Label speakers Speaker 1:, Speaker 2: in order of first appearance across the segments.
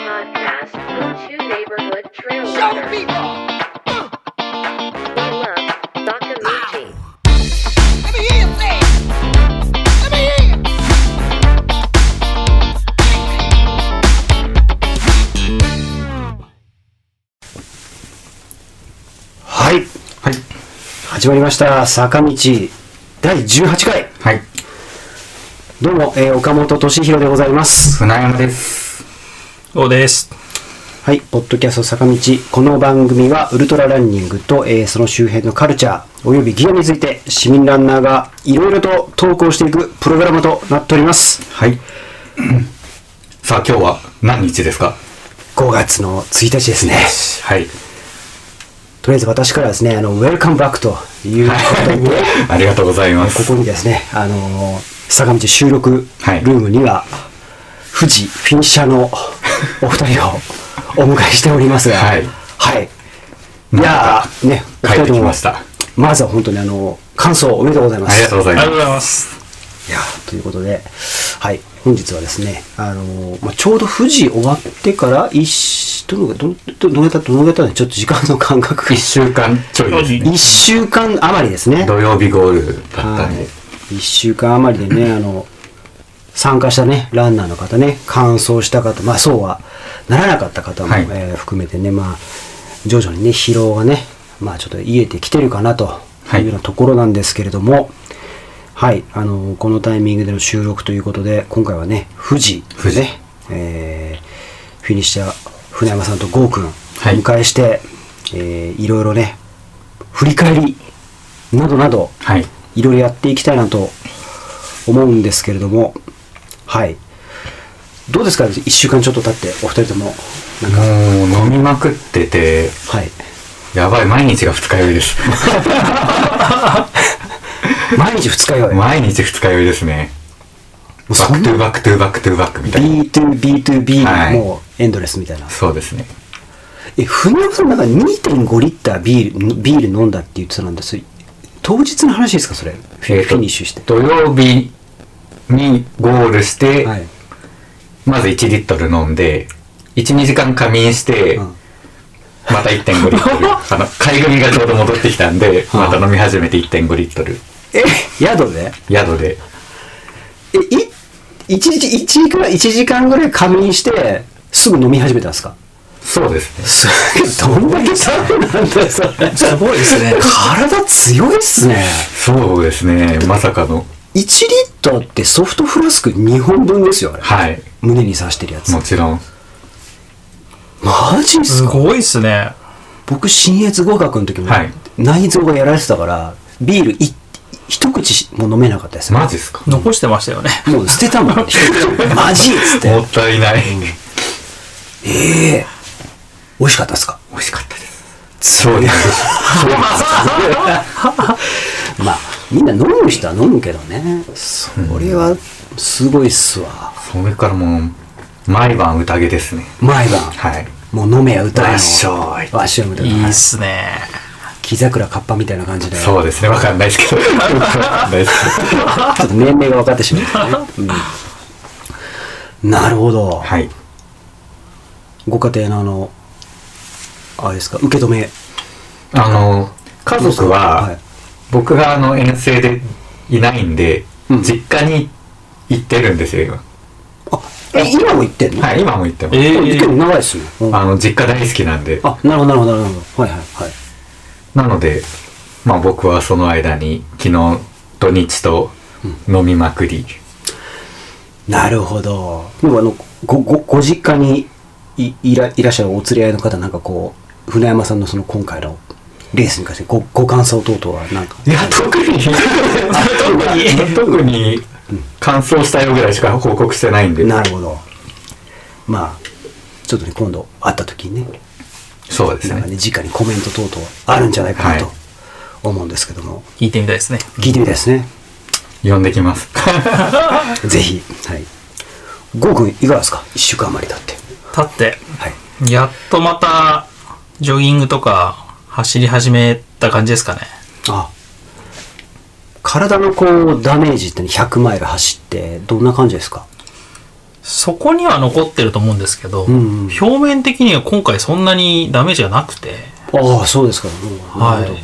Speaker 1: West Hill 2 neighborhood trail
Speaker 2: Show
Speaker 1: runner.
Speaker 2: people! Uh,
Speaker 1: One love, Sakaguchi.
Speaker 2: Let me hear you say it! Let me hear you!
Speaker 3: はい
Speaker 4: はい。
Speaker 3: 始まりました坂道第18回
Speaker 4: はい。
Speaker 3: どうも、えー岡本敏弘でございます
Speaker 4: 船山です。
Speaker 5: おです。
Speaker 3: はいポッドキャスト坂道この番組はウルトラランニングと、えーその周辺のカルチャーおよびギアについて市民ランナーがいろいろと投稿していくプログラムとなっております
Speaker 4: はい。さあ、今日は何日ですか
Speaker 3: 5月の1日ですね
Speaker 4: はい。
Speaker 3: とりあえず私からですねあのウェルカムバックということで
Speaker 4: ありがとうございま
Speaker 3: こ
Speaker 4: す
Speaker 3: こ。にですね、あのー坂道収録ルームには、富士フィニッシャー のお二人をお迎えしておりますが、
Speaker 4: はい
Speaker 3: はい。い
Speaker 4: なんか
Speaker 3: やー、ね、お二
Speaker 4: 帰
Speaker 3: 人
Speaker 4: って
Speaker 3: と
Speaker 4: き
Speaker 3: も
Speaker 4: まし、た。
Speaker 3: まずは本当にあの、感想おめでとうございま
Speaker 4: あ
Speaker 3: す。
Speaker 4: りがとうござ
Speaker 5: あ
Speaker 4: い
Speaker 5: り
Speaker 4: ま
Speaker 5: が
Speaker 4: す
Speaker 5: とう。ございます。
Speaker 3: いやーということで、はい、本日はですね、あのーまあ、ちょうど富士終わってから、一週、どのぐらい、どのどのぐらいだどのぐらいだったのちょっと時間の感覚が
Speaker 4: 一、週間ちょいですね。
Speaker 3: 一週間余りですね。
Speaker 4: 土曜日ゴールだった
Speaker 3: は
Speaker 4: んで。
Speaker 3: い、1週間余りで ね、あの参加したね、ランナーの方ね、完走した方、まあ、そうはならなかった方も、
Speaker 4: はい
Speaker 3: えー含めてね、まあ、徐々にね、疲労がね、まあ、ちょっと癒えてきてるかなと
Speaker 4: はいいう
Speaker 3: ようなところなんですけれども、はい、あのこのタイミングでの収録ということで、今回はね、富士、ね、
Speaker 4: 富士
Speaker 3: えーフィニッシャー、船山さんと郷君、
Speaker 4: はい
Speaker 3: お迎えして、えーいろいろね、振り返りなどなど、
Speaker 4: はい。
Speaker 3: いろいろやっていきたいなと思うんですけれども、はい。どうですか ?1 週間ちょっと経って、お二人とも。なんか、
Speaker 4: もう飲みまくってて、
Speaker 3: はい。
Speaker 4: やばい、毎日が二日酔 いです。
Speaker 3: 毎日2日酔い。
Speaker 4: 毎日二日酔いですね。
Speaker 3: う
Speaker 4: バ
Speaker 3: そん
Speaker 4: ック
Speaker 3: な
Speaker 4: トゥーバックトゥーバックトゥーバックみたいな。
Speaker 3: B2B2B
Speaker 4: は
Speaker 3: が
Speaker 4: い
Speaker 3: もうエンドレスみたいな。
Speaker 4: そうですね。
Speaker 3: え、船山さんなんか2.5リッタービール、ビール飲んだって言ってたんです。当日の話ですかそれ。フィ
Speaker 4: えーと
Speaker 3: フィニッシュして。
Speaker 4: 土曜日にゴールして、
Speaker 3: はい。
Speaker 4: まず1リットル飲んで、1、2時間仮眠して、
Speaker 3: うん
Speaker 4: また1.5リッ トル。あの、買い組がちょうど戻ってきたんで、
Speaker 3: はあ
Speaker 4: また飲み始めて1.5リットル。
Speaker 3: え、宿で
Speaker 4: 宿で。
Speaker 3: え、い、一日、一時間、一時間ぐらい仮眠して、すぐ飲み始めたんですか
Speaker 4: そうですね。
Speaker 3: す どんだけタフなんだよそれすごいですね体強いっすね
Speaker 4: そうですね。まさかの。
Speaker 3: 1リットルってソフトフラスク2本分ですよあれ
Speaker 4: はい。
Speaker 3: 胸に刺してるやつ
Speaker 4: もちろん。
Speaker 3: マジっす
Speaker 5: す
Speaker 3: か
Speaker 5: ごいっすね。
Speaker 3: 僕新越合格の時も
Speaker 4: はい
Speaker 3: 内臓がやられてたからビールい一口も飲めなかったですよ
Speaker 4: マジっすか
Speaker 5: 残してました よね。
Speaker 3: もう捨てたもん マジっつって
Speaker 4: もったいない。美
Speaker 3: ええ美味しかった ですか
Speaker 4: 味しかったです。そうです。
Speaker 3: まあみんな飲む人は飲むけどねそれはすごいっすわ
Speaker 4: それからもう、毎晩宴ですね。
Speaker 3: 毎晩
Speaker 4: はい。
Speaker 3: もう飲めや歌えの
Speaker 4: わっしょーい
Speaker 3: わっしょいみた
Speaker 5: い
Speaker 3: いない
Speaker 5: っすね。
Speaker 3: 木桜カッパみたいな感じで
Speaker 4: そうですね。わかんないですけど。わ かんないですけど
Speaker 3: ちょっと年齢が分かってしまったね、うんなるほど、
Speaker 4: はい。
Speaker 3: ご家庭のあのあれですか受け止め
Speaker 4: あの、家族は、
Speaker 3: はい
Speaker 4: 僕があの遠征でいないんで、
Speaker 3: うん
Speaker 4: 実家に行ってるんですよ、
Speaker 3: あえ今も行ってんの、
Speaker 4: 今。はい、今も行ってます。
Speaker 5: え
Speaker 3: もう結構長いっすね、うん
Speaker 4: あの、実家大好きなんで。
Speaker 3: あなるほどなるほどなるほどはいはいはい
Speaker 4: なので、まあ僕はその間に、昨日、土日と飲みまくり。
Speaker 3: なるほどでもあのごごご実家にいいらいらっしゃるお連れ合いの方なんかこう船山さんのその今回のレースに関してごご感想等々はなんか
Speaker 4: いや、特に、 特に、特に、乾燥したよぐらいしか報告してないんで。
Speaker 3: なるほど。まあ、ちょっとね、今度会った時にね、
Speaker 4: そうです
Speaker 3: なんか
Speaker 4: ね。
Speaker 3: ね、直にコメント等々あるんじゃないかなと
Speaker 4: はい
Speaker 3: 思うんですけども、
Speaker 5: 聞いてみたいですね。
Speaker 3: 聞いてみたいですね。
Speaker 4: 呼んできます。
Speaker 3: ぜひ。はい。ゴーくん、いかがですか ?1 週間余りだって。
Speaker 5: 立って、
Speaker 3: はい。
Speaker 5: やっとまた、ジョギングとか、走り始めた感じですかね。
Speaker 3: あ体のこう、ダメージって、ね、100マイル走って、どんな感じですか
Speaker 5: そこには残ってると思うんですけど、
Speaker 3: うんうん
Speaker 5: 表面的には今回そんなにダメージがなくて、
Speaker 3: ああそうですか、うん
Speaker 5: は
Speaker 3: なるほど
Speaker 5: い。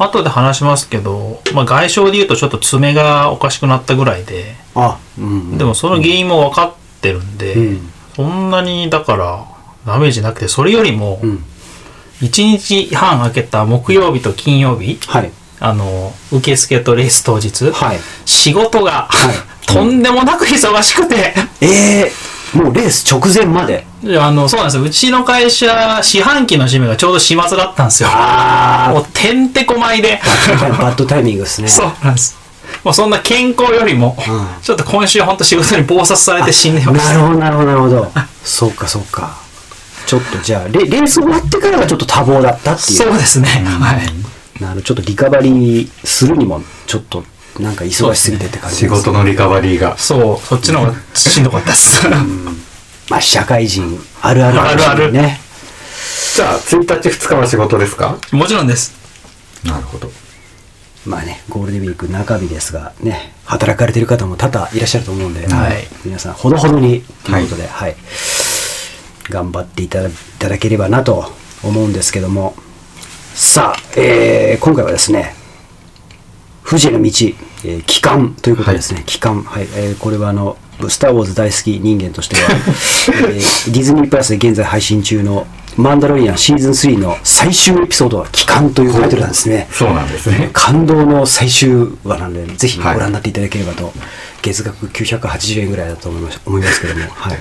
Speaker 5: 後で話しますけど、まあ、外傷で言うとちょっと爪がおかしくなったぐらいで、
Speaker 3: あうん
Speaker 5: でもその原因も分かってるんで、
Speaker 3: うん
Speaker 5: そんなにだからダメージなくて、それよりも
Speaker 3: うん
Speaker 5: 1日半空けた木曜日と金曜日、
Speaker 3: はい
Speaker 5: あの、受付とレース当日、
Speaker 3: はい
Speaker 5: 仕事が、
Speaker 3: い
Speaker 5: とんでもなく忙しくて、
Speaker 3: えー、もうレース直前まで
Speaker 5: いやあの、そうなんですよ。うちの会社、四半期の締めがちょうど始末だったんですよ。もう、てんてこまいで。
Speaker 3: バッドタイミングですね
Speaker 5: そうなんです。もうそんな健康よりも、
Speaker 3: う
Speaker 5: ちょっと今週本当仕事に暴殺されて死んで ま
Speaker 3: な
Speaker 5: し
Speaker 3: る
Speaker 5: た。
Speaker 3: ほどなるほどなるほどそうかそうかちょっとじゃあレレース終わってからがちょっと多忙だったっていう
Speaker 5: そうですね。はい。
Speaker 3: なるちょっとリカバリーするにもちょっとなんか忙しすぎてって感じ
Speaker 4: 仕
Speaker 3: です
Speaker 4: 事のリカバリーが。
Speaker 5: そう、そっちの方がしんどかったです。
Speaker 3: まあ社会人あるあるかもしれないね
Speaker 4: じゃあ、1日2日は仕事ですか
Speaker 5: もちろんです。
Speaker 4: なるほど。
Speaker 3: まあねゴールデンウィーク中日ですがね働かれてる方も多々いらっしゃると思うんで、
Speaker 5: はい
Speaker 3: 皆さんほどほどにということで、はい頑張っていただいただければなと思うんですけどもさあ、えー今回はですね「富士への道」えー帰還ということですね、帰還、はいえーこれはあの「スター・ウォーズ」大好き人間と しては、えーディズニープラスで現在配信中の「マンダロリアン」シーズン3の最終エピソードは「帰還」というタイトルなんですね。
Speaker 4: そうなんです ね。
Speaker 3: 感動の最終話なので、ぜひご
Speaker 4: はい
Speaker 3: 覧になっていただければと、月額980円ぐらいだと思います思いますけ ども、はい、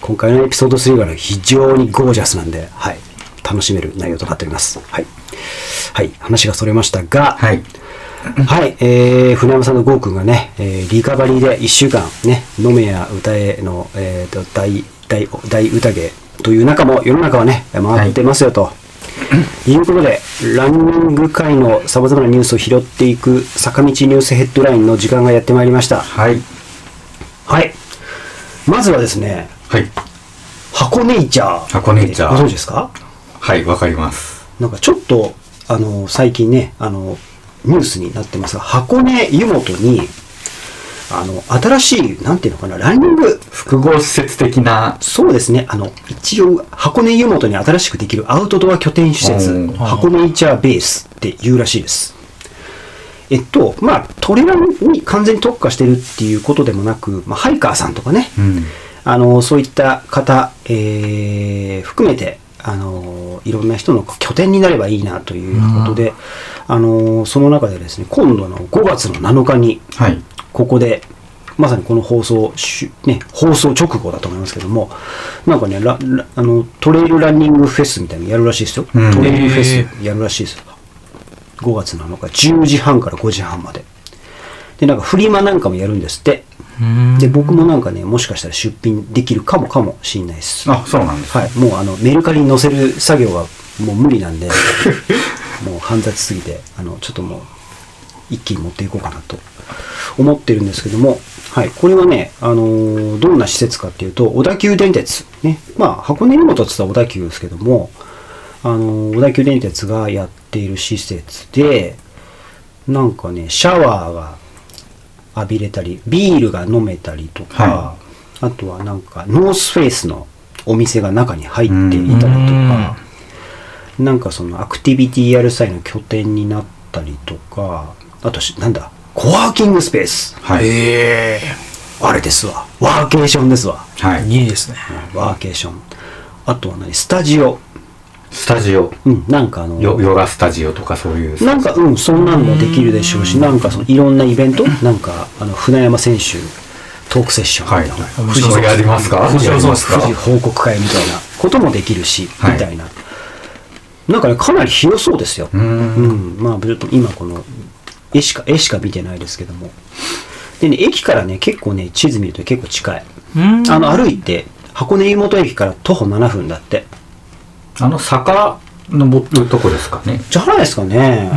Speaker 3: 今回のエピソード3はね非常にゴージャスなんで、はい、楽しめる内容となっております。はい、はい、話がそれましたが、
Speaker 4: はい。
Speaker 3: はい、えー、船山さんのゴーくんがね、えーリカバリーで1週間、ね、飲めや歌えの、えー、と大大大宴という中も、世の中はね、回ってますよと。い、うことで、ランニング界のさまざまなニュースを拾っていく坂道ニュースヘッドラインの時間がやってまいりました。
Speaker 4: はい。
Speaker 3: はい。まずはですね、
Speaker 4: はい。
Speaker 3: 箱ネイチャー。
Speaker 4: 箱ネイチャー
Speaker 3: ご存知ですか
Speaker 4: はい、わかります。
Speaker 3: なんかちょっと、あの、最近ね、あの、ニュースになってますが、箱根湯本に、あの、新しい、なんていうのかな、ランニング、
Speaker 4: 複合施設的な、
Speaker 3: そうですね、あの、一応、箱根湯本に新しくできるアウトドア拠点施
Speaker 4: う
Speaker 3: 設
Speaker 4: ん、
Speaker 3: 箱根イチャーベースっていうらしいです。えっと、まあ、トレランに完全に特化してるっていうことでもなく、まあ、ハイカーさんとかね、
Speaker 4: うん。
Speaker 3: あのそういった方、えー含めてあのいろんな人の拠点になればいいなということで、あのその中でですね今度の5月の7日に
Speaker 4: はい。
Speaker 3: ここでまさにこの放送し、ね、放送直後だと思いますけどもなんかねララあのトレイルランニングフェスみたいなのやるらしいですよ、
Speaker 4: うん
Speaker 3: トレイルフェスやるらしいですよ5月7日10時半から5時半まででなんかフリマなんかもやるんですってで僕もなんかねもしかしたら出品できるかもかもしんないですは
Speaker 4: あ、そうなんです。
Speaker 3: いもうあのメルカリに載せる作業はもう無理 なんでもう煩雑すぎてあのちょっともう一気に持っていこうかなと思ってるんですけども、はい、これはね、あのーどんな施設かっていうと小田急電鉄、ねまあ、箱根湯本って言ったら小田急ですけども、あのー小田急電鉄がやっている施設でなんかねシャワーが浴びれたりビールが飲めたりとか、
Speaker 4: は
Speaker 3: あとはなんかノースフェイスのお店が中に入っていたりとか。なんかそのアクティビティやる際の拠点になったりとかあとしなんだコワーキングスペース
Speaker 4: はい。
Speaker 5: え
Speaker 3: あれですわワーケーションですわ
Speaker 4: は
Speaker 5: え
Speaker 4: い。
Speaker 5: いいですね。
Speaker 3: ワーケーションあとは何スタジオ
Speaker 4: スタジオ。
Speaker 3: うんなんかあの
Speaker 4: ヨヨガスタジオとかそういう。
Speaker 3: なんかうんそんなのもできるでしょうしなんかそのいろんなイベントなんかあの船山選手トークセッション
Speaker 4: は
Speaker 3: み
Speaker 4: い
Speaker 3: たいな。
Speaker 5: 面
Speaker 4: 富
Speaker 5: 白そう
Speaker 4: 士やりますか
Speaker 5: 面白そう
Speaker 4: やりますか
Speaker 3: 富士報告会みたいなこともできるし、
Speaker 4: はい
Speaker 3: みたいななんかねかなり広そうですよ
Speaker 4: うーん。
Speaker 3: うん、まあぶ今この絵しか絵しか見てないですけどもでね駅からね結構ね地図見ると結構近い
Speaker 5: うん
Speaker 3: あの歩いて箱根湯本駅から徒歩7分だって
Speaker 4: あの坂登るとこですかね。
Speaker 3: じゃないですかね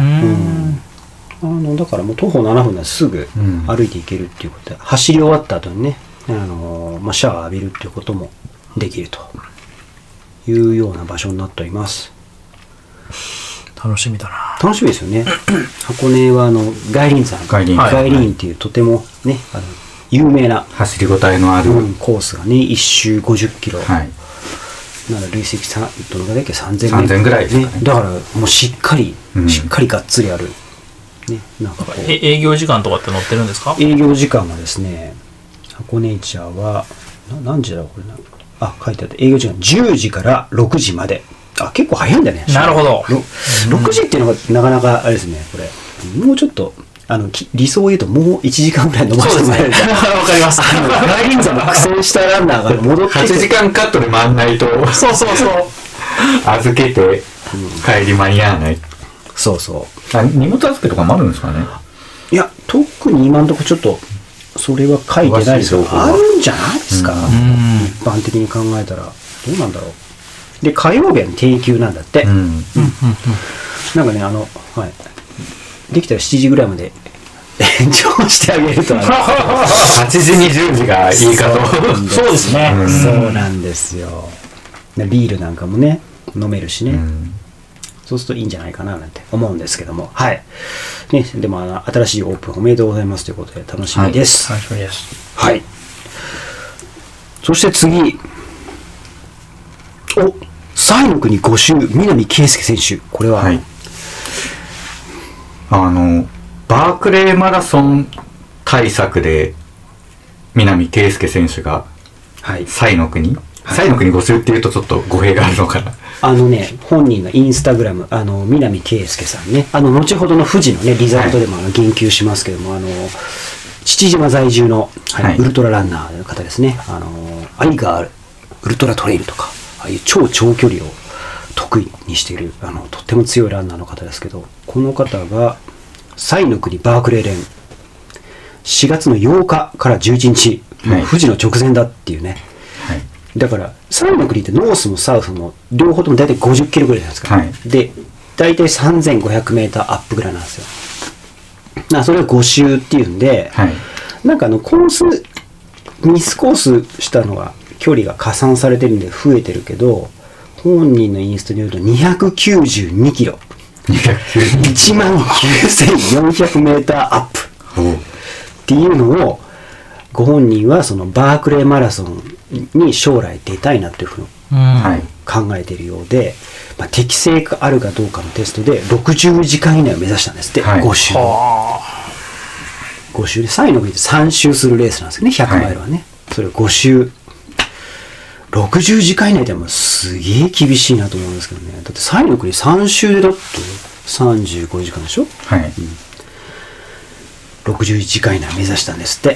Speaker 5: う
Speaker 3: う
Speaker 5: ん
Speaker 3: んあのだからもう徒歩7分なんですぐ
Speaker 4: うん
Speaker 3: 歩いていけるっていうことで、走り終わった後にね、あのーまあ、シャワー浴びるっていうこともできるというような場所になっております
Speaker 5: 楽しみだな。
Speaker 3: 楽しみ ですよね箱根はあの外輪山
Speaker 4: 外輪
Speaker 5: はい
Speaker 3: 外輪っていうとてもねあの有名な、
Speaker 4: 走りごたえのある、
Speaker 3: うんコースがね1周50キロ、
Speaker 4: はい
Speaker 3: なら累積さんどのぐらいだっけ3000
Speaker 4: 3000ぐらいですかね
Speaker 3: だからもうしっかり、
Speaker 4: うん
Speaker 3: しっかりがっつりあるねなんかこう
Speaker 5: え営業時間とかって載ってるんですか
Speaker 3: 営業時間はですね箱根茶はな何時だろうこれなあ書いてあった営業時間10時から6時まであ結構早いんだね
Speaker 5: なるほど
Speaker 3: ろ6時っていうのがなかなかあれですねこれもうちょっとあのき理想を言うともう1時間ぐらい伸ばしてもらえる
Speaker 5: そうですね わかり
Speaker 3: あ
Speaker 5: ます
Speaker 3: の外輪山の苦戦したランナーが戻って
Speaker 4: 8時間カットで回んないと
Speaker 5: そうそうそう
Speaker 4: 預けて帰り間に合わない
Speaker 3: そうそう
Speaker 4: あ荷物預けとかもあるんですかね
Speaker 3: いや、特に今のところちょっと、それは書いてないです
Speaker 4: 詳しい情
Speaker 3: よ。
Speaker 4: 報は
Speaker 3: あるんじゃないですか、
Speaker 5: ん
Speaker 3: 一般的に考えたら。どうなんだろう。で、火曜日はね定休なんだって。
Speaker 4: うん
Speaker 3: なんかね、あの、はい。できたら7時ぐらいまで延長してあげるとあの
Speaker 4: 8時に10時がいいかと
Speaker 5: そうですね、
Speaker 4: うん
Speaker 3: そうなんですよ。でビールなんかもね、飲めるしね。
Speaker 4: うん
Speaker 3: そうするといいんじゃないかななんて思うんですけども。はい。ね、でもあの、新しいオープンおめでとうございますということで、楽しみです。
Speaker 5: 楽しみです
Speaker 3: はい。そして次。お西の国5周、南圭介選手。これは、
Speaker 4: はいあのバークレーマラソン対策で南圭介選手が
Speaker 3: はい
Speaker 4: 西の国西の国5周っていうとちょっと語弊があるのかな
Speaker 3: あのね、本人のインスタグラム、あの、南圭介さんね、あの、後ほどの富士のね、リザルトでもあの言及しますけども、あの、父島在住の、はい
Speaker 4: はい
Speaker 3: ウルトラランナーの方ですね、あの、アイガール、ウルトラトレイルとか、ああいう超長距離を得意にしている、あの、とっても強いランナーの方ですけど、この方が、西の国バークレー連、4月の8日から11日、
Speaker 4: はい
Speaker 3: 富士の直前だっていうね、
Speaker 4: はい
Speaker 3: だから3の国ってノースもサウスも両方とも大体50キロぐらいじゃないですか、
Speaker 4: はい
Speaker 3: で大体3500メーターアップぐらいなんですよなそれが5周っていうんで、
Speaker 4: はい
Speaker 3: なんかあのコースミスコースしたのが距離が加算されてるんで増えてるけど本人のインストによると292キロ1万9400メーターアップっていうのをご本人はそのバークレーマラソンに将来出たいなというふうに
Speaker 5: うん、
Speaker 4: はい
Speaker 3: 考えているようで、まあ、適性があるかどうかのテストで60時間以内を目指したんですって、
Speaker 4: はい
Speaker 3: 5周5周で3位の上で3周するレースなんですよね100マイルはね、それを5周60時間以内でもすげえ厳しいなと思うんですけどねだって3位の国3周でだって35時間でしょ
Speaker 4: はい
Speaker 3: 61時間以内を目指したんですって、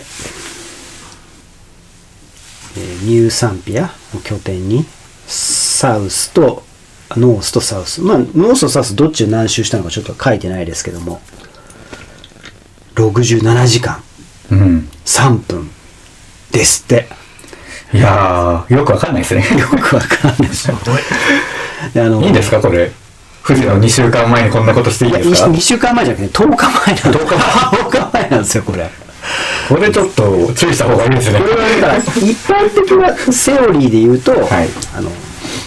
Speaker 3: えーニューサンピアを拠点にサウスとあノースとサウスまあノースとサウスどっちを何周したのかちょっと書いてないですけども67時間
Speaker 4: うん
Speaker 3: 3分ですって
Speaker 4: いやーよくわかんないですね
Speaker 3: よくわかんないですであの
Speaker 4: いいんですかこれ富士の2週間前にこんなことしていい
Speaker 3: いや
Speaker 4: ですか
Speaker 3: 2週間前じゃなくて10日前なんです10日前なんですよこれ。
Speaker 4: これちょっと注意した方がいいですね
Speaker 3: これはだから一般的なセオリーで言うと、
Speaker 4: はい
Speaker 3: あの一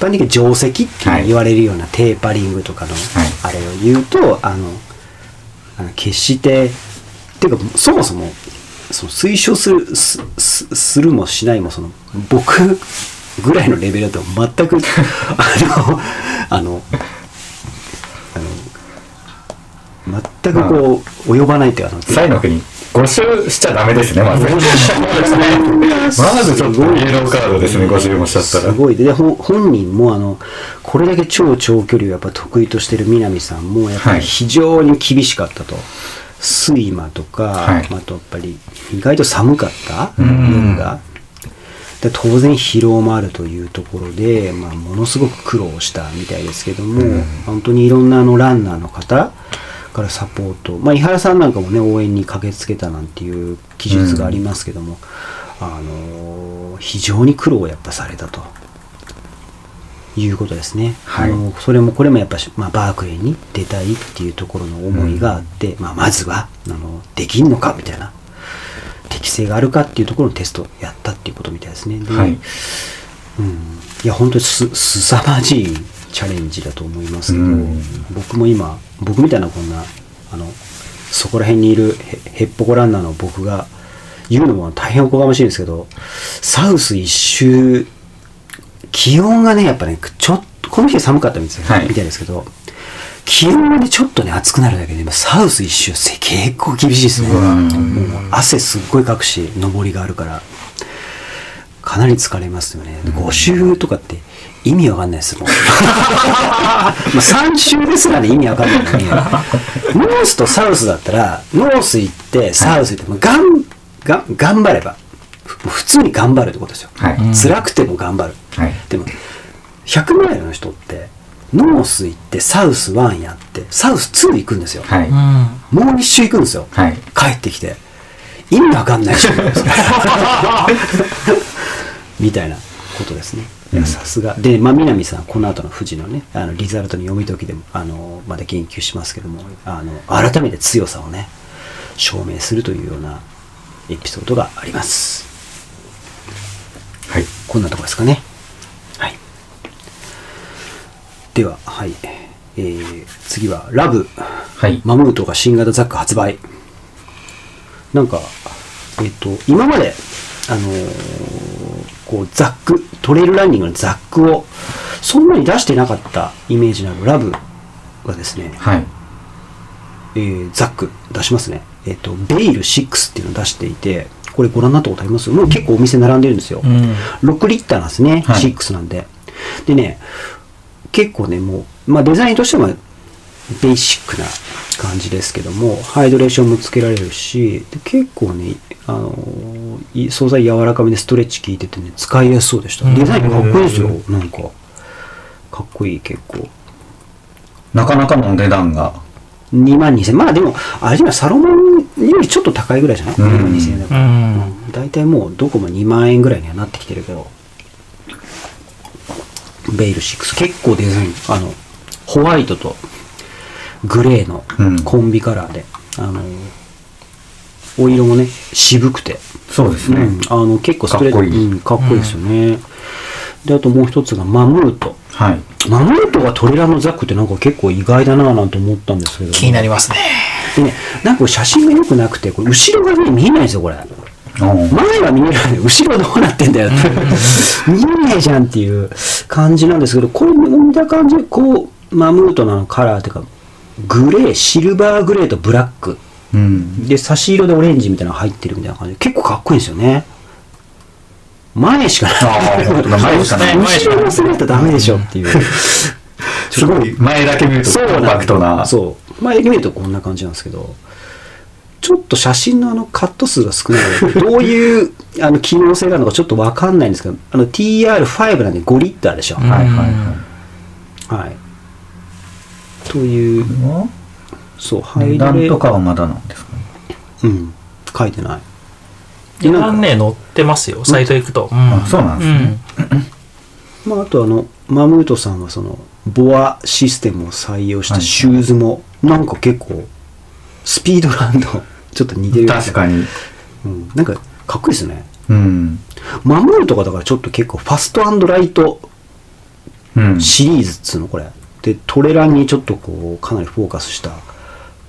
Speaker 3: 般的に定石っていうのに言われるようなテーパリングとかのあれを言うと、あのあの決してっていうかそもそもその推奨するすすするもしないもその僕ぐらいのレベルだと全 くあのあのあの全くこう及ばないっていうかあの
Speaker 4: 西の国5周しちゃダメですねまずまずちょっとイエローカードですね5周もしちゃった
Speaker 3: す
Speaker 4: ら
Speaker 3: ごいででほん本人もあのこれだけ超長距離をやっぱ得意としてる南さんもやっぱ
Speaker 4: は
Speaker 3: り
Speaker 4: い
Speaker 3: 非常に厳しかったと、睡魔とか、
Speaker 4: はい
Speaker 3: あとやっぱり意外と寒かった
Speaker 4: ん
Speaker 3: 夜がで当然疲労もあるというところで、まあ、ものすごく苦労したみたいですけども、本当にいろんなあのランナーの方からサポート、まあ、井原さんなんかもね応援に駆けつけたなんていう記述がありますけども、あのー非常に苦労をやっぱされたということですね、
Speaker 4: はい
Speaker 3: あのそれもこれもやっぱし、まあ、バークレーに出たいっていうところの思いがあって、まあ、まずはあのできんのかみたいな適性があるかっていうところのテストをやったっていうことみたいですねで、
Speaker 4: はい
Speaker 3: うん、いや本当にすすさまじいチャレンジだと思いますけど、
Speaker 4: うん
Speaker 3: 僕も今僕みたいなこんなあのそこら辺にいるへへっぽこランナーの僕が言うのも大変おこがましいんですけど、サウス一周、気温がね、やっぱね、ちょっと、この日は寒かったみたい,、
Speaker 4: はい
Speaker 3: みたいですけど、気温がね、ちょっとね、暑くなるだけで、今サウス一周、せ結構厳しいですね。もう汗すっごいかくし、上りがあるから、かなり疲れますよね。5周とかって意味わかんないですもん。 まあ、3周ですらね意味わかんない のにノースとサウスだったらノース行ってサウス行って、もうがんがん頑張ればふ普通に頑張るってことですよ、
Speaker 4: はい
Speaker 3: 辛くても頑張る、
Speaker 4: はい
Speaker 3: でも100マイルの人ってノース行ってサウス1やってサウス2行くんですよ、
Speaker 4: はい。
Speaker 5: うん。
Speaker 3: もう1周行くんですよ、
Speaker 4: はい
Speaker 3: 帰ってきて意味わかんないで しょみたいなことですねいやさすがで、まあ、南さんこの後の富士のねあのリザルトの読み解きでもあのまだ言及しますけどもあの改めて強さをね証明するというようなエピソードがあります
Speaker 4: はい。
Speaker 3: こんなとこですかねはいでははい、えー次はラブ
Speaker 4: はい。
Speaker 3: マムートが新型ザック発売。なんか、えっ、と、今まで、あのーこう、ザック、トレイルランニングのザックを、そんなに出してなかったイメージのあるラブがですね、
Speaker 4: はい。
Speaker 3: えーザック出しますね。えっ、と、ベイル6っていうのを出していて、これご覧になったことありますもう結構お店並んでるんですよ。
Speaker 5: うん。
Speaker 3: 6リッターなんですね、
Speaker 4: はい
Speaker 3: 6なんで。でね、結構ね、もう、まあ、デザインとしてはベーシックな感じですけども、ハイドレーションもつけられるし、で結構ね、あのーい素材柔らかめでストレッチ効いててね、使いやすそうでした。デザインかっこいいですよ、なんか。かっこいい、結構。
Speaker 4: なかなかのお値段が。
Speaker 3: 2万2000まあでも、あれじゃない、サロモンよりちょっと高いぐらいじゃない ?2
Speaker 4: うん
Speaker 3: 万2000円だ
Speaker 5: う
Speaker 3: から。
Speaker 5: ん。
Speaker 3: 大体もうどこも2万円ぐらいにはなってきてるけどベイル6結構デザインあのホワイトとグレーの
Speaker 4: うん
Speaker 3: コンビカラーで、あのお色もね渋くて、
Speaker 4: そうですね。
Speaker 3: うんあの結構ストレート
Speaker 4: かっこいい
Speaker 3: うん、かっこいいですよね、であともう一つがマムート
Speaker 4: はい。
Speaker 3: マムートがトレラのザックってなんか結構意外だなぁなんて思ったんですけど
Speaker 5: 気になりますね。
Speaker 3: でねなんか写真が良くなくてこれ後ろがね見えないんですよこれ
Speaker 4: おー
Speaker 3: 前は見えないのに後ろどうなってんだよって見えないじゃんっていう感じなんですけどこれ見た感じこうマムートのカラーっていうかグレーシルバーグレーとブラック
Speaker 4: うん。
Speaker 3: で差し色でオレンジみたいなのが入ってるみたいな感じで結構かっこいいんですよね前しかない
Speaker 4: あー前しかない
Speaker 5: 前し
Speaker 3: 後
Speaker 5: かない
Speaker 3: ろ忘れたらダメでしょっていう
Speaker 4: すごい、前だけ見るとコンパクトな。
Speaker 3: そう前だけ見るとこんな感じなんですけどちょっと写真のあのカット数が少ないのでどういう あの機能性があるのかちょっとわかんないんですけどあの TR5 なんで5リッターでしょ、
Speaker 5: うん
Speaker 4: はいはいは
Speaker 3: はいというそうハ
Speaker 4: い。値
Speaker 3: イド
Speaker 4: 段
Speaker 3: レ
Speaker 4: とかはまだなんですかね。
Speaker 3: うん書いてない
Speaker 5: 値
Speaker 3: なんか
Speaker 5: 段ね、載ってますよ。サイト行くと。うん
Speaker 4: あそうなんですね
Speaker 3: まあ、あとあのマムートさんはそのボアシステムを採用したシューズも、なんか結構スピードランドちょっと似てる
Speaker 4: 確か
Speaker 3: に、
Speaker 4: に。
Speaker 3: うん、なんかかっこいいですね
Speaker 4: うん。
Speaker 3: マムーとかだからちょっと結構ファストライト
Speaker 4: うん。
Speaker 3: シリーズっつうのこれでトレランにちょっとこうかなりフォーカスした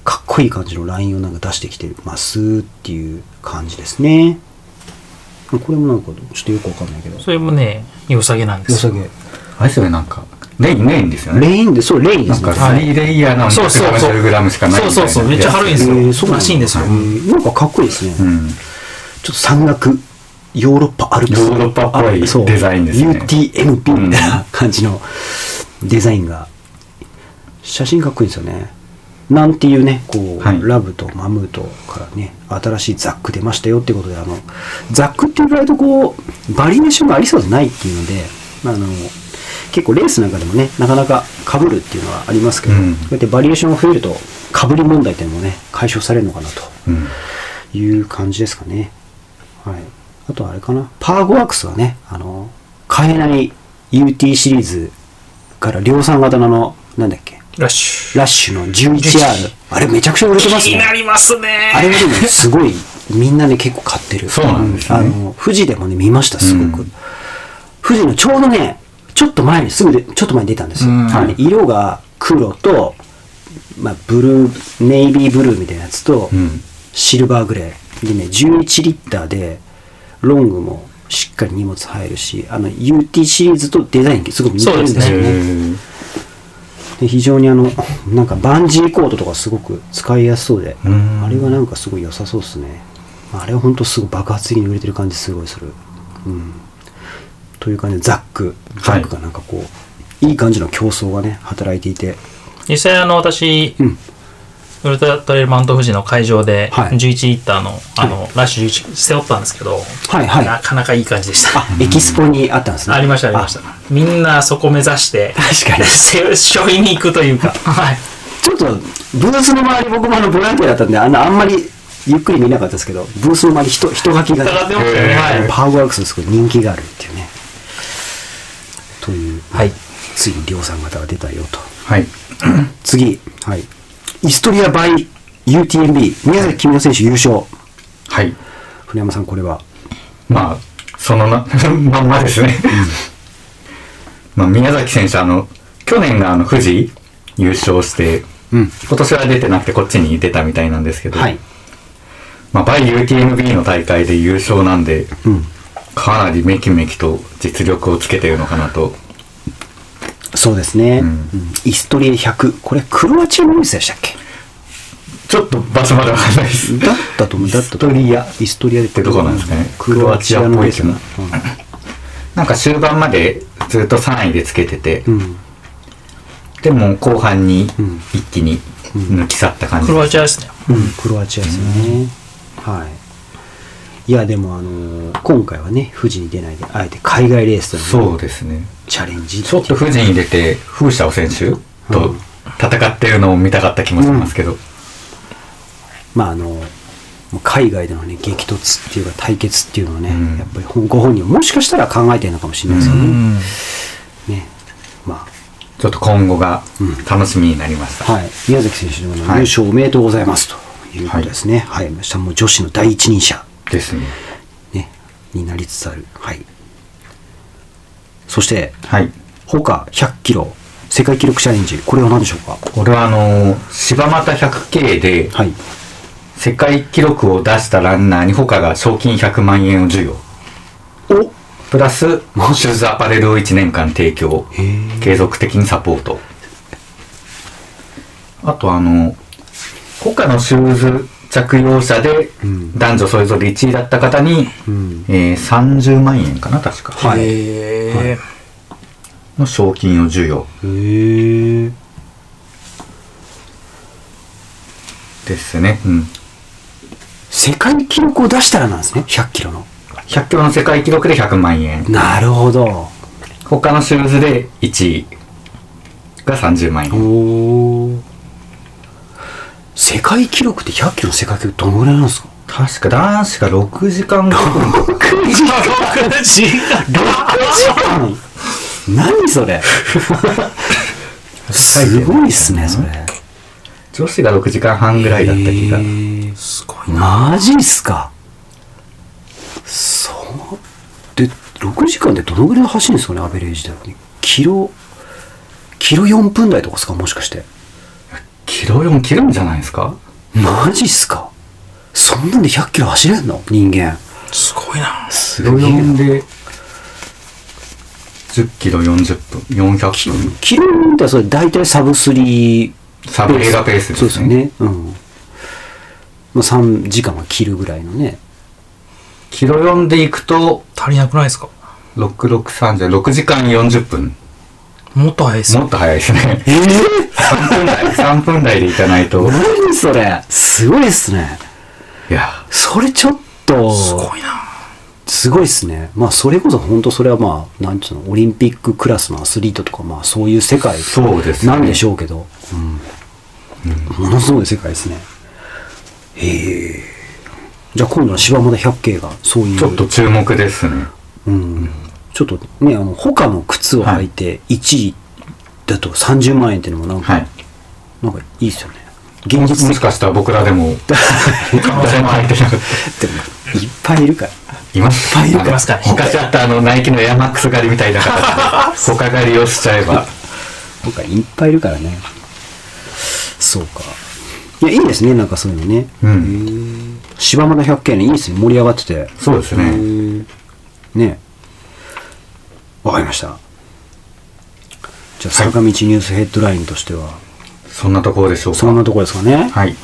Speaker 3: かっこいい感じのラインをなんか出してきてますっていう感じですねこれもなんかちょっとよくわかんないけど
Speaker 5: うん。それもね、良さげなんで
Speaker 3: 良
Speaker 5: す
Speaker 3: さ
Speaker 5: よ。
Speaker 3: げ
Speaker 4: あれですよね、なんか。レイン、レインですよね。
Speaker 3: レインでそうレインで
Speaker 4: なん
Speaker 3: すね
Speaker 4: か3レイヤーなのに
Speaker 5: そうそうそう
Speaker 4: 170g しかないみたいな。
Speaker 5: そうそうそうめっちゃ軽いんですよ
Speaker 3: えーそうなん
Speaker 5: らしいんですよ
Speaker 3: えーなんかかっこいいですね、
Speaker 4: う
Speaker 3: ちょ
Speaker 4: ん。
Speaker 3: っと山岳ヨーロッパアルプス
Speaker 4: ヨーロッパっぽい
Speaker 3: あそう
Speaker 4: デザインですね
Speaker 3: UTMP みたいな感じのデザインが写真かっこいいんですよねなんていうねこう、
Speaker 4: はい
Speaker 3: ラブとマムートからね新しいザック出ましたよってことであのザックって意外とこうバリエーションがありそうでないっていうのであの結構レースなんかでもねなかなか被るっていうのはありますけど、
Speaker 4: うん
Speaker 3: こうやってバリエーションが増えると被り問題っていうのもね解消されるのかなと
Speaker 4: うん。
Speaker 3: いう感じですかね。はい。あとあれかな。パーゴワークスはね、あの、買えない UT シリーズから量産型のあの、なんだっけ、
Speaker 5: ラッシュ。
Speaker 3: ラッシュの 11R。あれめちゃくちゃ売れてます
Speaker 5: 気に
Speaker 3: ね。
Speaker 5: なりますね。
Speaker 3: あれはでもすごい、みんなね結構買ってる。
Speaker 4: そうなんですね
Speaker 3: あの、富士でもね見ました、すごく。
Speaker 4: うん
Speaker 3: 富士のちょうどね、ちょっと前に、すぐで、ちょっと前に出たんですよ。
Speaker 5: うん
Speaker 3: はい色が黒と、まあ、ブルー、ネイビーブルーみたいなやつと、
Speaker 4: うん。
Speaker 3: シルバーグレー。でね11リッターでロングもしっかり荷物入るしあの UT シリーズとデザインすごく似てるんですよ
Speaker 5: そう
Speaker 3: ね
Speaker 4: うん
Speaker 3: で非常にあのなんかバンジーコードとかすごく使いやすそうで
Speaker 4: うん
Speaker 3: あれはなんかすごい良さそうですねあれは本当すごい爆発的に売れてる感じすごいするうんという感じでザックザ
Speaker 4: はい
Speaker 3: ックがなんかこう、い、い感じの競争がね働いていて
Speaker 5: 実際あの私、
Speaker 3: うん
Speaker 5: ウルトラトレイルマウント富士の会場で
Speaker 3: はい
Speaker 5: 11リッターの,、あのラッシュ11背負ったんですけど、
Speaker 3: はいはい
Speaker 5: なかなかいい感じでした
Speaker 3: あエキスポにあったんですね
Speaker 5: ありましたありましたみんなそこ目指して
Speaker 3: 確かに
Speaker 5: 背 背負いに行くというか、はい、
Speaker 3: ちょっとブースの周り僕もあのボランティアだったんであのあんまりゆっくり見なかったですけどブースの周り人人書きが、
Speaker 5: 戦ってましたよねはい
Speaker 3: パワーワークスすごい人気があるっていうねという、
Speaker 5: はい
Speaker 3: ついに量産型が出たよと
Speaker 4: はい
Speaker 3: 次、はい、イストリア by UTMB 宮崎君の選手優勝
Speaker 4: はい
Speaker 3: 船山さんこれは
Speaker 4: まあそのな まんまですね、まあ、宮崎選手あの去年があの富士優勝して
Speaker 3: うん
Speaker 4: 今年は出てなくてこっちに出たみたいなんですけど、
Speaker 3: はい
Speaker 4: まあ、バイ UTMB の大会で優勝なんで、
Speaker 3: うん
Speaker 4: かなりメキメキと実力をつけてるのかなと
Speaker 3: そうですね、
Speaker 4: うん
Speaker 3: うんイストリア100これクロアチアのニュースでしたっけ
Speaker 4: ちょっと場所までわかんないです
Speaker 3: だったと思うだったと思う
Speaker 4: イストリア
Speaker 3: イストリアでって
Speaker 4: とこなんですかね
Speaker 3: クロアチアのレースかな
Speaker 4: なんか終盤までずっと3位でつけてて、
Speaker 3: うん、うん
Speaker 4: でも後半に
Speaker 3: うん
Speaker 4: 一気に抜き去った感じ、
Speaker 5: クロアチアですね
Speaker 3: うん、クロアチアですよね、はいいやでもあのー今回はね富士に出ないであえて海外レースと
Speaker 4: そ
Speaker 3: の
Speaker 4: うですね
Speaker 3: チャレンジ
Speaker 4: ちょっと富士に出て風車選手と戦ってるのを見たかった気もしますけど、
Speaker 3: まああのもう海外でのね激突っていうか対決っていうのはね、
Speaker 4: うん
Speaker 3: やっぱりほんご本人もしかしたら考えてるのかもしれないですよ
Speaker 5: う
Speaker 3: ね,、
Speaker 5: ん
Speaker 3: ねま
Speaker 4: ちょっと今後が
Speaker 3: うん
Speaker 4: 楽しみになりました、
Speaker 3: あはい宮崎選手の
Speaker 4: はい
Speaker 3: 優勝おめでとうございますということですねはい、明日も女子の第一人者
Speaker 4: ですね
Speaker 3: ねになりつつあるはいそして
Speaker 4: はい
Speaker 3: 他100キロ世界記録チャレンジこれは何でしょうか
Speaker 4: これはあのー柴又 100K で
Speaker 3: はい
Speaker 4: 世界記録を出したランナーに他が賞金100万円を授与
Speaker 3: お
Speaker 4: プラスシューズアパレルを1年間提供
Speaker 3: へー
Speaker 4: 継続的にサポートあとあの他のシューズ着用者で
Speaker 3: うん
Speaker 4: 男女それぞれ1位だった方に、
Speaker 3: うん
Speaker 4: えー30万円かな確か、
Speaker 3: はい
Speaker 5: へー
Speaker 4: の賞金を授与
Speaker 3: へえ
Speaker 4: ですね、うん、
Speaker 3: 世界記録を出したらなんですね100キロの
Speaker 4: 100キロの世界記録で100万円
Speaker 3: なるほど
Speaker 4: 他のシューズで1位が30万円
Speaker 3: おお世界記録って100キロの世界記録どのぐらいなんですか
Speaker 4: 確か男子が6時間5分とか
Speaker 3: 何それすごいっすねそれ
Speaker 4: 女子が6時間半ぐらいだった気が
Speaker 3: へー
Speaker 5: すごい
Speaker 3: マジっすかそうで6時間でどのぐらい走るんですかねアベレージでキロキロ4分台とかですかもしかして
Speaker 4: キロ4切るんじゃないですか
Speaker 3: マジっすかそんなんで100キロ走れんの人間
Speaker 5: すごいな
Speaker 3: す
Speaker 4: キロ4で10キロ40分400分
Speaker 3: キロ4分台はそれ大体サブ3
Speaker 4: サブ映画ペースですね
Speaker 3: そうですよねうん、まあ、3時間は切るぐらいのね
Speaker 4: キロ4で行くと
Speaker 5: 足りなくないですか
Speaker 4: 6636時間40分
Speaker 5: もっと早いですよ
Speaker 4: もっと早いですね
Speaker 3: ええ
Speaker 4: 3分台3分台で行かないと
Speaker 3: 何それすごいっすね
Speaker 4: いや
Speaker 3: それちょっと
Speaker 5: すごいな
Speaker 3: すごいっすね。まあ、それこそ本当それはまあ、なんていうの、オリンピッククラスのアスリートとか、まあ、そういう世界
Speaker 4: そうですね
Speaker 3: なんでしょうけど、うんものすごい世界ですね。へえ。じゃあ今度は柴又百景がそういう。
Speaker 4: ちょっと注目ですね
Speaker 3: うん。ちょっとね、あの、他の靴を履いて1位だと30万円っていうのもなんか、
Speaker 4: はい
Speaker 3: なんかいいっすよね。現
Speaker 4: も
Speaker 3: 実
Speaker 4: し
Speaker 3: 的
Speaker 4: かしたら僕らで も誰も入ってなかっ
Speaker 3: でもいっぱいいるから。
Speaker 4: たいます
Speaker 3: いっぱいいるから
Speaker 5: いますから
Speaker 4: 他ちょっとあのナイキのエアマックス狩りみたいな 形で他狩りをしちゃえば
Speaker 3: 今回いっぱいいるからねそうかいやいいですねなんかそういうのね
Speaker 4: うん
Speaker 3: 柴又百景ねいいですね盛り上がってて
Speaker 4: そうですね。
Speaker 3: ねわかりましたじゃあ坂道ニュースヘッドラインとしては、
Speaker 4: そんなところでしょうか。
Speaker 3: そんなところですかね
Speaker 4: はい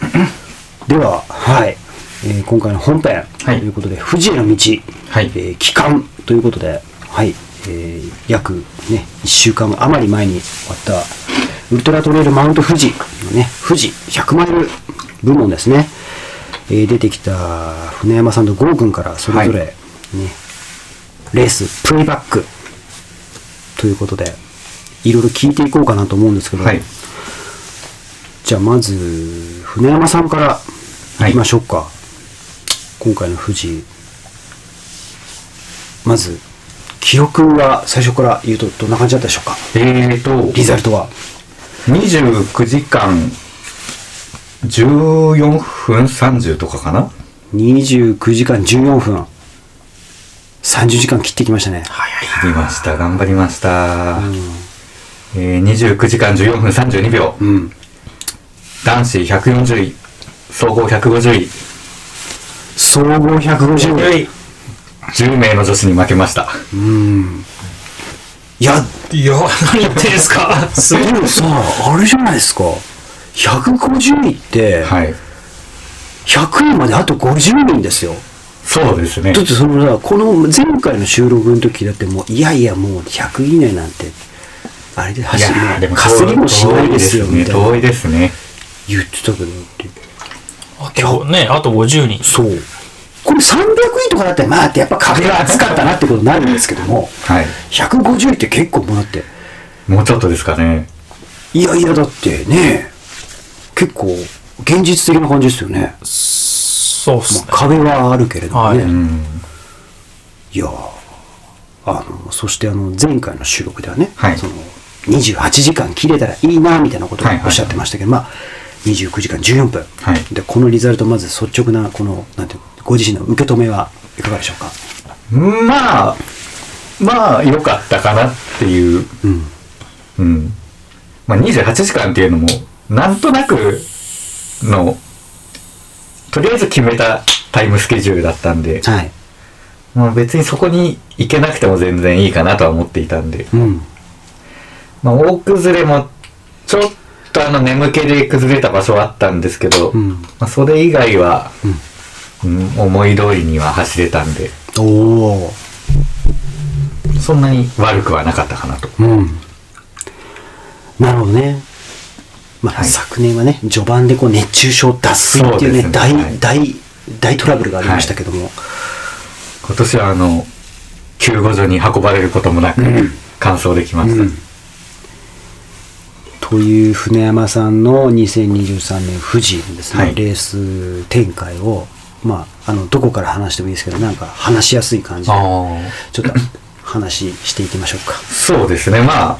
Speaker 3: はいで ははい、えー今回の本編と
Speaker 4: はい
Speaker 3: いうことで「富士への道」
Speaker 4: はい
Speaker 3: えー帰還ということではい、えー約ね1週間余り前に終わったウルトラトレイルマウント富士のね富士100マイル部門ですね、えー出てきた船山さんと郷君からそれぞれ、ね
Speaker 4: は
Speaker 3: レースプレイバックということでいろいろ聞いていこうかなと思うんですけど、
Speaker 4: はい。
Speaker 3: じゃあまず船山さんから
Speaker 4: はい
Speaker 3: いきましょうか、今回の富士まず記憶は最初から言うとどんな感じだったでしょうか
Speaker 4: えーと、
Speaker 3: リザルトは
Speaker 4: 29時間14分30とかかな
Speaker 3: 29時間14分30時間切ってきましたね
Speaker 4: 切りました。頑張りました。えー、29時間14分32秒。
Speaker 3: うん
Speaker 4: 男子140位、総合150位、
Speaker 3: 総合150位
Speaker 4: 10名の女子に負けました。
Speaker 3: いや
Speaker 5: いや、何言ってん すか。すご
Speaker 3: で
Speaker 5: い
Speaker 3: もさあれじゃないですか150位って
Speaker 4: はい。
Speaker 3: 100位まであと50人ですよ
Speaker 4: そうですね
Speaker 3: だ。ってそのさこの前回の収録の時だってもういやいやもう100以内なんてあれで
Speaker 4: いや
Speaker 3: 走
Speaker 4: ーで
Speaker 3: る
Speaker 4: も
Speaker 3: のかすりもしないですよ
Speaker 4: 遠い
Speaker 3: み
Speaker 4: で
Speaker 3: た
Speaker 4: す
Speaker 3: い
Speaker 4: ね。
Speaker 3: な
Speaker 4: 遠いですね。
Speaker 3: 言ってたけどって
Speaker 5: あとね、あと50人。
Speaker 3: そうこれ300位とかだったらまあってやっぱ壁が厚かったなってことになるんですけども
Speaker 4: はい。
Speaker 3: 150位って結構もらって
Speaker 4: もうちょっとですかね。
Speaker 3: いやいやだってね結構現実的な感じですよね、
Speaker 5: そうっす
Speaker 3: まあ
Speaker 5: ね。
Speaker 3: 壁はあるけれどもね、
Speaker 5: はい
Speaker 4: うん。
Speaker 3: いやーあのそしてあの前回の収録ではね、
Speaker 4: はい
Speaker 3: その28時間切れたらいいなみたいなことを
Speaker 4: はいはい
Speaker 3: おっしゃってましたけど、まあ、29時間14分、
Speaker 4: はい
Speaker 3: でこのリザルトまず率直なこのなんていうのご自身の受け止めはいかがでしょうか、
Speaker 4: まあ、まあ、良かったかなっていう。
Speaker 3: うん、
Speaker 4: うん。まあ、28時間っていうのも、なんとなくの、とりあえず決めたタイムスケジュールだったんで、
Speaker 3: はい、
Speaker 4: まあ、別にそこに行けなくても全然いいかなとは思っていたんで、
Speaker 3: うん、
Speaker 4: まあ、大崩れも、ちょっとあの、眠気で崩れた場所はあったんですけど、
Speaker 3: うん
Speaker 4: まあ、それ以外は、うん思い通りには走れたんで、
Speaker 3: おお
Speaker 4: そんなに悪くはなかったかなと。
Speaker 3: うんなるほどねまあ、
Speaker 4: はい
Speaker 3: 昨年はね序盤でこう熱中症脱水っていうね
Speaker 4: そうですね
Speaker 3: 大、
Speaker 4: はい
Speaker 3: 大大トラブルがありましたけども、
Speaker 4: 今年はあの救護所に運ばれることもなく完走できました、
Speaker 3: うんという船山さんの2023年富士のですね、
Speaker 4: はい
Speaker 3: レース展開を、まあ、あのどこから話してもいいですけどなんか話しやすい感じで
Speaker 4: あ
Speaker 3: ちょっと話していきましょうか。
Speaker 4: そうですねまあ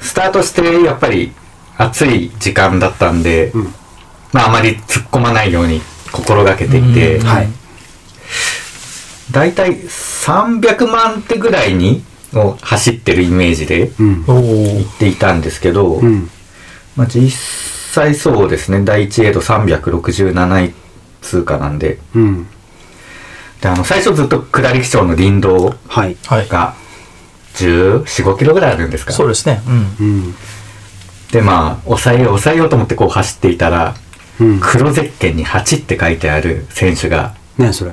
Speaker 4: スタートしてやっぱり暑い時間だったんで、
Speaker 3: うん
Speaker 4: まああまり突っ込まないように心がけていて、
Speaker 5: うん
Speaker 3: はい、
Speaker 4: だいたい300万手ぐらいにを走ってるイメージで
Speaker 3: うん
Speaker 5: おお。
Speaker 4: 行っていたんですけど、
Speaker 3: うん
Speaker 4: まあ、実際そうですね第1エイド367位通過なんで
Speaker 3: うん
Speaker 4: であの最初ずっと下り基調の林道
Speaker 3: はい
Speaker 5: はい。
Speaker 4: が14、5キロぐらいあるんですか
Speaker 5: そうですね。うん。
Speaker 3: うん
Speaker 4: で、まあ、抑えよう、抑えようと思ってこう走っていたら、
Speaker 3: うん、
Speaker 4: 黒ゼッケンに8って書いてある選手が
Speaker 3: 何それ、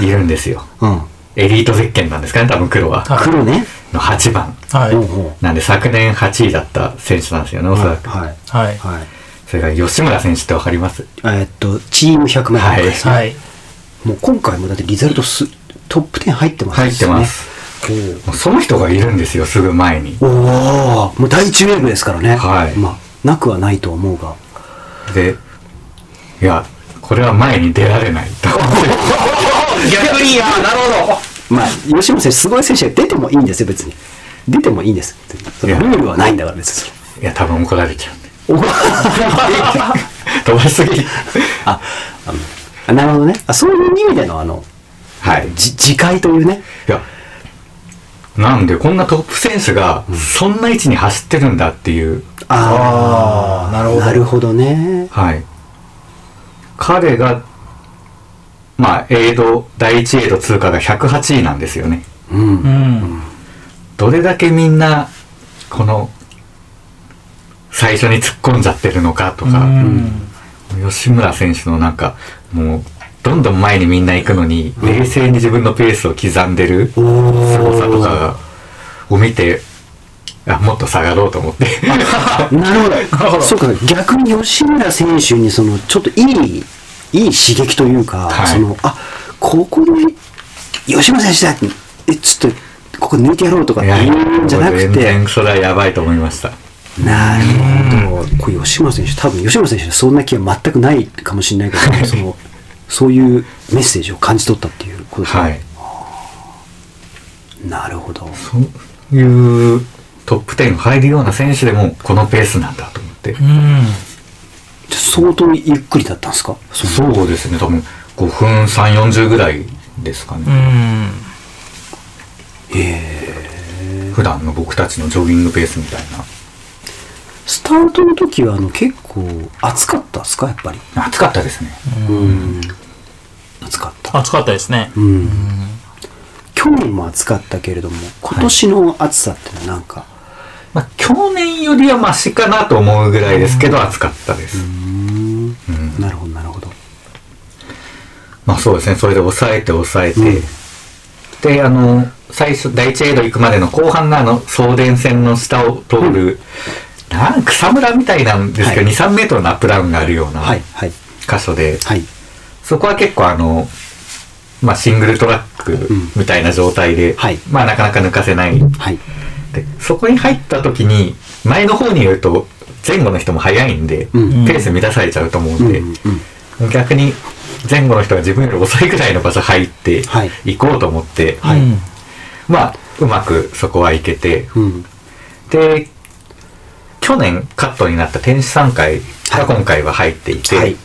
Speaker 4: いるんですよ。
Speaker 3: うん、
Speaker 4: エリートゼッケンなんですかね、多分黒は。
Speaker 5: はい
Speaker 3: 黒ね、
Speaker 4: の8番。
Speaker 5: はい。
Speaker 3: ほうほ
Speaker 4: なんで昨年8位だった選手なんですよね、お
Speaker 3: う
Speaker 4: そ
Speaker 3: は
Speaker 4: ら
Speaker 3: い
Speaker 4: く。
Speaker 3: はい、
Speaker 5: はい。
Speaker 3: はい
Speaker 4: それが吉村選手ってわかります
Speaker 3: えーっとチーム100万円ですね、
Speaker 5: はい。
Speaker 3: もう今回もだってリザルトストップ10入ってます
Speaker 4: 入ってます。
Speaker 3: お
Speaker 4: もうその人がいるんですよ、すぐ前に。
Speaker 3: おーもう第一ウェーブですからね、
Speaker 4: はい
Speaker 3: まあ、なくはないと思うが
Speaker 4: で、いや、これは前に出られないと思って。
Speaker 5: 逆に、あなるほど。
Speaker 3: まあ吉本選手すごい選手が出てもいいんですよ別に出てもいいんですその
Speaker 4: いや
Speaker 3: ルールはないんだから別に
Speaker 4: いや、多分怒られちゃうんで。
Speaker 3: お
Speaker 4: 飛ばしすぎ。
Speaker 3: ああのあ なるほどねあそういう意味でのあの
Speaker 4: はい。
Speaker 3: じ自戒というね
Speaker 4: いや、なんでこんなトップ選手がそんな位置に走ってるんだっていう、
Speaker 3: あ
Speaker 5: ああ、なるほど。
Speaker 3: なるほどね。
Speaker 4: はい。彼が、まあ、エイド、第1エイド通過が108位なんですよね。
Speaker 3: うん
Speaker 5: う。ん。
Speaker 4: どれだけみんな、この、最初に突っ込んじゃってるのかと
Speaker 5: う
Speaker 4: か、
Speaker 5: ん。
Speaker 4: 吉村選手のなんか、もう、どんどん前にみんな行くのに、冷静に自分のペースを刻んでる
Speaker 3: おー
Speaker 4: 凄さとかを見て、あ、もっと下がろうと 思って。
Speaker 3: なるほど。
Speaker 5: るほど
Speaker 3: そうか、逆に吉村選手にそのちょっといいいい刺激というか、
Speaker 4: はい
Speaker 3: そのあここで吉村選手だってえちょっとここ抜いてやろうとかっ
Speaker 4: い
Speaker 3: て
Speaker 4: や
Speaker 3: いうんじゃな
Speaker 4: も
Speaker 3: く
Speaker 4: う全
Speaker 3: て
Speaker 4: 然それはやばいと思いました。
Speaker 3: なるほど。これ吉村選手多分吉村選手そんな気は全くないかもしれないけど、そのそういうメッセージを感じ取ったっていうことですね。
Speaker 4: はい。
Speaker 3: なるほど。
Speaker 4: そういうトップ10入るような選手でもこのペースなんだと思って。
Speaker 5: うん。
Speaker 3: じゃあ相当ゆっくりだったんですか。その
Speaker 4: そうですね、多分5分3、40ぐらいですか
Speaker 5: う
Speaker 4: ね。
Speaker 5: ん。
Speaker 4: 普段の僕たちのジョギングペースみたい
Speaker 3: スタートの時はあの結構暑かったですかやっぱり。
Speaker 4: な。暑かったですね。
Speaker 3: うん暑かった、
Speaker 5: 暑かったですね。
Speaker 3: うん、去年も暑かったけれども今年の暑さってのはなんか、
Speaker 4: まあ、去年よりはマシかなと思うぐらいですけど、暑かったです。
Speaker 3: なるほどなるほど
Speaker 4: まあそうですね、それで抑えて抑えて、
Speaker 3: うん
Speaker 4: で、あの、最初、第一エイド行くまでの後半のあの、送電線の下を通る、なんか草むらみたいなんですけど、
Speaker 3: はい
Speaker 4: 2、3メートルのアップダウンがあるような
Speaker 3: はいはい
Speaker 4: 箇所で、
Speaker 3: はい
Speaker 4: そこは結構あの、まあシングルトラックみたいな状態で、
Speaker 3: はい
Speaker 4: まあなかなか抜かせない。
Speaker 3: はい
Speaker 4: で、そこに入った時に、前の方にいると、前後の人も速いんで、
Speaker 3: うん
Speaker 4: ペース乱されちゃうと思う
Speaker 3: うんん
Speaker 4: で、
Speaker 3: うん
Speaker 4: 逆に前後の人が自分より遅いくらいの場所入って
Speaker 3: はい
Speaker 4: 行こうと思って、
Speaker 3: はい
Speaker 5: うん
Speaker 4: まあうまくそこは行けて
Speaker 3: うん
Speaker 4: で去年カットになった天使3回が今回は入っていて、
Speaker 3: はい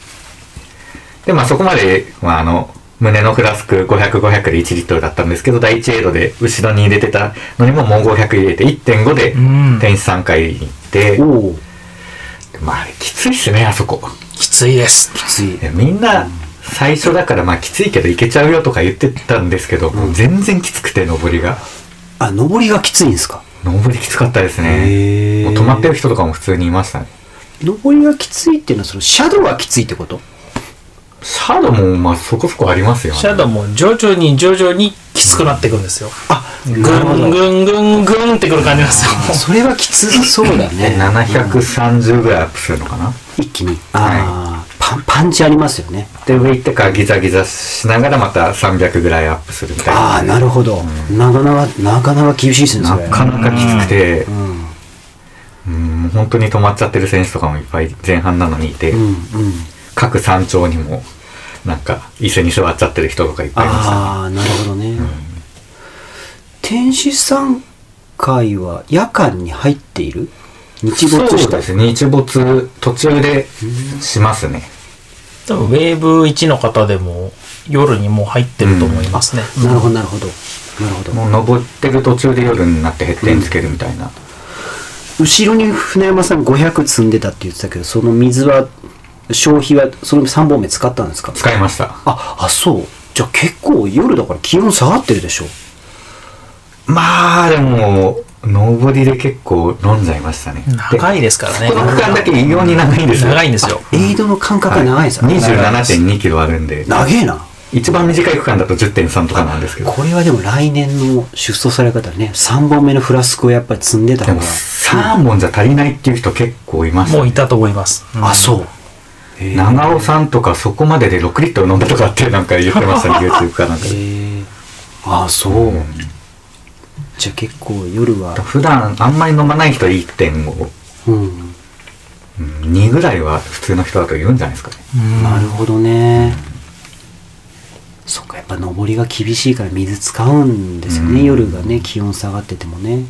Speaker 4: でまあそこまで、まあ、あの胸のフラスク500500で1リットルだったんですけど第1エイドで後ろに入れてたのにももう500入れて1.5で
Speaker 5: うん
Speaker 4: 天使3回に行って、
Speaker 3: おお
Speaker 4: まああれきついっすねあそこ。
Speaker 5: きついです。
Speaker 3: きつい
Speaker 4: いやみんな最初だからまあきついけどいけちゃうよとか言ってたんですけど、もう全然きつくて上りが
Speaker 3: あ上りがきついんですか
Speaker 4: 上りきつかったです
Speaker 3: へ
Speaker 4: ね
Speaker 3: ー
Speaker 4: もう止まってる人とかも普通にいましたね
Speaker 3: 上りがきついっていうのはそのシャドウがきついってこと
Speaker 4: シャドウもまあそこそこありますよね
Speaker 5: シャドウも徐々に徐々にきつくなっていくんですよ。
Speaker 3: あ
Speaker 5: ぐんぐんぐんぐんってくる感じなんですよ。
Speaker 3: それはきつそうだね
Speaker 4: で730ぐらいアップするのかな、
Speaker 3: 一気にああ、パンパンチありますよね
Speaker 4: で上行ってからギザギザしながらまた300ぐらいアップするみたいな
Speaker 3: ああなるほど、なかなかなかなか厳しいですねそれ
Speaker 4: なかなかきつくて
Speaker 3: うん
Speaker 4: うんもう本当に止まっちゃってる選手とかもいっぱい前半なのにいて、
Speaker 3: うんうん
Speaker 4: 各山頂にもなんか椅子に座っちゃってる人とかいっぱいいましたね
Speaker 3: ああなるほどね、天使山会は夜間に入っている日没
Speaker 4: そ
Speaker 3: し
Speaker 4: う
Speaker 3: た
Speaker 4: ですね日没途中でしますね
Speaker 5: 多分ウェーブ1の方でも夜にもう入ってると思いますね。
Speaker 3: なるほどなるほどなるほど
Speaker 4: もう登ってる途中で夜になってヘッテンつけるみたいな、
Speaker 3: 後ろに船山さん500積んでたって言ってたけどその水は消費はその3本目使ったんですか
Speaker 4: 使いました
Speaker 3: ああそうじゃあ結構夜だから気温下がってるでしょ
Speaker 4: まあでも登りで結構飲んじゃいましたね
Speaker 5: 長いですからね
Speaker 4: で。この区間だけ異様に長いんですよ
Speaker 5: 長いんですよ。
Speaker 3: エイドの間隔が長いんですよ、
Speaker 4: はい、27.2キロあるんで
Speaker 3: 長えな
Speaker 4: 一番短い区間だと10.3とかなんですけど
Speaker 3: これはでも来年の出走され方ね3本目のフラスクをやっぱり積んでた
Speaker 4: で
Speaker 3: 方
Speaker 4: も
Speaker 3: が
Speaker 4: 3本じゃ足りないっていう人結構いました、
Speaker 5: もういたと思います。うん
Speaker 3: あそうへえ
Speaker 4: 長尾さんとかそこまでで6リットル飲んだとかってなんか言ってました ね YouTube かなんかで
Speaker 3: へえあそう、じゃあ結構夜は
Speaker 4: 普段あんまり飲まない人1.5
Speaker 3: うん
Speaker 4: 2ぐらいは普通の人だと言うんじゃないですかね
Speaker 3: なるほどね、そっかやっぱ上りが厳しいから水使うんですよね、
Speaker 4: うん
Speaker 3: 夜がね気温下がっててもね、うん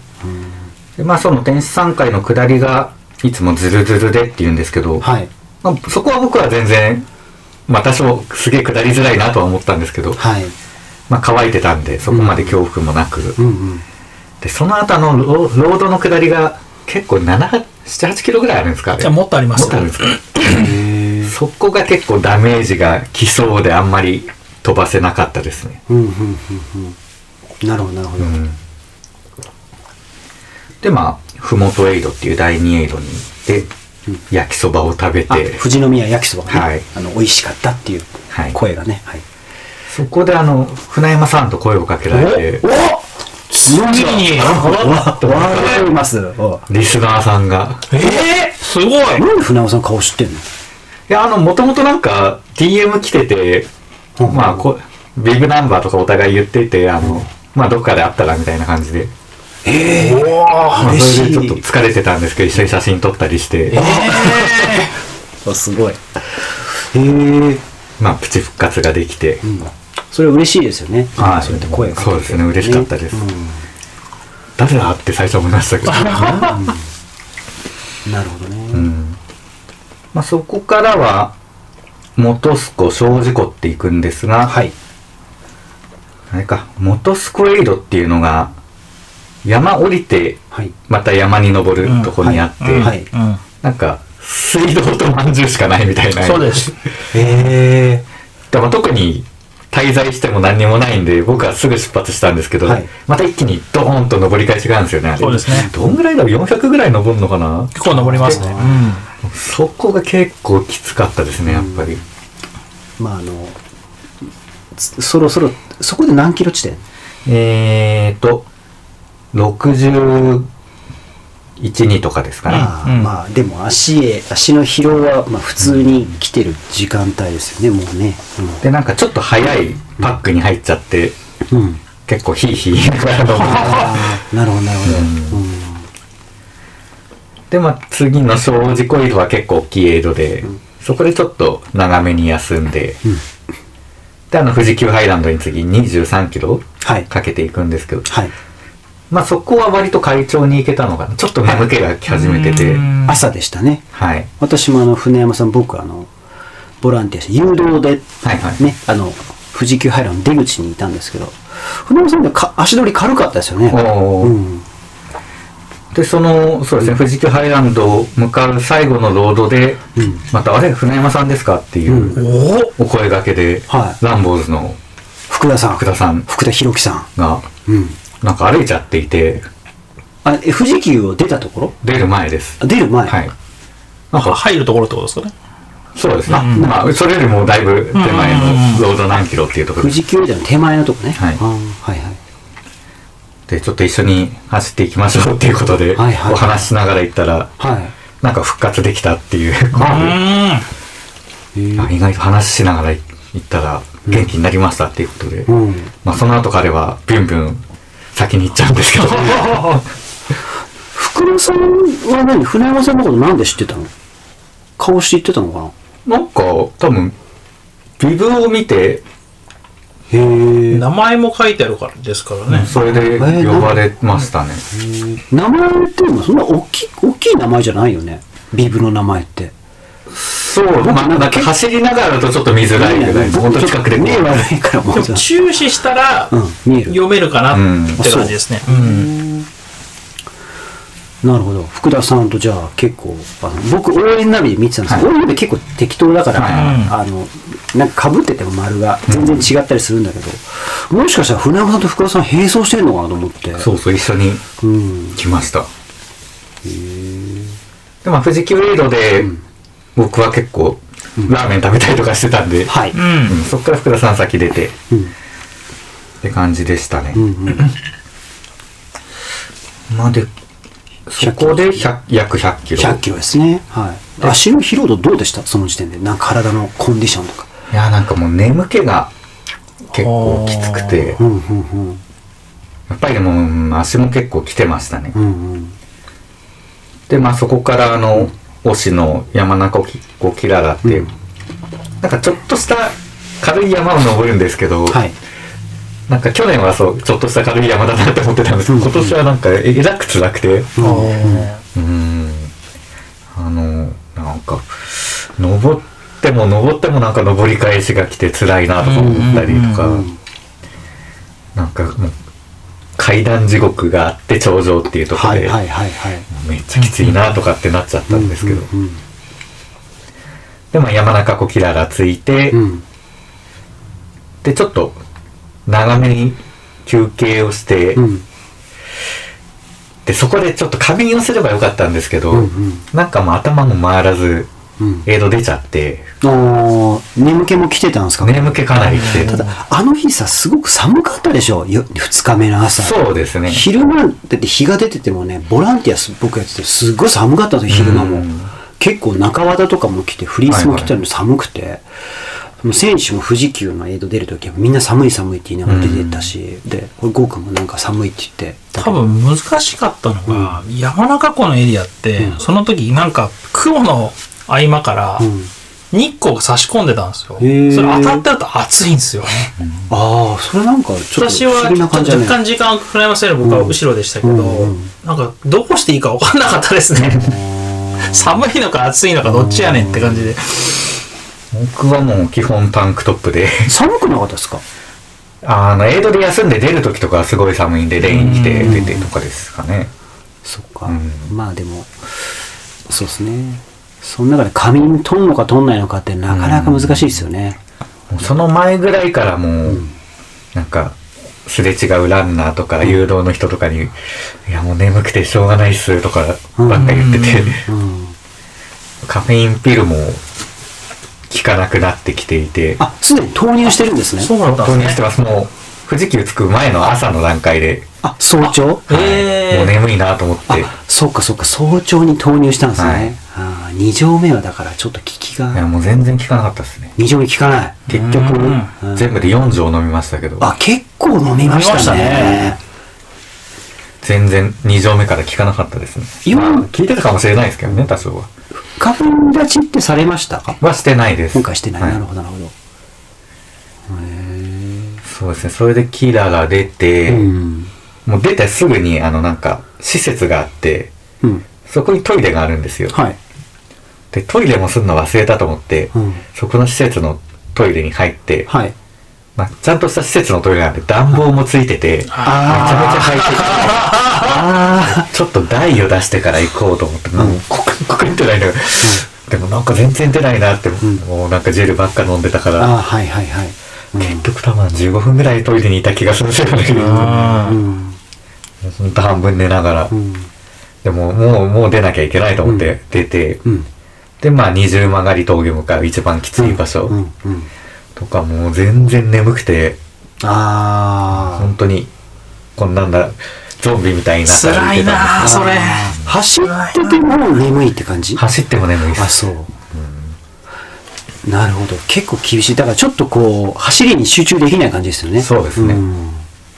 Speaker 4: でまあその天使3回の下りがいつもズルズルでって言うんですけど、
Speaker 3: はい
Speaker 4: まあ、そこは僕は全然まあ多少すげえ下りづらいなとは思ったんですけど、
Speaker 3: はい
Speaker 4: まあ乾いてたんでそこまで恐怖もなく、
Speaker 3: うんうん
Speaker 4: でその後あのロロードの下りが結構7 78キロぐらいあるんですかあれ
Speaker 5: じゃあもっとあります
Speaker 4: もっとあるんですかそこが結構ダメージが来そうであんまり飛ばせなかったですね
Speaker 3: うんうんうんうんなるほどなるほど、
Speaker 4: でまあふもとエイドっていう第2エイドに行って焼きそばを食べ
Speaker 3: あ
Speaker 4: て
Speaker 3: 富士宮焼きそばがね、
Speaker 4: はい
Speaker 3: あの美味しかったっていう
Speaker 4: はい
Speaker 3: 声がね、はい
Speaker 4: そこであの船山さんと声をかけられて
Speaker 5: 次に
Speaker 3: わわわわかりますおう
Speaker 4: リスナーさんが
Speaker 5: ええすごい
Speaker 3: なんで船尾さん顔知ってんの
Speaker 4: いやあのもともとなんか DM 来ててまあこビッグナンバーとかお互い言っててあのまあどっかで会ったらみたいな感じでまあ
Speaker 3: 嬉
Speaker 4: そ
Speaker 3: し
Speaker 4: れで
Speaker 3: い
Speaker 4: ちょっと疲れてたんですけど一緒に写真撮ったりして
Speaker 3: あすごいへえ
Speaker 4: まあプチ復活ができて
Speaker 3: それ嬉しいですよね、
Speaker 4: はい
Speaker 3: そうやって声をかけて
Speaker 4: そうですね嬉しかったです
Speaker 3: う
Speaker 4: 誰だって最初 思いましたけど
Speaker 3: んなるほどね、
Speaker 4: まあ、そこからは元栖湖小事故っていくんですが、
Speaker 3: はい
Speaker 4: あれか元栖湖エイドっていうのが山降りて
Speaker 3: はい
Speaker 4: また山に登るとこにあって、
Speaker 3: うんはいはい
Speaker 5: うん
Speaker 4: なんか水道とまんじゅうしかないみたいな
Speaker 5: そうです
Speaker 3: え
Speaker 4: でも特に滞在しても何にもないんで僕はすぐ出発したんですけど、
Speaker 3: はい
Speaker 4: また一気にドーンと登り返しがあるんですよねあれ
Speaker 5: そうですね
Speaker 4: どんぐらいだろう400ぐらい登るのかな
Speaker 5: 結構登りますねうん
Speaker 4: そこが結構きつかったですねやっぱり、
Speaker 3: ー、まああのつそろそろそこで何キロ地点
Speaker 4: えーと、61、2とかですかね。
Speaker 3: ああ
Speaker 5: うん
Speaker 3: まあでも足へ足の疲労は、まあ、普通に来てる時間帯ですよねもうね
Speaker 4: で、なんかちょっと早いパックに入っちゃって、
Speaker 3: うん、うん、
Speaker 4: 結構ヒーヒー言いながら飲む
Speaker 3: ああなるほどなるほど、うん
Speaker 4: で、まあ次の小事故移動は結構大きいエイドで、そこでちょっと長めに休んで、で、あの富士急ハイランドに次23キロ
Speaker 3: はい
Speaker 4: かけていくんですけど、
Speaker 3: はい
Speaker 4: まあそこは割と快調に行けたのかな。ちょっと眠気がき始めてて、
Speaker 5: うん
Speaker 3: 朝でしたね
Speaker 4: はい。
Speaker 3: 私もあの船山さん僕あのボランティアして誘導で、
Speaker 4: はいはい
Speaker 3: ねあの富士急ハイランドの出口にいたんですけど船山さんもか足取り軽かったですよね
Speaker 4: おー
Speaker 3: うん
Speaker 4: でそのそうですね富士急ハイランドを向かう最後のロードで、
Speaker 3: ん
Speaker 4: また「あれ船山さんですか?」っていう、
Speaker 5: お
Speaker 4: お声がけで、
Speaker 3: はい
Speaker 4: ランボーズの
Speaker 3: 福田さん
Speaker 4: 福田さん
Speaker 3: 福田博樹さ
Speaker 4: が
Speaker 3: んうん
Speaker 4: なんか歩いちゃっていて
Speaker 3: あえ富士急を出たところ
Speaker 4: 出る前です
Speaker 3: あ出る前、
Speaker 4: はいなん
Speaker 5: お
Speaker 4: か
Speaker 5: 入るところってことですかね
Speaker 4: そうですね、まあそれよりもだいぶ手前のロード何キロっていうところ
Speaker 3: 富
Speaker 4: で
Speaker 3: 士急よりの手前のとこね、
Speaker 4: はい
Speaker 3: あーはいはい
Speaker 4: でちょっと一緒に走っていきましょうっていうことで、
Speaker 3: はいはい
Speaker 4: お話ししながら行ったら
Speaker 3: はい
Speaker 4: なんか復活できたっていう、
Speaker 5: うん
Speaker 4: あ意外と話しながら行ったら元気になりましたっていうことで、
Speaker 3: うん
Speaker 4: まあ、その後彼はビュンビュン先に行っちゃうんですけど
Speaker 3: 福田さんは何船山さんのことなんで知ってたの顔して言ってたのかな
Speaker 4: なんか多分ビブを見て
Speaker 3: へえ
Speaker 5: 名前も書いてあるからですからね
Speaker 4: それで呼ばれましたね、
Speaker 3: 名前っていうのはそんな大きい大きい名前じゃないよねビブの名前って
Speaker 4: そうまあなんか走りながらだとちょっと見づらいぐらいの本当近くで
Speaker 3: 目
Speaker 4: ね
Speaker 3: 悪いからも
Speaker 5: で
Speaker 3: う
Speaker 5: も注視したら
Speaker 3: うん見える
Speaker 5: 読めるかなって感じですねうん
Speaker 3: なるほど福田さんとじゃあ結構あの僕応援ナビで見てたんですけど、
Speaker 4: は
Speaker 3: 応援ナビ結構適当だから、
Speaker 4: は
Speaker 3: あのなんか被ってても丸が全然違ったりするんだけど、もしかしたら船山さんと福田さん並走してんのかなと思って
Speaker 4: そうそう一緒に
Speaker 3: うん
Speaker 4: 来ました、でも富士急エイドで僕は結構ラーメン食べたりとかしてたんで、
Speaker 3: はい、
Speaker 5: う
Speaker 4: うんんそっから福田さん先出て
Speaker 3: うん
Speaker 4: って感じでしたね、
Speaker 3: うんうん、
Speaker 4: まあでそこで100約100キロ
Speaker 3: 100キロですね、はい、足の疲労度どうでしたその時点でなんか体のコンディションとか
Speaker 4: いやなんかもう眠気が結構きつくて
Speaker 3: うんうんうん
Speaker 4: やっぱりでもうん足も結構来てましたね、
Speaker 3: うんうん
Speaker 4: でまあそこからあの推しの山中沖コキララっていう、なんかちょっとした軽い山を登るんですけど、
Speaker 3: はい
Speaker 4: なんか去年はそうちょっとした軽い山だなって思ってたんですけど、今年はなんかえらく辛くてうーんあのなんか登っても登ってもなんか登り返しが来て辛いなとか思ったりとか、なんかもう階段地獄があって頂上っていうところ
Speaker 3: は
Speaker 4: で、
Speaker 3: いはいはいはい。
Speaker 4: めっちゃきついなとかってなっちゃったんですけど、
Speaker 3: うんうん
Speaker 4: でも山中湖キラがついて、
Speaker 3: うんうん
Speaker 4: でちょっと長めに休憩をして、
Speaker 3: うん
Speaker 4: でそこでちょっと仮眠をすればよかったんですけど、
Speaker 3: うんうん
Speaker 4: なんかもう頭も回らず
Speaker 3: うん
Speaker 4: エイド出ちゃって
Speaker 3: あー眠気も来てたんですか
Speaker 4: 眠気かなりきて
Speaker 3: ただあの日さすごく寒かったでしょ2日目の朝
Speaker 4: そうですね
Speaker 3: 昼間だって日が出ててもねボランティアす僕やっててすっごい寒かったの昼間も、
Speaker 4: うん
Speaker 3: 結構中綿とかも着てフリースも着たのに寒くて、もう選手も富士急のエイド出るときはみんな寒い寒いって言いながら出てったし、でこれゴー君もなんか寒いって言って
Speaker 5: 多分難しかったのが、山中湖のエリアって、
Speaker 3: うん
Speaker 5: その時なんか雲の合間から
Speaker 3: うん
Speaker 5: 日光が差し込んでたんですよ。
Speaker 3: へー
Speaker 5: それ当たってると暑いんですよ。
Speaker 3: ああそれなんかちょっと
Speaker 5: 私
Speaker 3: 不
Speaker 5: は
Speaker 3: 思議な感じだね
Speaker 5: 若干時間を膨らませる僕は後ろでしたけど、
Speaker 3: うんうん
Speaker 5: なんかどうしていいか分かんなかったですね。 寒いのか暑いのかどっちやねんって感じで。
Speaker 4: 僕はもう基本タンクトップで
Speaker 3: 寒くなかったですか
Speaker 4: あのエイドで休んで出る時とかはすごい寒いんでレイン着て出てとかですかね
Speaker 3: そっか、
Speaker 4: うん
Speaker 3: まあでもそうですねその中で仮眠取んのか取んないのかってなかなか難しいですよね、
Speaker 4: もうその前ぐらいからもう、なんかすれ違うランナーとか誘導の人とかに「いやもう眠くてしょうがないっす」とかばっか言ってて、
Speaker 3: うん
Speaker 4: カフェインピルも効かなくなってきていて
Speaker 3: あすでに投入してるんですね
Speaker 5: そうだった
Speaker 4: 投
Speaker 5: ん
Speaker 4: 入
Speaker 5: で
Speaker 4: し
Speaker 5: す
Speaker 4: て
Speaker 5: ね。
Speaker 4: ますもう富士急着く前の朝の段階で、
Speaker 3: あ早朝
Speaker 5: あへー
Speaker 4: もう眠いなと思って
Speaker 3: あそうかそうか早朝に投入したんですね、あ2錠目はだからちょっと効き
Speaker 4: いや
Speaker 3: が
Speaker 4: もう全然効かなかったですね
Speaker 3: 2錠目効かない
Speaker 4: 結局
Speaker 3: ん
Speaker 4: 全部で4錠飲みましたけど
Speaker 3: あ結構飲みましたね
Speaker 4: 全然2錠目から効かなかったですね、
Speaker 3: 四
Speaker 4: まあ、効いてたかもしれないですけどね多少は
Speaker 3: カフェイン立ちってされましたか
Speaker 4: はしてないです
Speaker 3: 今回してない、
Speaker 4: は
Speaker 3: なるほどなるほどへえ
Speaker 4: そうですねそれでキラが出て、
Speaker 3: うん
Speaker 4: もう出てすぐにあのなんか施設があって
Speaker 3: うん
Speaker 4: そこにトイレがあるんですよ、
Speaker 3: はい、
Speaker 4: でトイレもするの忘れたと思って、
Speaker 3: うん、
Speaker 4: そこの施設のトイレに入って、
Speaker 3: はい
Speaker 4: まあ、ちゃんとした施設のトイレなんで暖房もついてて、めちゃめちゃ入って
Speaker 3: あ
Speaker 4: ちょっと台を出してから行こうと思って、もうコクンコクンってないのよ、でもなんか全然出ないなって、
Speaker 3: ん
Speaker 4: もうなんかジェルばっか飲んでたか
Speaker 3: あ
Speaker 4: ら、
Speaker 3: あーはいはいはい、
Speaker 4: 結局多分15分ぐらいトイレにいた気がするんですよね。
Speaker 3: う
Speaker 5: うん
Speaker 3: ん
Speaker 4: ほんと半分寝ながら
Speaker 3: う。ん
Speaker 4: でももう、もう出なきゃいけないと思って出て、
Speaker 3: うん
Speaker 4: でまあ二重曲がり峠向かう一番きつい場所
Speaker 3: うんうん
Speaker 4: とかもう全然眠くて、
Speaker 3: ああ
Speaker 4: 本当にこんなんだゾンビみたいになった
Speaker 5: 辛いなあそれ。
Speaker 3: 走ってても眠いって感じ
Speaker 4: 走っても眠いで
Speaker 3: あ
Speaker 4: す
Speaker 3: そう、なるほど結構厳しいだからちょっとこう走りに集中できない感じですよね
Speaker 4: そうですね
Speaker 3: ん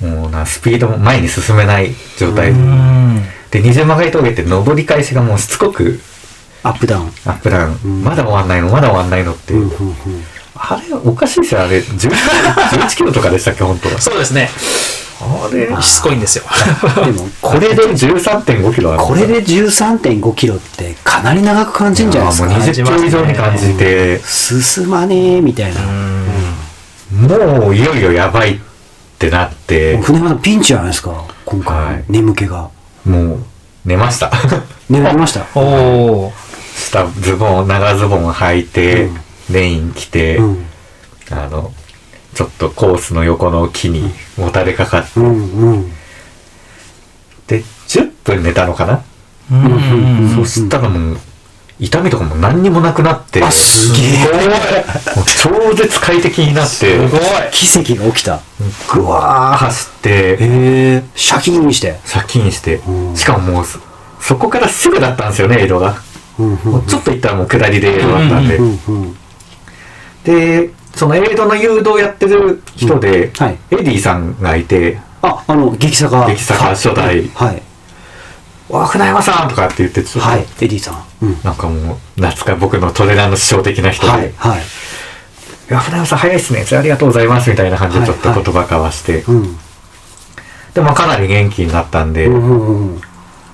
Speaker 4: もうなスピードも前に進めない状態
Speaker 5: うん。
Speaker 4: で二重曲がり峠って登り返しがもうしつこく
Speaker 3: アップダウン
Speaker 4: アップダウン、まだ終わんないのまだ終わんないのって、
Speaker 3: うんうんうん
Speaker 4: あれおかしいですよあれ11キロ11キロとかでしたっけ本当は
Speaker 5: そうですね。
Speaker 4: あれ
Speaker 5: しつこいんですよ。
Speaker 3: でも
Speaker 4: これで13.5キロある
Speaker 3: これで1 3 5キロってかなり長く感じるんじゃないです
Speaker 4: もう
Speaker 3: か
Speaker 5: 感じ
Speaker 4: 20キ
Speaker 5: ます
Speaker 4: ロ
Speaker 5: ね
Speaker 4: 以上に感じて
Speaker 3: 進まねえみたいな
Speaker 4: もういよいよやばいってなって
Speaker 3: もう船山さんピンチじゃないですか今回、
Speaker 4: はい
Speaker 3: 眠気が
Speaker 4: もう寝ました
Speaker 3: 眠りました
Speaker 5: お お。
Speaker 4: 下ズボン長ズボン履いて、
Speaker 3: うん
Speaker 4: レイン着て、
Speaker 3: うん
Speaker 4: あのちょっとコースの横の木にもたれかかっ
Speaker 3: うんうん
Speaker 4: て10分寝たのかな
Speaker 5: うんうん
Speaker 4: そしたらもう、痛みとかも何にもなくなって、
Speaker 3: あすげえ
Speaker 4: もう超絶快適になって、
Speaker 3: 奇跡が起きた
Speaker 4: ぐわー走って、
Speaker 3: へえシャキーンして
Speaker 4: 借金して
Speaker 3: う、ん
Speaker 4: しかももうそ、そこからすぐだったんですよね、江戸が。
Speaker 3: うんうん
Speaker 4: もうちょっと行ったらもう下りで江戸だったんで
Speaker 3: う。んうん
Speaker 4: で、その江戸の誘導やってる人で、
Speaker 3: うんはい
Speaker 4: エディさんがいて、
Speaker 3: ああの激坂
Speaker 4: 激坂初代
Speaker 3: はい
Speaker 4: わ、船山さんとかって言って、ちょっと、
Speaker 3: はい、エディさん。うん。
Speaker 4: なんかもう、懐か僕のトレーナーの師匠的な人で、
Speaker 3: はい、はい。
Speaker 4: いや、船山さん早いっすね。ありがとうございます。みたいな感じでちょっと言葉交わして。
Speaker 3: うん。
Speaker 4: で、まあかなり元気になったんで、
Speaker 3: うんうんうん。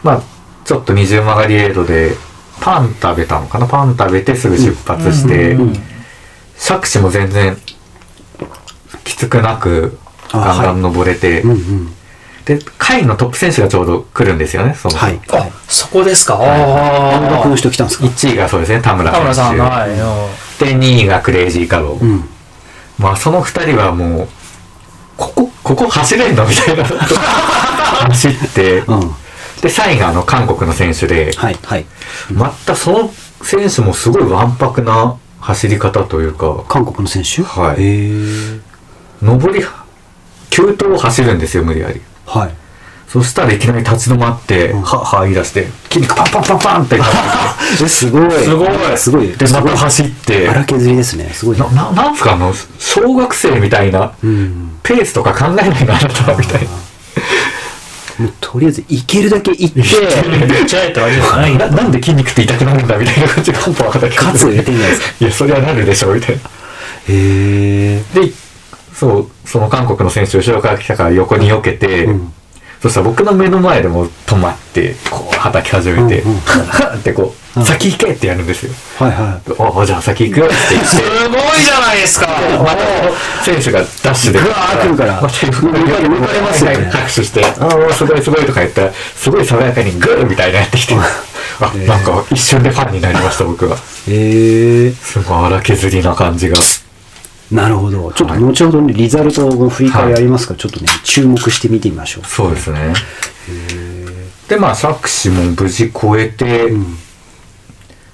Speaker 4: まあちょっと二重曲がりエイドで、パン食べたのかなパン食べてすぐ出発して、杓子も全然きつくなく、
Speaker 3: あ
Speaker 4: ガンガン登れて、
Speaker 3: うんうん。
Speaker 4: で、会のトップ選手がちょうど来るんですよね、その。
Speaker 3: はい。
Speaker 5: あ、そこですか。
Speaker 3: 音
Speaker 5: あ
Speaker 3: 楽の
Speaker 5: あ。
Speaker 3: 人来たんですか
Speaker 4: 1位がそうですね、田村
Speaker 5: 田村さ
Speaker 4: 選
Speaker 5: ん、
Speaker 4: 手。
Speaker 5: はい。うん
Speaker 4: で、2位がクレイジーカロー。
Speaker 3: うん。
Speaker 4: まあ、その2人はもう、ここ、ここ走れんのみた いな。走って、
Speaker 3: うん。
Speaker 4: で、3位があの、韓国の選手で、
Speaker 3: はい。はい。
Speaker 4: またその選手もすごいわんぱくな走り方というか、
Speaker 3: 韓国の選手
Speaker 4: は
Speaker 3: へ
Speaker 4: い
Speaker 3: ー
Speaker 4: 上り、急登を走るんですよ、無理やり。
Speaker 3: はい。
Speaker 4: そしたらいきなり立ち止まって、
Speaker 3: ん
Speaker 4: は、は、言い出して、筋肉パンパンパンパンって。
Speaker 3: え、すごい。
Speaker 4: すごい。
Speaker 3: すごい。
Speaker 4: で、また走って、
Speaker 3: 荒削りですね。すごいね
Speaker 4: な、。ななんすか、あの、小学生みたいな、
Speaker 3: うん。
Speaker 4: ペースとか考えないの、あなたは、みたいな。
Speaker 3: もうとりあえず、行けるだけ行って、
Speaker 5: めっちゃえってわけじゃないんだ
Speaker 4: ななんで筋肉って痛くなるんだみたいな感じが本当分かったけど
Speaker 3: 喝を入れてんじゃないです
Speaker 4: いやそれはなるでしょうみたいな
Speaker 3: へえ。
Speaker 4: でそうその韓国の選手後ろから来たから横に避けて、
Speaker 3: うん
Speaker 4: そしたら僕の目の前でもう止まってこう叩き始めて、
Speaker 3: うんうん
Speaker 4: ハッハッ ってこう、
Speaker 3: うん
Speaker 4: 先行けってやるんですよ
Speaker 3: はいは
Speaker 4: ああじゃあ先行くよって言って
Speaker 5: すごいじゃないですか。
Speaker 4: また選手がダッシュで
Speaker 3: うわー来るから
Speaker 4: また
Speaker 3: 向かい向かいますよね
Speaker 4: 拍手して「ああすごいすごい」とか言ったらすごい爽やかにグーみたいなやってきてあ
Speaker 3: ー。
Speaker 4: なんか一瞬でファンになりました僕はい
Speaker 3: へえ。
Speaker 4: すごい荒削りな感じが
Speaker 3: なるほど。ちょっと
Speaker 4: はい
Speaker 3: 後ほどね、リザルトの振り返りありますから、ちょっとね、注目して見てみましょう。
Speaker 4: そうですねでまあ作詞も無事超えて、
Speaker 3: うん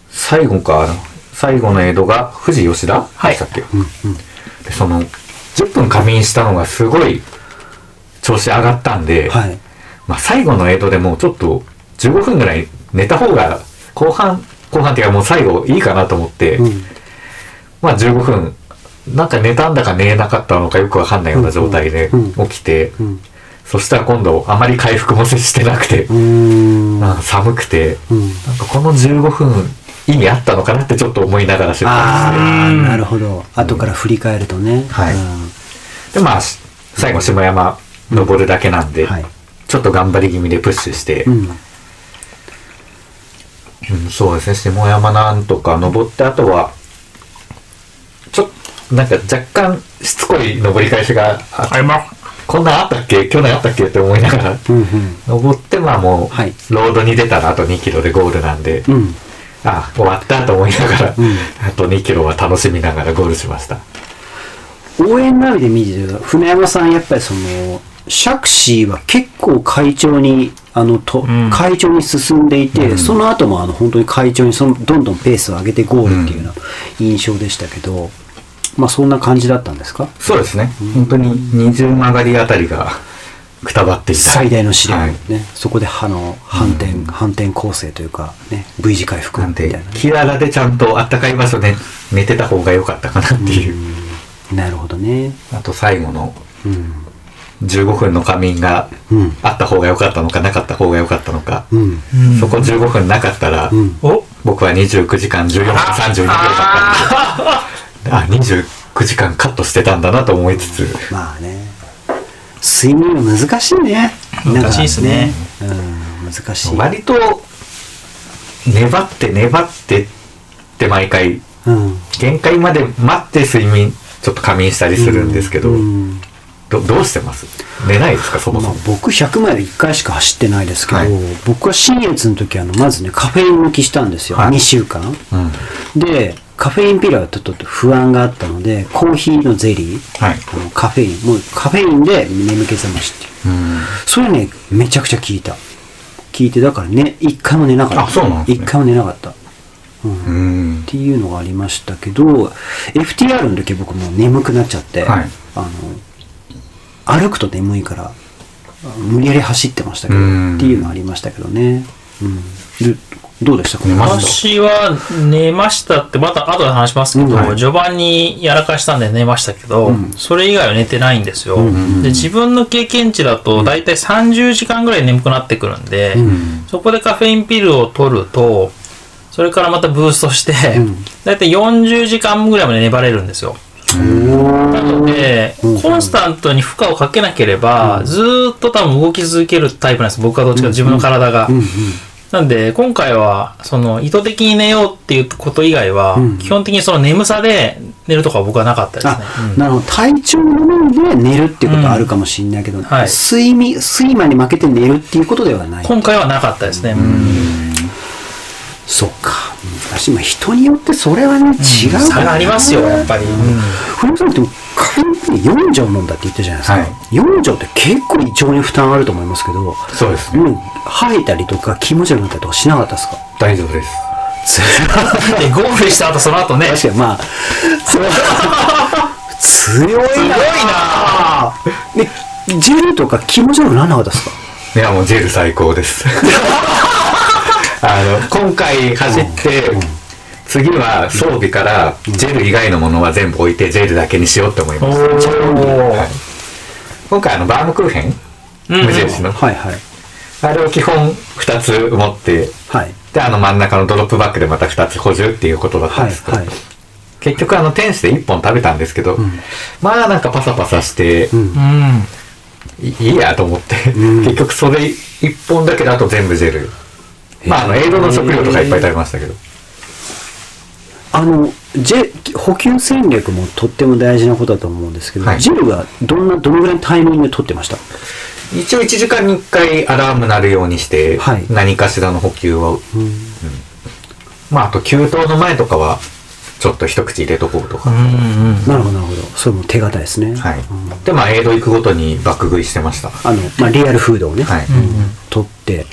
Speaker 4: 最後か最後の江戸が富士吉田でしたっけ、でその10分仮眠したのがすごい調子上がったんで、
Speaker 3: はい。
Speaker 4: まあ、最後の江戸でもうちょっと15分ぐらい寝た方が後半後半っていうかもう最後いいかなと思って、
Speaker 3: うん。
Speaker 4: まあ15分なんか寝たんだか寝なかったのかよくわかんないような状態で
Speaker 3: うん
Speaker 4: 起きて、
Speaker 3: うん。
Speaker 4: そしたら今度あまり回復もしてなくて、
Speaker 3: うーん。
Speaker 4: なんか寒くて、
Speaker 3: うん。
Speaker 4: なんかこの15分意味あったのかなってちょっと思いながら出発して
Speaker 3: ああ、なるほど。後から振り返るとね。
Speaker 4: はい
Speaker 3: うん
Speaker 4: でまあし最後下山登るだけなんで、
Speaker 3: はい。
Speaker 4: ちょっと頑張り気味でプッシュして、
Speaker 3: うん。
Speaker 4: うん、そうですね下山なんとか登ってあとはちょっとなんか若干しつこい登り返しがあ
Speaker 5: あれま、
Speaker 4: こんなんあったっけ去年あったっけって思いながら
Speaker 3: うんうん。
Speaker 4: 登ってまあもう、
Speaker 3: はい
Speaker 4: ロードに出たらあと2キロでゴールなんで、
Speaker 3: うん。
Speaker 4: あ終わったと思いながら、
Speaker 3: うん
Speaker 4: あと2キロは楽しみながらゴールしました
Speaker 3: 応援ナビで見てると船山さんやっぱりそのシャクシーは結構会長にあのと、
Speaker 5: ん
Speaker 3: 会長に進んでいて、その後もあの本当に会長にそのどんどんペースを上げてゴールっていうような印象でしたけど、まあそんな感じだったんですか
Speaker 4: そうですね本当に二重曲がりあたりがくたばっていた
Speaker 3: 最大の試練、
Speaker 4: はい
Speaker 3: ね、そこであの反転、反転構成というか、ね、V 字回復
Speaker 4: なん
Speaker 3: みたい
Speaker 4: で
Speaker 3: なね、
Speaker 4: キララでちゃんとあったかい場所で寝てた方が良かったかなっていう、
Speaker 3: なるほどね
Speaker 4: あと最後の
Speaker 3: うん
Speaker 4: 15分の仮眠が
Speaker 3: うん
Speaker 4: あった方が良かったのかなかった方が良かったのか、
Speaker 3: うん
Speaker 4: そこ15分なかったら、
Speaker 3: うん
Speaker 5: お
Speaker 4: 僕は29時間14分32秒だったんであ29時間カットしてたんだなと思いつつ
Speaker 3: まあね睡眠は難しいね
Speaker 5: 難しいっすね
Speaker 3: なんかねうん難しい
Speaker 4: 割と粘って粘ってって毎回
Speaker 3: うん
Speaker 4: 限界まで待って睡眠ちょっと仮眠したりするんですけど、
Speaker 3: うん
Speaker 4: どどうしてます寝ないですかそもそ
Speaker 3: まあ
Speaker 4: も、、
Speaker 3: 僕100マイル1回しか走ってないですけど、
Speaker 4: はい
Speaker 3: 僕は新越の時あのまずねカフェイン抜きしたんですよ、
Speaker 4: はい
Speaker 3: 2週間
Speaker 4: うん
Speaker 3: でカフェインピラーはちょっと不安があったのでコーヒーのゼリー、
Speaker 4: はい
Speaker 3: あのカフェインもうカフェインで眠気覚ましっていうそれねめちゃくちゃ効いた効いてだからね一回も寝なかった
Speaker 4: あそうなんですね
Speaker 3: 一回も寝なかった
Speaker 4: うん
Speaker 3: っていうのがありましたけど FTR の時僕もう眠くなっちゃって、
Speaker 4: はい
Speaker 3: あの歩くと眠いからあ無理やり走ってましたけどっ
Speaker 4: うん
Speaker 3: ていうのありましたけどね、うん、でどうでしたか
Speaker 4: 寝ました
Speaker 5: 私は寝ましたって、また後で話しますけど、
Speaker 3: うんはい
Speaker 5: 序盤にやらかしたんで寝ましたけど、それ以外は寝てないんですよ。で自分の経験値だと、だいたい30時間ぐらい眠くなってくるんで、そこでカフェインピルを取ると、それからまたブーストして、だいたい40時間ぐらいまで粘れるんですよ。なので、コンスタントに負荷をかけなければ、ずーっと多分動き続けるタイプなんです。僕はどっちかというと自分の体が。なんで、今回は、その、意図的に寝ようっていうこと以外は、
Speaker 3: うん
Speaker 5: 基本的にその眠さで寝るとかは僕はなかったですね。
Speaker 3: あ、なるほど。体調の面で寝るっていうことはあるかもしれないけど、
Speaker 5: はい
Speaker 3: 睡眠、睡魔に負けて寝るっていうことではない。
Speaker 5: 今回はなかったですね。
Speaker 3: そっか。私、まあ人によってそれはね、違うからね
Speaker 5: 差がありますよ、やっぱり。
Speaker 3: 古山さんってカフェインって4錠飲んだって言ったじゃないですか、
Speaker 4: はい
Speaker 3: 4錠って結構胃腸に負担あると思いますけども
Speaker 4: そうですね。
Speaker 3: う吐いたりとか気持ち悪くなったりとかしなかったですか
Speaker 4: 大丈夫です。
Speaker 5: で、ゴールした後、その後ね。
Speaker 3: 確かにまあそれは強いなでジェルとか気持ち悪くならなかったですか
Speaker 4: いや、もうジェル最高です。あの、今回走って、次は装備からジェル以外のものは全部置いてジェルだけにしようと思います。はい今回あのバームクーヘン
Speaker 5: うん
Speaker 4: 無印の。
Speaker 3: はいはい
Speaker 4: あれを基本2つ持って、
Speaker 3: はい
Speaker 4: で、あの真ん中のドロップバッグでまた2つ補充っていうことだったん
Speaker 3: はい
Speaker 4: ですけど、
Speaker 3: はい
Speaker 4: 結局あの天使で1本食べたんですけど、まあなんかパサパサし
Speaker 3: ん
Speaker 4: て、
Speaker 5: うん。
Speaker 4: いい いやと思って、
Speaker 3: うん
Speaker 4: 結局それ1本だけだと全部ジェル。まああの映像の食料とかいっぱい食べましたけど、
Speaker 3: あのジェ補給戦略もとっても大事なことだと思うんですけど、
Speaker 4: はい
Speaker 3: ジェルはどんなどのぐらいのタイミングで取ってました
Speaker 4: 一応1時間に1回アラーム鳴るようにして、
Speaker 3: はい
Speaker 4: 何かしらの補給を、うんまああと給湯の前とかはちょっと一口入れとこうとか、
Speaker 5: うんうん。
Speaker 3: なるほどなるほどそれも手堅いですね
Speaker 4: はい
Speaker 3: うん、
Speaker 4: でまあエイド行くごとに爆食いしてました
Speaker 3: あの、まあ、リアルフードをね、
Speaker 4: はい、
Speaker 3: 取って、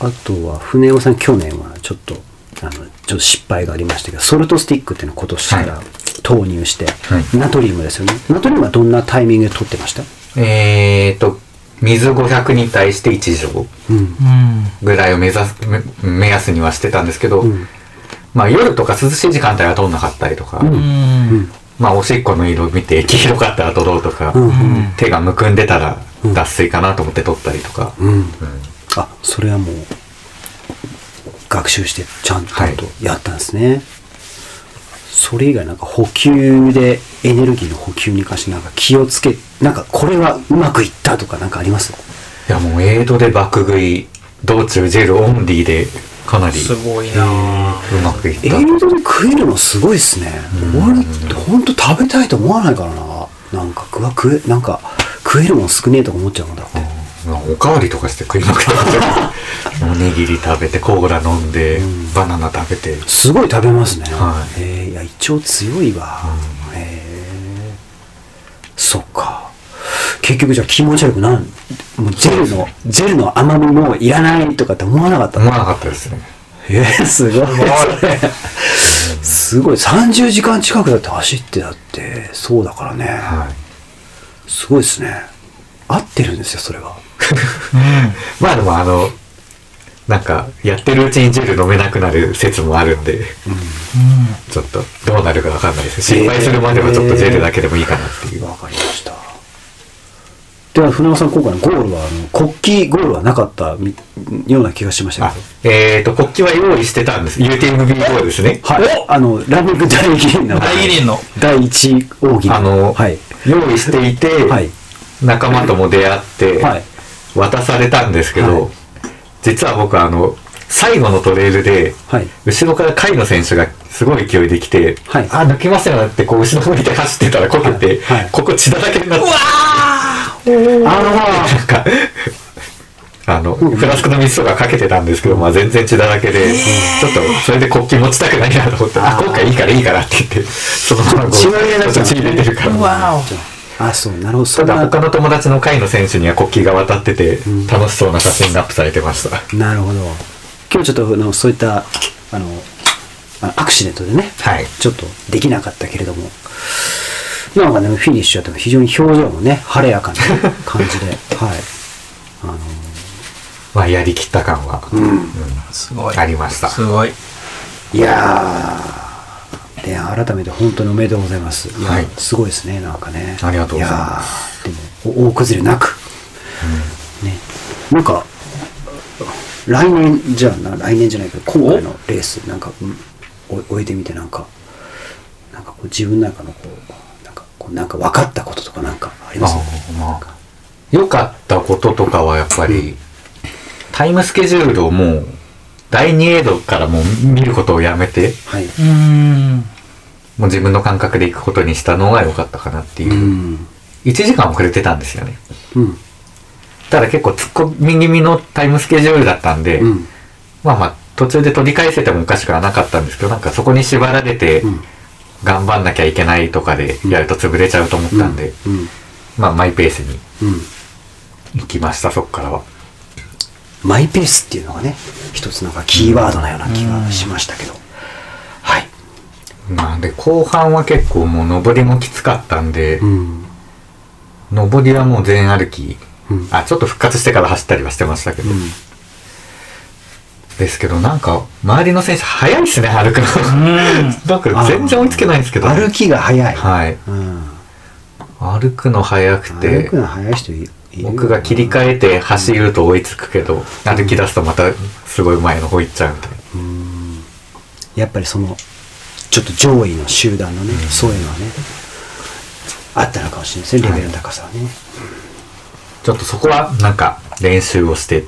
Speaker 3: あとは、船尾さん、去年はちょっと、あの、ちょっと失敗がありましたけど、ソルトスティックっていうのを今年から
Speaker 4: はい
Speaker 3: 投入して、
Speaker 4: はい
Speaker 3: ナトリウムですよね。ナトリウムはどんなタイミングで取ってました
Speaker 4: えーと水500に対して1錠
Speaker 3: うん。
Speaker 5: うん。
Speaker 4: ぐらいを目指すめ目安にはしてたんですけど、
Speaker 3: うん。
Speaker 4: まあ夜とか涼しい時間帯は取んなかったりとか、
Speaker 3: ん
Speaker 5: うん。
Speaker 4: まあおしっこの色見て黄色かったら取ろうとか、
Speaker 3: うん。
Speaker 4: 手がむくんでたら
Speaker 3: うん
Speaker 4: 脱水かなと思って取ったりとか、
Speaker 3: うん。あ、それはもう、学習して、ちゃんと
Speaker 4: はい
Speaker 3: やったんですね。それ以外なんか補給でエネルギーの補給に関してなんか気をつけなんかこれはうまくいったとかなんかあります
Speaker 4: いやもうエイドで爆食い道中ジェルオンリーでかなり
Speaker 5: す
Speaker 4: う
Speaker 5: ごいな
Speaker 4: まくいっ
Speaker 3: 映
Speaker 4: た、
Speaker 3: 像で食えるのすごいっすね俺ってほんと食べたいと思わないからななんかうわ食えなんか食えるもん少ねえとか思っちゃうもんだって
Speaker 4: まあおかわりとかして食いまくってま したけどおにぎり食べてコーラ飲んで、バナナ食べて
Speaker 3: すごい食べますね、
Speaker 4: は
Speaker 3: えーいや一応強いわへえそっか結局じゃあ気持ち悪くなんもうジェルのジェルの甘みもいらないとかって思わなかった
Speaker 4: 思わなかったですね
Speaker 3: えー、すごいそれすごい30時間近くだって走ってだってそうだからね、
Speaker 4: はい
Speaker 3: すごいですね合ってるんですよそれは
Speaker 4: まあでもあの、なんか、やってるうちにジェル飲めなくなる説もあるんで、ちょっと、どうなるかわかんないです。心配するまではちょっとジェルだけでもいいかなっていう。
Speaker 3: わかりましたでは船尾さん今回のゴールはあの国旗ゴールはなかったみような気がしました
Speaker 4: あ
Speaker 3: けど、
Speaker 4: えっ、と、国旗は用意してたんです。UTMB5 ですね。
Speaker 3: はいあのランニング大議員の
Speaker 5: 大義林の。
Speaker 3: 第一奥義
Speaker 4: あの、
Speaker 3: はい
Speaker 4: 用意していて、
Speaker 3: はい
Speaker 4: 仲間とも出会って、
Speaker 3: はい
Speaker 4: 渡されたんですけど、
Speaker 3: はい
Speaker 4: 実は僕あの、最後のトレイルで、
Speaker 3: はい
Speaker 4: 後ろから甲斐の選手がすごい勢いで来て、
Speaker 3: はい
Speaker 4: あ、抜きますよってこう後ろ向いて走ってたらこけて、
Speaker 3: はいはい
Speaker 4: ここ血だらけになって、
Speaker 3: あ
Speaker 4: なんか、あの、フラスコの水とかかけてたんですけど、まあ全然血だらけで、ちょっとそれで国旗持ちたくないなと思って、あ、今回いいからいいからって言って、そのままこう
Speaker 3: 血まみれになっち
Speaker 4: ち
Speaker 3: ゃ
Speaker 4: ょ
Speaker 3: う
Speaker 4: っと血入れてるから。
Speaker 5: わ
Speaker 3: のあそうなるほどそ
Speaker 4: た
Speaker 3: ん
Speaker 4: だ
Speaker 3: な
Speaker 4: 他の友達の会の選手には国旗が渡ってて、楽しそうな写真がアップされてました。
Speaker 3: なるほど今日ちょっとあのそういったあのあのアクシデントでね
Speaker 4: はい。
Speaker 3: ちょっとできなかったけれども、なんかね、フィニッシュやっても非常に表情もね、晴れやかな感じで、はい。あの、
Speaker 4: まあやりきった感は、
Speaker 5: おすごい。
Speaker 4: ありました。
Speaker 5: すごい。
Speaker 3: いやー、で、改めて本当におめでとうございます。いや
Speaker 4: はい
Speaker 3: すごいですね、なんかね。。
Speaker 4: ありがとうございます
Speaker 3: でも、お大崩れなく、ね、なんか、来年じゃな、来年じゃないけど、今回のレース、なんか、うんお終えてみて、なんか、なんかこう自分の中のこう、なんかこう、なんか分かったこととかなんかあります
Speaker 4: まあまあ良かったこととかはやっぱり、タイムスケジュールをもう第2エイドからもう見ることをやめて、
Speaker 3: はいう
Speaker 5: ーん。
Speaker 4: もう自分の感覚で行くことにしたのが良かったかなっていうう。
Speaker 3: ん
Speaker 4: 1時間遅れてたんですよね。
Speaker 3: うん
Speaker 4: ただ結構突っ込み気味のタイムスケジュールだったんで、
Speaker 3: うん
Speaker 4: まあまあ途中で取り返せてもおかしくはなかったんですけど、なんかそこに縛られて
Speaker 3: うん
Speaker 4: 頑張んなきゃいけないとかでやると潰れちゃうと思ったんで、
Speaker 3: うん
Speaker 4: まあマイペースに
Speaker 3: うん
Speaker 4: 行きました、そこからは。
Speaker 3: マイペースっていうのがね一つなんかキーワードなような気がしましたけどはい
Speaker 4: なんで後半は結構もう上りもきつかったんで、
Speaker 3: うん
Speaker 4: 上りはもう全歩き、
Speaker 3: うん
Speaker 4: あ、ちょっと復活してから走ったりはしてましたけど、ですけどなんか周りの選手早いですね、歩くの。 だから全然追いつけないんですけど、
Speaker 3: 歩きが早い
Speaker 4: はい。
Speaker 3: うん
Speaker 4: 歩くの早く
Speaker 3: 歩
Speaker 4: て
Speaker 3: く、の早い人いいる
Speaker 4: 僕が切り替えて走ると追いつくけど、歩き出すとまたすごい前の方行っちゃうみたいな。
Speaker 3: やっぱりそのちょっと上位の集団のね、そういうのはねあったのかもしれないですねレベルの高さはね、
Speaker 4: ちょっとそこはなんか練習をして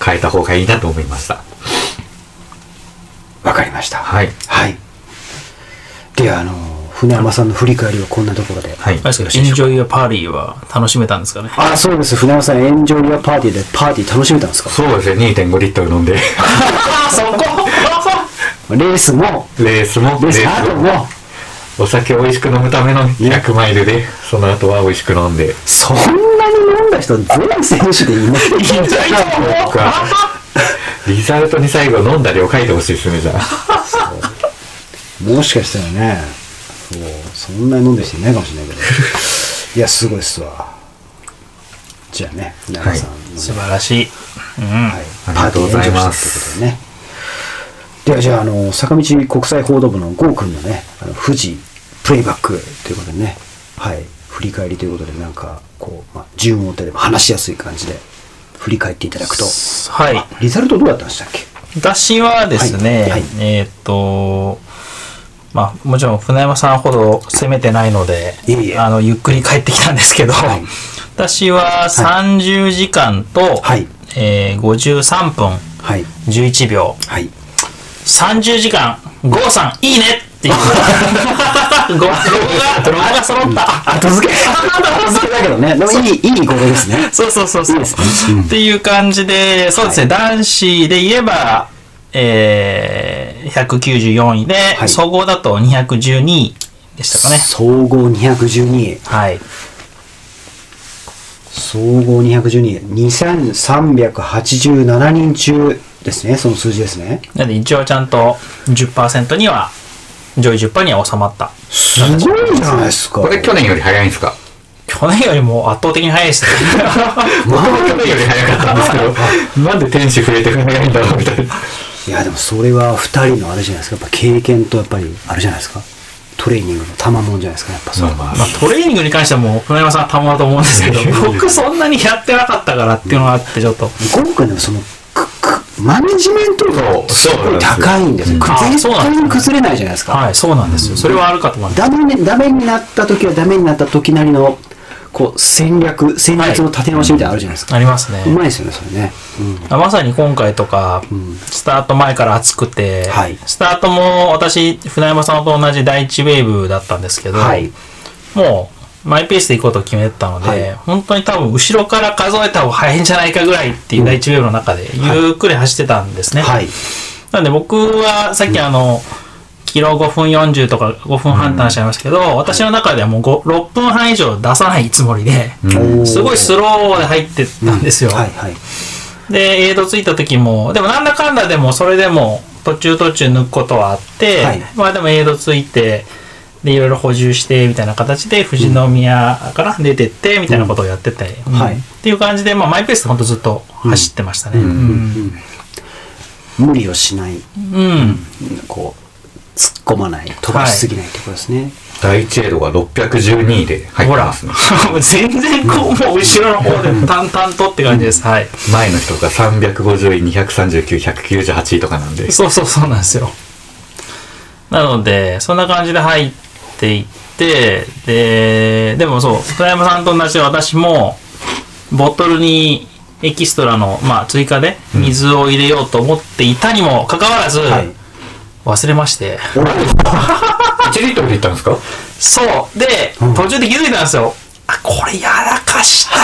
Speaker 4: 変えた方がいいなと思いました。
Speaker 3: わかりました。
Speaker 4: はい
Speaker 3: はい。では、あの、船山さんの振り返りはこんなところで。
Speaker 4: はい
Speaker 5: あれ。ですけど、エンジョイ・ア・パーリーは楽しめたんですかね。
Speaker 3: ああ、そうです。船山さん、エンジョイアパーティーでパーティー楽しめたんですか
Speaker 4: そうですね、2.5リットル飲んで、
Speaker 5: あ、そこ
Speaker 3: レースも、
Speaker 4: レースも、
Speaker 3: レース
Speaker 4: レ
Speaker 3: の後
Speaker 4: ー
Speaker 3: も、
Speaker 4: スもお酒を美味しく飲むための200マイルで、その後は美味しく飲んで、
Speaker 3: そんなに飲んだ人、全選手でいない。
Speaker 4: 僕は、 リザルトに最後飲んだ量書いてほしいですね、じゃあ。
Speaker 3: もしかしたらね、そう、そんなに飲んでる人いないかもしれないけど。いや、すごいっすわ。じゃあね、船山さん、
Speaker 5: 素晴らしい。うん。
Speaker 3: はい、
Speaker 4: ありがとうございます
Speaker 3: パーティーで炎上したってことでね。ではじゃあ、あの、坂道国際報道部の郷君のね、あの富士プレイバックということでね、はい、振り返りということで、なんか、こう、まあ、順を追ってでも話しやすい感じで、振り返っていただくと。
Speaker 5: はい。
Speaker 3: リザルトどうだったんでしたっけ
Speaker 5: 私はですね、
Speaker 3: はいはい
Speaker 5: えーっと、まあ、もちろん船山さんほど攻めてないので、
Speaker 3: いえいえ
Speaker 5: あのゆっくり帰ってきたんですけど、
Speaker 3: はい
Speaker 5: 私は30時間と、
Speaker 3: はい
Speaker 5: えー53分
Speaker 3: はい。
Speaker 5: 11秒、
Speaker 3: はい。
Speaker 5: 30時間、郷さん、いいね っていう。ご語呂が、語呂が揃った。
Speaker 3: 後 付け後付けだけどね、でもいい、いいことですね。
Speaker 5: そうそうそうそう。っていう感じで、そうですね、男子で言えば、えー、194位で、
Speaker 3: い
Speaker 5: 総合だと212位でしたかね。
Speaker 3: 総合212位。
Speaker 5: はい。
Speaker 3: 総合212位。2387人中ですね、その数字ですね。
Speaker 5: なので一応ちゃんと10%には、上位10%には収まった。
Speaker 3: すごいじゃないですか。
Speaker 4: これ去年より早いんですか
Speaker 5: 去年よりも圧倒的に早いですね。
Speaker 4: 僕も去年より早かったんです けど、なんで天使増えて早いんだろうみたいな。
Speaker 3: いやでもそれは2人のあれじゃないですかやっぱ経験とやっぱりあれじゃないですかトレーニングの賜物じゃないですかやっぱそう、
Speaker 4: まあ
Speaker 5: まあ、トレーニングに関してはもう船山さんはたまだと思うんですけど僕そんなにやってなかったからっていうのがあってちょっと、
Speaker 3: 今回でもそのくくマネジメントがすごい高いんですよく
Speaker 5: そうなん
Speaker 3: 絶対に
Speaker 5: ですよあそうなんですね
Speaker 3: 崩れないじゃないですか、
Speaker 5: はいそうなんですよそれはあるかと思います
Speaker 3: ダメにダメになった時はダメになった時なりのこう戦略戦略の立て直しみたいなのあるじゃないですか、
Speaker 5: あります
Speaker 3: う
Speaker 5: ね
Speaker 3: まいですよねそれね、うん
Speaker 5: まさに今回とか、スタート前から暑くて、
Speaker 3: はい
Speaker 5: スタートも私船山さんと同じ第1ウェーブだったんですけど、
Speaker 3: はい
Speaker 5: もうマイペースで行こうと決めてたので、
Speaker 3: はい
Speaker 5: 本当に多分後ろから数えた方が早いんじゃないかぐらいっていう第1ウェーブの中でゆっくり走ってたんですね、
Speaker 3: はい
Speaker 5: なんで僕はさっきあの、キロ5分40とか5分半って話しちゃいましたけど、私の中ではもう5 6分半以上出さないつもりで、
Speaker 3: おー
Speaker 5: すごいスローで入ってったんですよ。
Speaker 3: はいはい
Speaker 5: で、エイドついた時も、でもなんだかんだでもそれでも途中途中抜くことはあって、
Speaker 3: はい
Speaker 5: まあでもエイドついて、で、いろいろ補充してみたいな形で富士宮から出てってみたいなことをやってて、うん
Speaker 3: はい
Speaker 5: っていう感じで、まあマイペースで本当ずっと走ってましたね。うん
Speaker 3: 無理をしない
Speaker 5: うん
Speaker 3: こう突っ込まない飛ばしすぎないってことですね、
Speaker 4: 第1エイドが612位で入っ
Speaker 5: ほ
Speaker 4: て
Speaker 5: ら
Speaker 4: ますね。、
Speaker 5: 全然こう、もう後ろの方で淡々とって感じです。はい。
Speaker 4: 前の人が350位、239位、198位とかなんで。
Speaker 5: そうそうそうなんですよ。なので、そんな感じで入っていって、で、でもそう、福山さんと同じで私も、ボトルにエキストラの、まあ、追加で水を入れようと思っていたにもかかわらず、
Speaker 3: はい
Speaker 5: 忘れまして。
Speaker 4: 1リットルでいったんですか
Speaker 5: そう。で、
Speaker 3: うん
Speaker 5: 途中で気づいたんですよ。あ、これやらかした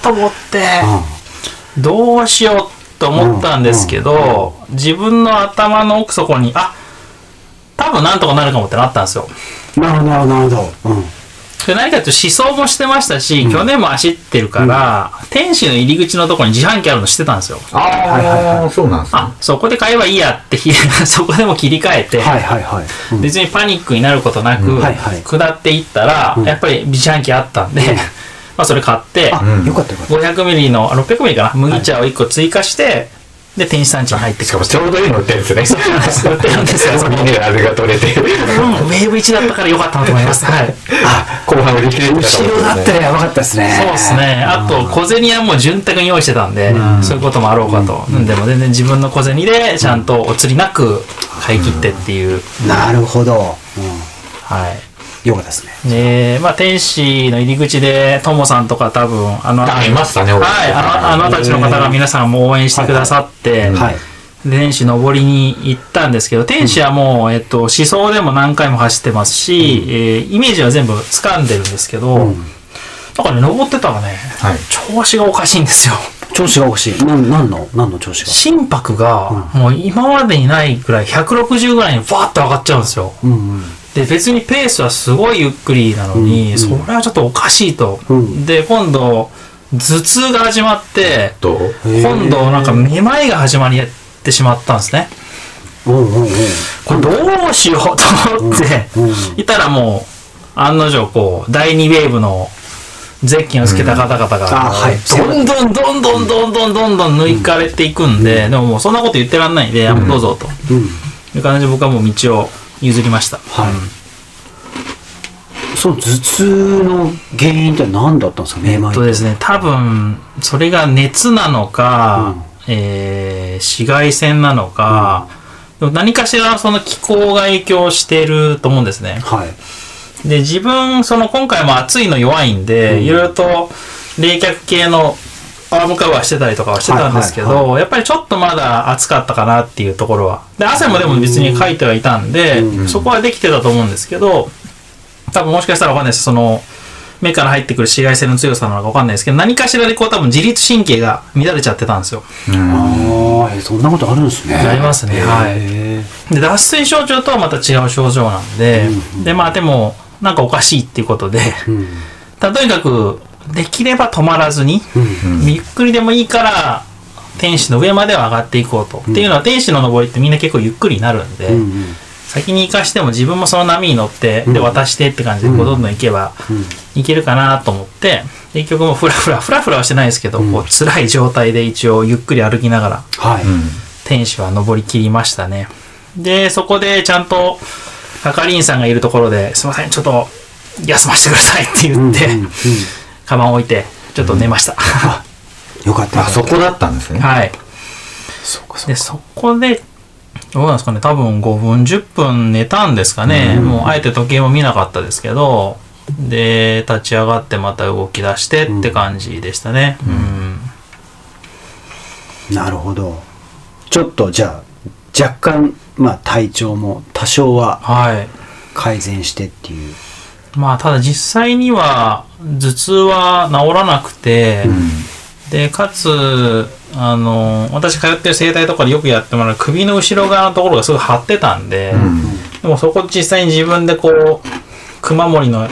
Speaker 5: ーと思って、どうしようと思ったんですけど、自分の頭の奥底に、あ、多分なんとかなるかもってなったんですよ。
Speaker 3: うんなるほどなるほどなるほど、うん
Speaker 5: で何かというと思想もしてましたし、去年も走ってるから、天使の入り口のとこに自販機あるの知ってたんですよ。
Speaker 4: ああ、そうなんですね。
Speaker 5: あ、そこで買えばいいやって ひ、そこでも切り替えて、
Speaker 3: はいはいはい、うん
Speaker 5: 別にパニックになることなく、
Speaker 3: はいはい
Speaker 5: 下っていったら、やっぱり自販機あったんで、 まあそれ買って、
Speaker 3: あ、
Speaker 4: うん
Speaker 3: よかったよかった
Speaker 5: 500ミリの、あ600ミリかな、麦茶を1個追加して、で、天使産地に入って
Speaker 4: しかもちょうどいいの売ってるんですね。 そう
Speaker 5: なんです売ってるんですよ
Speaker 4: ミネラルが取れて。
Speaker 5: うん、ウェーブ1だったからよかったなと思います。はい。
Speaker 4: 後半売り切れてたと
Speaker 3: 後
Speaker 4: 思
Speaker 3: ろ
Speaker 4: うん
Speaker 3: だ
Speaker 4: で
Speaker 3: っ
Speaker 4: す
Speaker 3: た
Speaker 4: ね。
Speaker 3: らやばかったですね
Speaker 5: そうですね。あと、小銭はもう潤沢に用意してたんで、そういうこともあろうかと。うんでも全然自分の小銭で、ちゃんとお釣りなく買い切ってっていう。
Speaker 3: なるほど、うん、
Speaker 5: はい。
Speaker 3: よかったですね
Speaker 5: で、まあ、天使の入り口で、ともさんとか多分、あの、
Speaker 4: あいましたね俺
Speaker 5: はい、あの、あのたちの方が皆さんも応援してくださって、
Speaker 3: はい
Speaker 5: で天使登りに行ったんですけど、天使はもう、えっと、思想でも何回も走ってますし、えーイメージは全部掴んでるんですけど、だからね、登ってたらね、
Speaker 4: はい
Speaker 5: 調子がおかしいんですよ。
Speaker 3: 調子が欲しいなんなんの何の調子が
Speaker 5: 心拍が、もう今までにないくらい、160ぐらいにわーっと上がっちゃうんですよ。
Speaker 3: うんうん
Speaker 5: で別にペースはすごいゆっくりなのに、それはちょっとおかしいと、
Speaker 3: うん
Speaker 5: で今度頭痛が始まって
Speaker 4: どう
Speaker 5: 今度なんかめまいが始まりってしまったんですね
Speaker 3: うんうんうん
Speaker 5: これどうしようと思って、
Speaker 3: うんうん
Speaker 5: いたらもう案の定こう第2ウェーブのゼッキンをつけた方々
Speaker 3: あ
Speaker 5: が、
Speaker 3: はい
Speaker 5: どんどんどんどんどんどんどんどん抜かれていくんで、でももうそんなこと言ってらんないんで、あもうどうぞと
Speaker 3: うん
Speaker 5: いう感じで僕はもう道を譲りました
Speaker 3: はい、その頭痛の原因って何だったんですかめま
Speaker 5: えっ
Speaker 3: い
Speaker 5: とですね多分それが熱なのか、えー紫外線なのか、でも何かしらその気候が影響してると思うんですね
Speaker 3: はい
Speaker 5: で自分その今回も暑いの弱いんで、いろいろと冷却系のアームカバーしてたりとかはしてたんですけど、
Speaker 3: はいはい
Speaker 5: やっぱりちょっとまだ暑かったかなっていうところはで汗もでも別にかいてはいたんで、そこはできてたと思うんですけど多分もしかしたらわかんないですその目から入ってくる紫外線の強さなのかわかんないですけど何かしらでこう多分自律神経が乱れちゃってたんですよ。
Speaker 3: ああそんなことあるんですね
Speaker 5: ありますねはい
Speaker 3: へ
Speaker 5: で脱水症状とはまた違う症状なんで、でまあでもなんかおかしいっていうことで。
Speaker 3: ーうん
Speaker 5: ただとにかくできれば止まらずに、ゆっくりでもいいから天使の上までは上がっていこうと、っていうのは天使の上りってみんな結構ゆっくりになるんで、
Speaker 3: うんうん
Speaker 5: 先に行かしても自分もその波に乗って、で渡してって感じでこうどんどん行けば、いけるかなと思って結局もうフラフラフラフラはしてないですけど、こう辛い状態で一応ゆっくり歩きながら
Speaker 3: はい、
Speaker 5: 天使は登りきりましたねでそこでちゃんと係員さんがいるところで「すいませんちょっと休ませてください」って言って、
Speaker 3: うんうん
Speaker 5: カバンを置いてちょっと寝ました、
Speaker 3: よかったよかった
Speaker 4: あ、そこだったんですね。
Speaker 5: はい
Speaker 3: そうかそう
Speaker 5: でそこでどうなんですかね多分5分10分寝たんですかね、もうあえて時計も見なかったですけどで立ち上がってまた動き出してって感じでしたねうん、
Speaker 3: かなるほどちょっとじゃあ若干まあ体調も多少は
Speaker 5: はい
Speaker 3: 改善してっていう
Speaker 5: まあただ実際には頭痛は治らなくて、でかつあの私通ってる整体とかでよくやってもらう首の後ろ側のところがすごい張ってたんで、でもそこ実際に自分でこう熊森の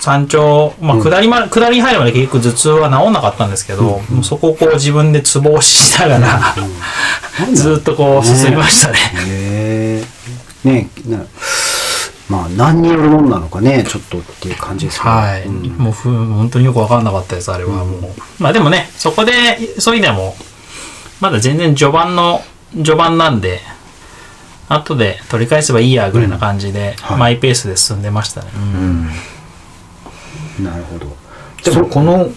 Speaker 5: 山頂、まあ、下りま、下りに入るまで結局頭痛は治んなかったんですけど、もうそこをこう自分でツボをしながら、 ずっとこう進みましたね。
Speaker 3: へえねえなまあ何によるもんなのかねちょっとっていう感じですけど
Speaker 5: はい、
Speaker 3: うん
Speaker 5: もうふ本当によく分かんなかったですあれはもう、まあでもねそこでそういう意味ではもうまだ全然序盤の序盤なんで後で取り返せばいいやぐらいな感じで、
Speaker 3: はい
Speaker 5: マイペースで進んでましたね、
Speaker 3: なるほど
Speaker 4: でもこの、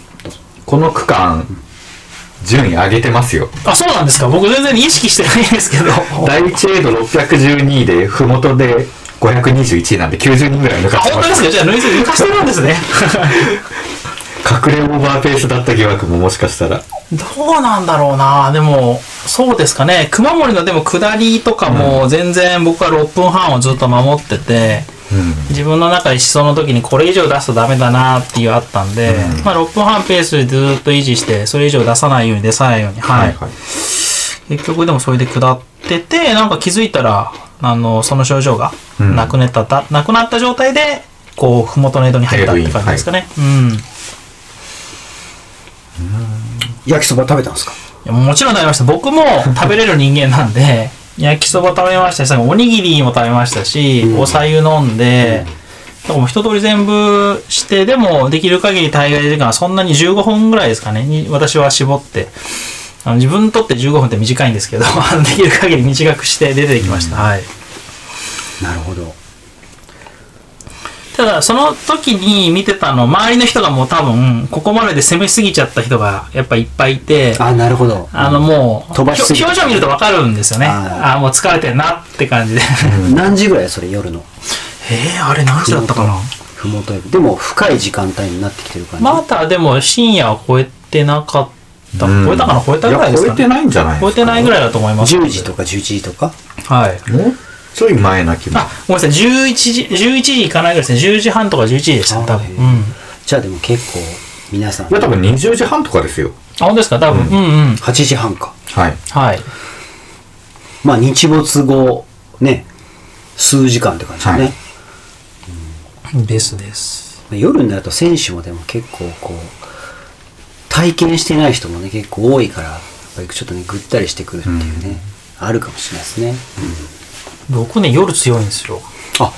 Speaker 4: この区間、順位上げてますよ。
Speaker 5: あそうなんですか僕全然意識してないんです けど
Speaker 4: 第1エイド612位で、ふもとで521位なんで90人ぐらい抜
Speaker 5: あ
Speaker 4: かして
Speaker 5: 本
Speaker 4: ま
Speaker 5: 当です
Speaker 4: す。
Speaker 5: かじゃあ抜いて抜かしてるんですね
Speaker 4: 隠れオーバーペースだった疑惑ももしかしたら。
Speaker 5: どうなんだろうなでも、そうですかね。熊森のでも下りとかも全然僕は6分半をずっと守ってて、自分の中で思想の時にこれ以上出すとダメだなっていうあったんで、まあ6分半ペースでずっと維持して、それ以上出さないように出さないように、はい。はいはい、結局でもそれで下ってて、なんか気づいたら、あの、その症状がなくなった、うん、なくなった状態で、こう、麓の江戸に入ったって感じですかね。はい、うん。
Speaker 3: 焼きそば食べたんですか
Speaker 5: いやもちろん食べました僕も食べれる人間なん で焼きそば食べましたしおにぎりも食べましたし、うん、お茶湯飲んで、うん、だから一通り全部してでもできる限り滞在時間はそんなに15分ぐらいですかねに私は絞ってあの自分にとって15分って短いんですけど できる限り短くして出てきました、うん、はい
Speaker 3: なるほど
Speaker 5: ただその時に見てたの周りの人がもう多分ここまでで攻めすぎちゃった人がやっぱいっぱいいて
Speaker 3: あなるほど
Speaker 5: あのもう表情見ると分かるんですよねああもう疲れてるなって感じで、
Speaker 3: うん、何時ぐらいそれ夜の
Speaker 5: えー、あれ何時だったかな
Speaker 3: ふもとでも深い時間帯になってきてる感じ
Speaker 5: まだでも深夜は超えてなかった超えたかな超えたぐらいです
Speaker 4: ね、
Speaker 5: か、
Speaker 4: 超えてないんじゃない
Speaker 5: 超えてないぐらいだと思います
Speaker 3: 10時とか11時とか
Speaker 5: はい
Speaker 4: ちょい前な気も
Speaker 5: あごめんなさい11時11時いかないぐらいですね10時半とか11時でした多分、うん、
Speaker 3: じゃあでも結構皆さん
Speaker 4: いや多分20時半とかですよ
Speaker 5: あ本当ですか多分、うん、うんうん
Speaker 3: 8時半か
Speaker 4: はい
Speaker 5: はい
Speaker 3: まあ日没後ね数時間って感じだね、はい、
Speaker 5: うん、ですです
Speaker 3: 夜になると選手もでも結構こう体験してない人もね結構多いからやっぱりちょっとねぐったりしてくるっていうね、うん、あるかもしれないですね、うん
Speaker 5: 僕ね夜強いんですよ
Speaker 3: あ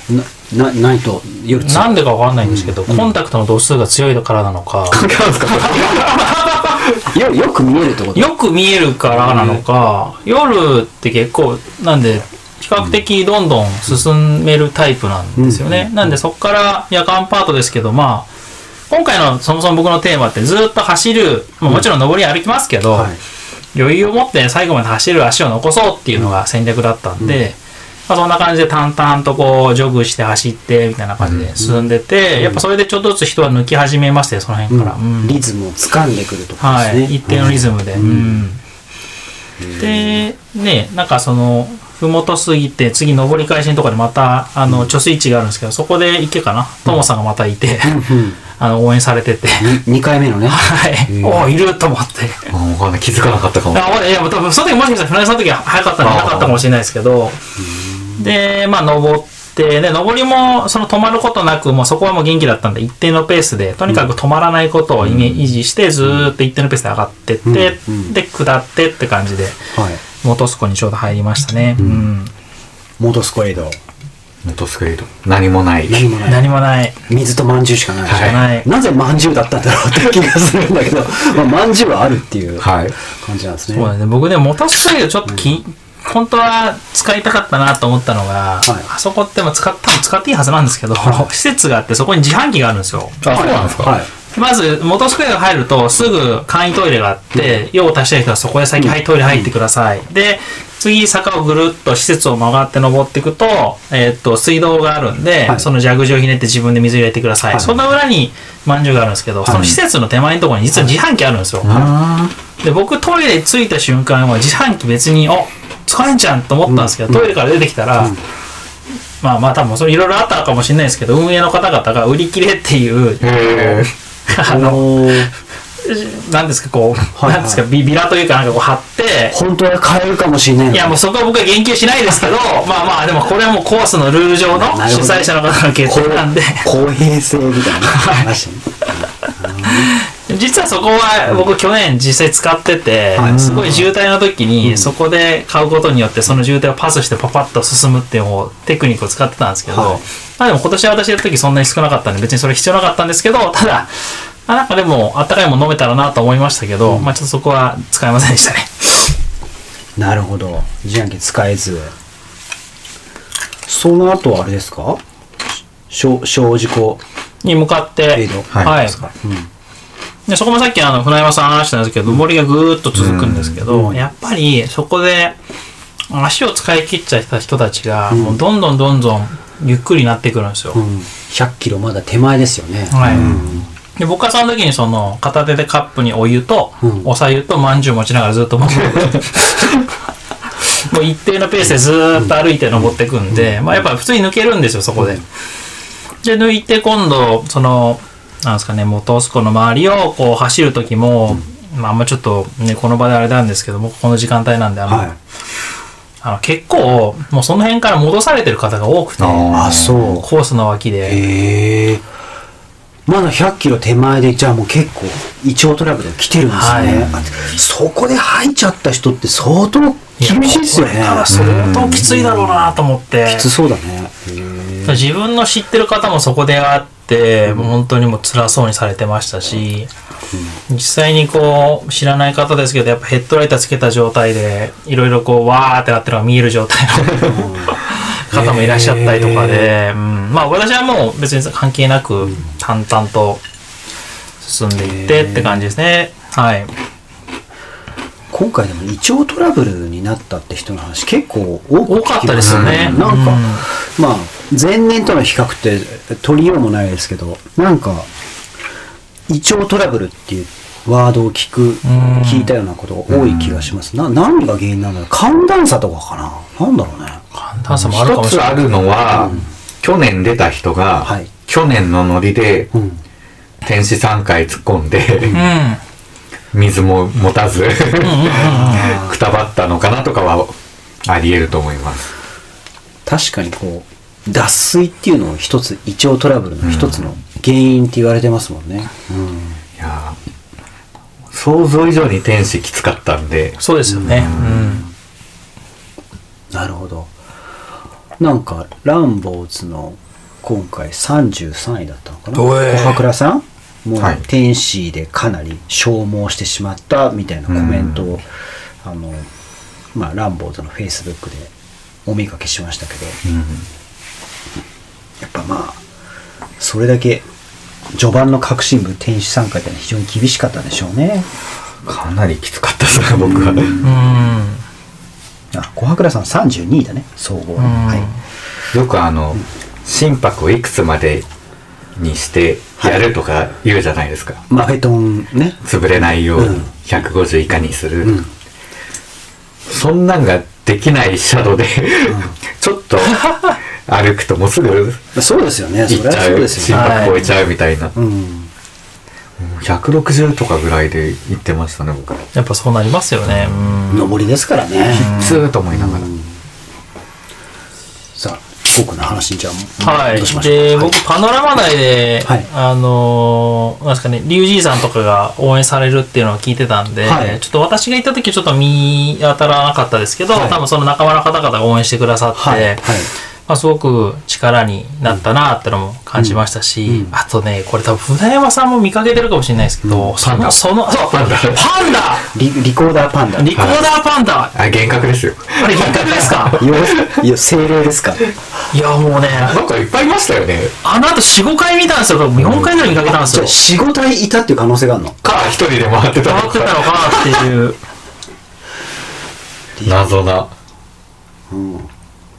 Speaker 3: ななないと
Speaker 5: 夜強いなんでか分かんないんですけど、うん、コンタクトの度数が強いからなの か
Speaker 3: よよく見えるってこと
Speaker 5: よく見えるからなのか、夜って結構なんで比較的どんどん進めるタイプなんですよね、うん、なんでそこから夜間パートですけどまあ今回のそもそも僕のテーマってずっと走る、まあ、もちろん上り歩きますけど、うんはい、余裕を持って最後まで走る足を残そうっていうのが戦略だったんで、まあ、そんな感じで淡々とこうジョグして走ってみたいな感じで進んでて、やっぱそれでちょっとずつ人は抜き始めましてその辺から、
Speaker 3: リズムを掴んでくると
Speaker 5: かですね、はい、一定のリズムで、うんでねなんかその麓過ぎて次上り返しのとこでまたあの貯水池があるんですけどそこで池かなともさんがまたいて、 あの応援されてて
Speaker 3: 2, 回目のね
Speaker 5: はいおおいると思って
Speaker 4: あ分かんない気づかなかったかも
Speaker 5: あいや多分その時もしかしたら船井さんの時は早かったのなかったかもしれないですけどで、まあ、登って、で、登りも、その止まることなく、もうそこはもう元気だったんで、一定のペースで、とにかく止まらないことを、うん、維持して、ずっと一定のペースで上がってって、うん、で、下ってって感じで、はい、元栖湖にちょうど入りましたね。うん。
Speaker 3: 元栖湖エイド。
Speaker 4: 元栖湖エイド。何もない。
Speaker 3: 何もない。
Speaker 5: 何もない。
Speaker 3: 水と饅頭しかない。しかない。なぜ饅頭だったんだろうって気がするんだ けど、まあ、饅頭はあるっていう感じなんですね。
Speaker 5: そうだね。僕ね、元栖湖エイドちょっとき、うん本当は使いたかったなと思ったのが、はい、あそこっても使った使っていいはずなんですけど、はい、施設があってそこに自販機があるんですよ。、
Speaker 4: あそうなんですか、はい
Speaker 5: まず元スクエアが入るとすぐ簡易トイレがあって、うん、用を足したい人はそこへ先、うん、はいトイレ入ってください、うん、で次坂をぐるっと施設を曲がって登っていくと,、えー、っと水道があるんで、その蛇口をひねって自分で水入れてください、その裏にまんじゅうがあるんですけど、その施設の手前のところに実は自販機あるんですよ、で僕トイレ着いた瞬間は自販機別にお使えんじゃんと思ったんですけど、トイレから出てきたら、うん、まあまあ多分それいろいろあったかもしれないですけど運営の方々が売り切れっていうあの何ですかこう、はいはい、なんですかビビラというかなんかこう貼って
Speaker 3: 本当は買えるかもしれない
Speaker 5: いやもうそこは僕は言及しないですけどまあまあでもこれはもうコースのルール上の主催者の方の決定なんで
Speaker 3: 公平性みたいな話、
Speaker 5: 実はそこは僕去年実際使ってて、すごい渋滞の時にそこで買うことによってその渋滞をパスしてパパッと進むっていうテクニックを使ってたんですけど、はい、まあでも今年は私やる時そんなに少なかったんで別にそれ必要なかったんですけどただあなんかでもあったかいもの飲めたらなと思いましたけど、うん、まあちょっとそこは使えませんでしたね
Speaker 3: なるほど自販機使えずその後はあれですか小小事故
Speaker 5: に向かって
Speaker 3: はい、はいうん
Speaker 5: でそこもさっきあの船山さん話したんですけど上りがぐーっと続くんですけど、うん、やっぱりそこで足を使い切っちゃった人たちがもうどんどんどんどんゆっくりなってくるんですよ、うん、
Speaker 3: 100キロまだ手前ですよね
Speaker 5: はい、うん、で僕はその時にその片手でカップにお湯と、
Speaker 3: うん
Speaker 5: おさゆとまんじゅう持ちながらずっと僕もう一定のペースでずーっと歩いて登ってくんで、まあやっぱ普通に抜けるんですよそこで。で抜いて今度そのなんですかねもうトースコの周りをこう走る時も、まああんまちょっとねこの場であれなんですけど僕この時間帯なんであの、
Speaker 3: はい。
Speaker 5: あの結構もうその辺から戻されてる方が多くて
Speaker 4: あ
Speaker 3: あ、そう。
Speaker 5: コースの脇で。
Speaker 3: へえまだ100キロ手前でじゃあもう結構胃腸トラブルが来てるんですね、
Speaker 5: は
Speaker 3: あそこで入っちゃった人って相当厳しいですよね
Speaker 5: いやこれは相当きついだろうなと思って、
Speaker 3: きつそうだねへ
Speaker 5: 自分の知ってる方もそこであって、もう本当にもう辛そうにされてましたし、実際にこう知らない方ですけどやっぱヘッドライターつけた状態でいろいろこうわーってなってるのが見える状態の方もいらっしゃったりとかで、うんまあ私はもう別に関係なく淡々と進んでいってって感じですね。はい、
Speaker 3: 今回でも胃腸トラブルになったって人の話結構多く聞きま
Speaker 5: 多かったですよね
Speaker 3: うんなんか、
Speaker 5: うん
Speaker 3: まあ前年との比較って取りようもないですけどなんか胃腸トラブルっていうワードを聞く、聞いたようなことが多い気がします、な何が原因なんだろう寒暖差とかかななんだろうね
Speaker 5: 寒暖差もあるか
Speaker 4: 一
Speaker 5: もし
Speaker 4: つ
Speaker 5: れない。
Speaker 4: あるのは、去年出た人が、
Speaker 3: はい
Speaker 4: 去年のノリで、
Speaker 3: うん
Speaker 4: 天使3回突っ込んで、
Speaker 5: うん
Speaker 4: 水も持たず、くたばったのかなとかは、あり得ると思います。
Speaker 3: 確かにこう脱水っていうのを一つ胃腸トラブルの一つの原因って言われてますもんね、
Speaker 4: いやー想像以上に天使きつかったんで、
Speaker 5: そうですよね。うん
Speaker 3: なるほどなんかランボーズの今回33位だったのかな
Speaker 5: おえ
Speaker 3: 小葉倉さんもう
Speaker 4: はい
Speaker 3: 天使でかなり消耗してしまったみたいなコメントを、あのまあランボーズのフェイスブックでお見かけしましたけど、やっぱまあそれだけ序盤の革新部天使参加ってのは非常に厳しかったでしょうね
Speaker 4: かなりきつかったですね、僕は。
Speaker 5: うん
Speaker 3: あ小葉倉さん32位だね総合の、
Speaker 5: ん
Speaker 3: はい
Speaker 4: よくあの、心拍をいくつまでにしてやるとか言うじゃないですか。
Speaker 3: マフェトンね
Speaker 4: 潰れないよう
Speaker 3: う
Speaker 4: に
Speaker 3: ん
Speaker 4: 150以下にする、
Speaker 3: うん
Speaker 4: そんなんができないシャドウで、ちょっと歩くともうすぐ行っ
Speaker 3: そうですよね。そ
Speaker 4: ち
Speaker 3: れは
Speaker 4: ゃ
Speaker 3: そう
Speaker 4: う
Speaker 3: です
Speaker 4: 心
Speaker 3: よね。
Speaker 4: 拍超えちゃうみたいな、
Speaker 3: うん。
Speaker 4: 160とかぐらいで行ってましたね僕
Speaker 5: やっぱそうなりますよね。うん
Speaker 3: 上りですからね。
Speaker 4: ずーっと思いながら、
Speaker 3: さあ、僕の話にじゃあ、
Speaker 5: はい
Speaker 3: 戻しま。しょう
Speaker 5: で、
Speaker 3: はい
Speaker 5: 僕、パノラマ内で、
Speaker 3: はい
Speaker 5: あのー、なんですかね、リュウジーさんとかが応援されるっていうのを聞いてたんで、
Speaker 3: はい
Speaker 5: ちょっと私が行った時ちょっと見当たらなかったですけど、
Speaker 3: はい
Speaker 5: 多分その仲間の方々が応援してくださって、
Speaker 3: はい。はい。
Speaker 5: まあ、すごく力になったなってのも感じましたし、
Speaker 3: うんうん
Speaker 5: あとね、これ多分船山さんも見かけてるかもしれないですけど、そ
Speaker 4: パン
Speaker 5: の、
Speaker 4: ダ
Speaker 5: その、そう、パンダ
Speaker 3: リリコーダーパンダ。
Speaker 5: リコーダーパンダ
Speaker 4: あ幻覚ですよ
Speaker 5: あれ、幻覚ですか
Speaker 3: よいや、精霊ですか。
Speaker 5: いや、もうね、
Speaker 4: なんかいっぱいいましたよね
Speaker 5: あの後4、5回見たんですよ。多分4回ぐらい見かけたんです
Speaker 3: じゃ
Speaker 5: よ
Speaker 3: あ、。四五体いたっていう可能性があるの
Speaker 4: か一人で回ってた
Speaker 5: 回
Speaker 4: の
Speaker 5: ってたの
Speaker 4: か
Speaker 5: かなっていう。
Speaker 4: 謎な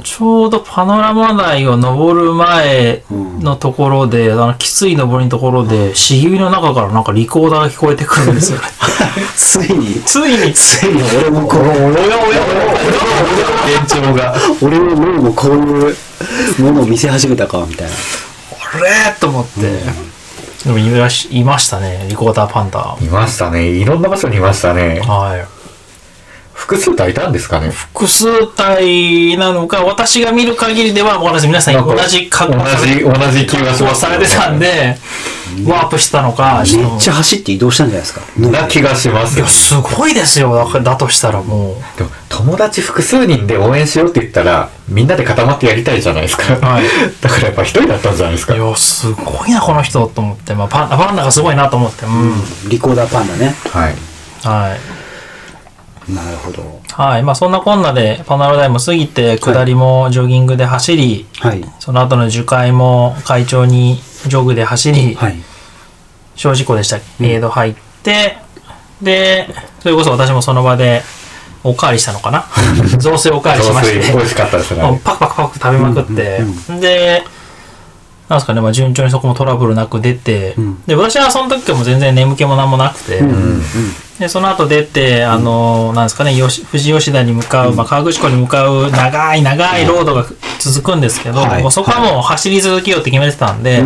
Speaker 5: ちょうどパノラマ内を登る前のところで、あの、きつい登りのところで、茂みの中からなんかリコーダーが聞こえてくるんですよ。
Speaker 3: ついに、
Speaker 5: ついに、
Speaker 3: ついに俺もこう、
Speaker 4: おやおやおや延長が
Speaker 3: 俺も脳もこういうものを見せ始めたか、みたいな。
Speaker 5: これと思って。でもいまし、いましたね、リコーダーパンダ。
Speaker 4: いましたねいろんな場所にいましたね
Speaker 5: はい。
Speaker 4: 複数体いたんですかね
Speaker 5: 複数体なのか、私が見る限りでは、わかんないです皆さん同じ
Speaker 4: 同
Speaker 5: 格好
Speaker 4: じ同じ気がし
Speaker 5: そ
Speaker 4: ま
Speaker 5: う
Speaker 4: す
Speaker 5: されてたんで、ワープしたのか、ちょ
Speaker 3: め
Speaker 5: っ
Speaker 3: っ
Speaker 5: と
Speaker 3: ちゃ走って移動したんじゃないですか。脳
Speaker 4: な気がします
Speaker 5: いや、すごいですよ。だからだとしたらもう。
Speaker 4: でも友達複数人で応援しようって言ったらみんなで固まってやりたいじゃないですか、
Speaker 5: はい
Speaker 4: だからやっぱ一人だったんじゃないですか
Speaker 5: いや、すごいな、この人と思って。まあ、パンパンダがすごいなと思って。うん。
Speaker 3: リコーダーパンダね。
Speaker 4: はい
Speaker 5: はい。
Speaker 3: なるほど。
Speaker 5: はい。まあ、そんなこんなで、パナロダイも過ぎて、下りもジョギングで走り、
Speaker 3: はい。
Speaker 5: その後の樹海も会長にジョグで走り、
Speaker 3: はい。
Speaker 5: 小事故でしたっけ、エイド入って、で、それこそ私もその場で、おかわりしたのか な雑炊おかわりし
Speaker 4: 雑
Speaker 5: まし
Speaker 4: 炊
Speaker 5: て。
Speaker 4: 美味しかったです
Speaker 5: もう
Speaker 4: ね
Speaker 5: パクパクパク食べまくって、でなんですかね、まあ、順調にそこもトラブルなく出て、
Speaker 3: ん
Speaker 5: で、私はその時はもう全然眠気も何もなくて、で、その後出て、あの、なんですかね、よし富士吉田に向かう、まあ、河口湖に向かう長い長いロードが続くんですけど、
Speaker 3: はい
Speaker 5: もうそこはもう走り続けようって決めてたんで、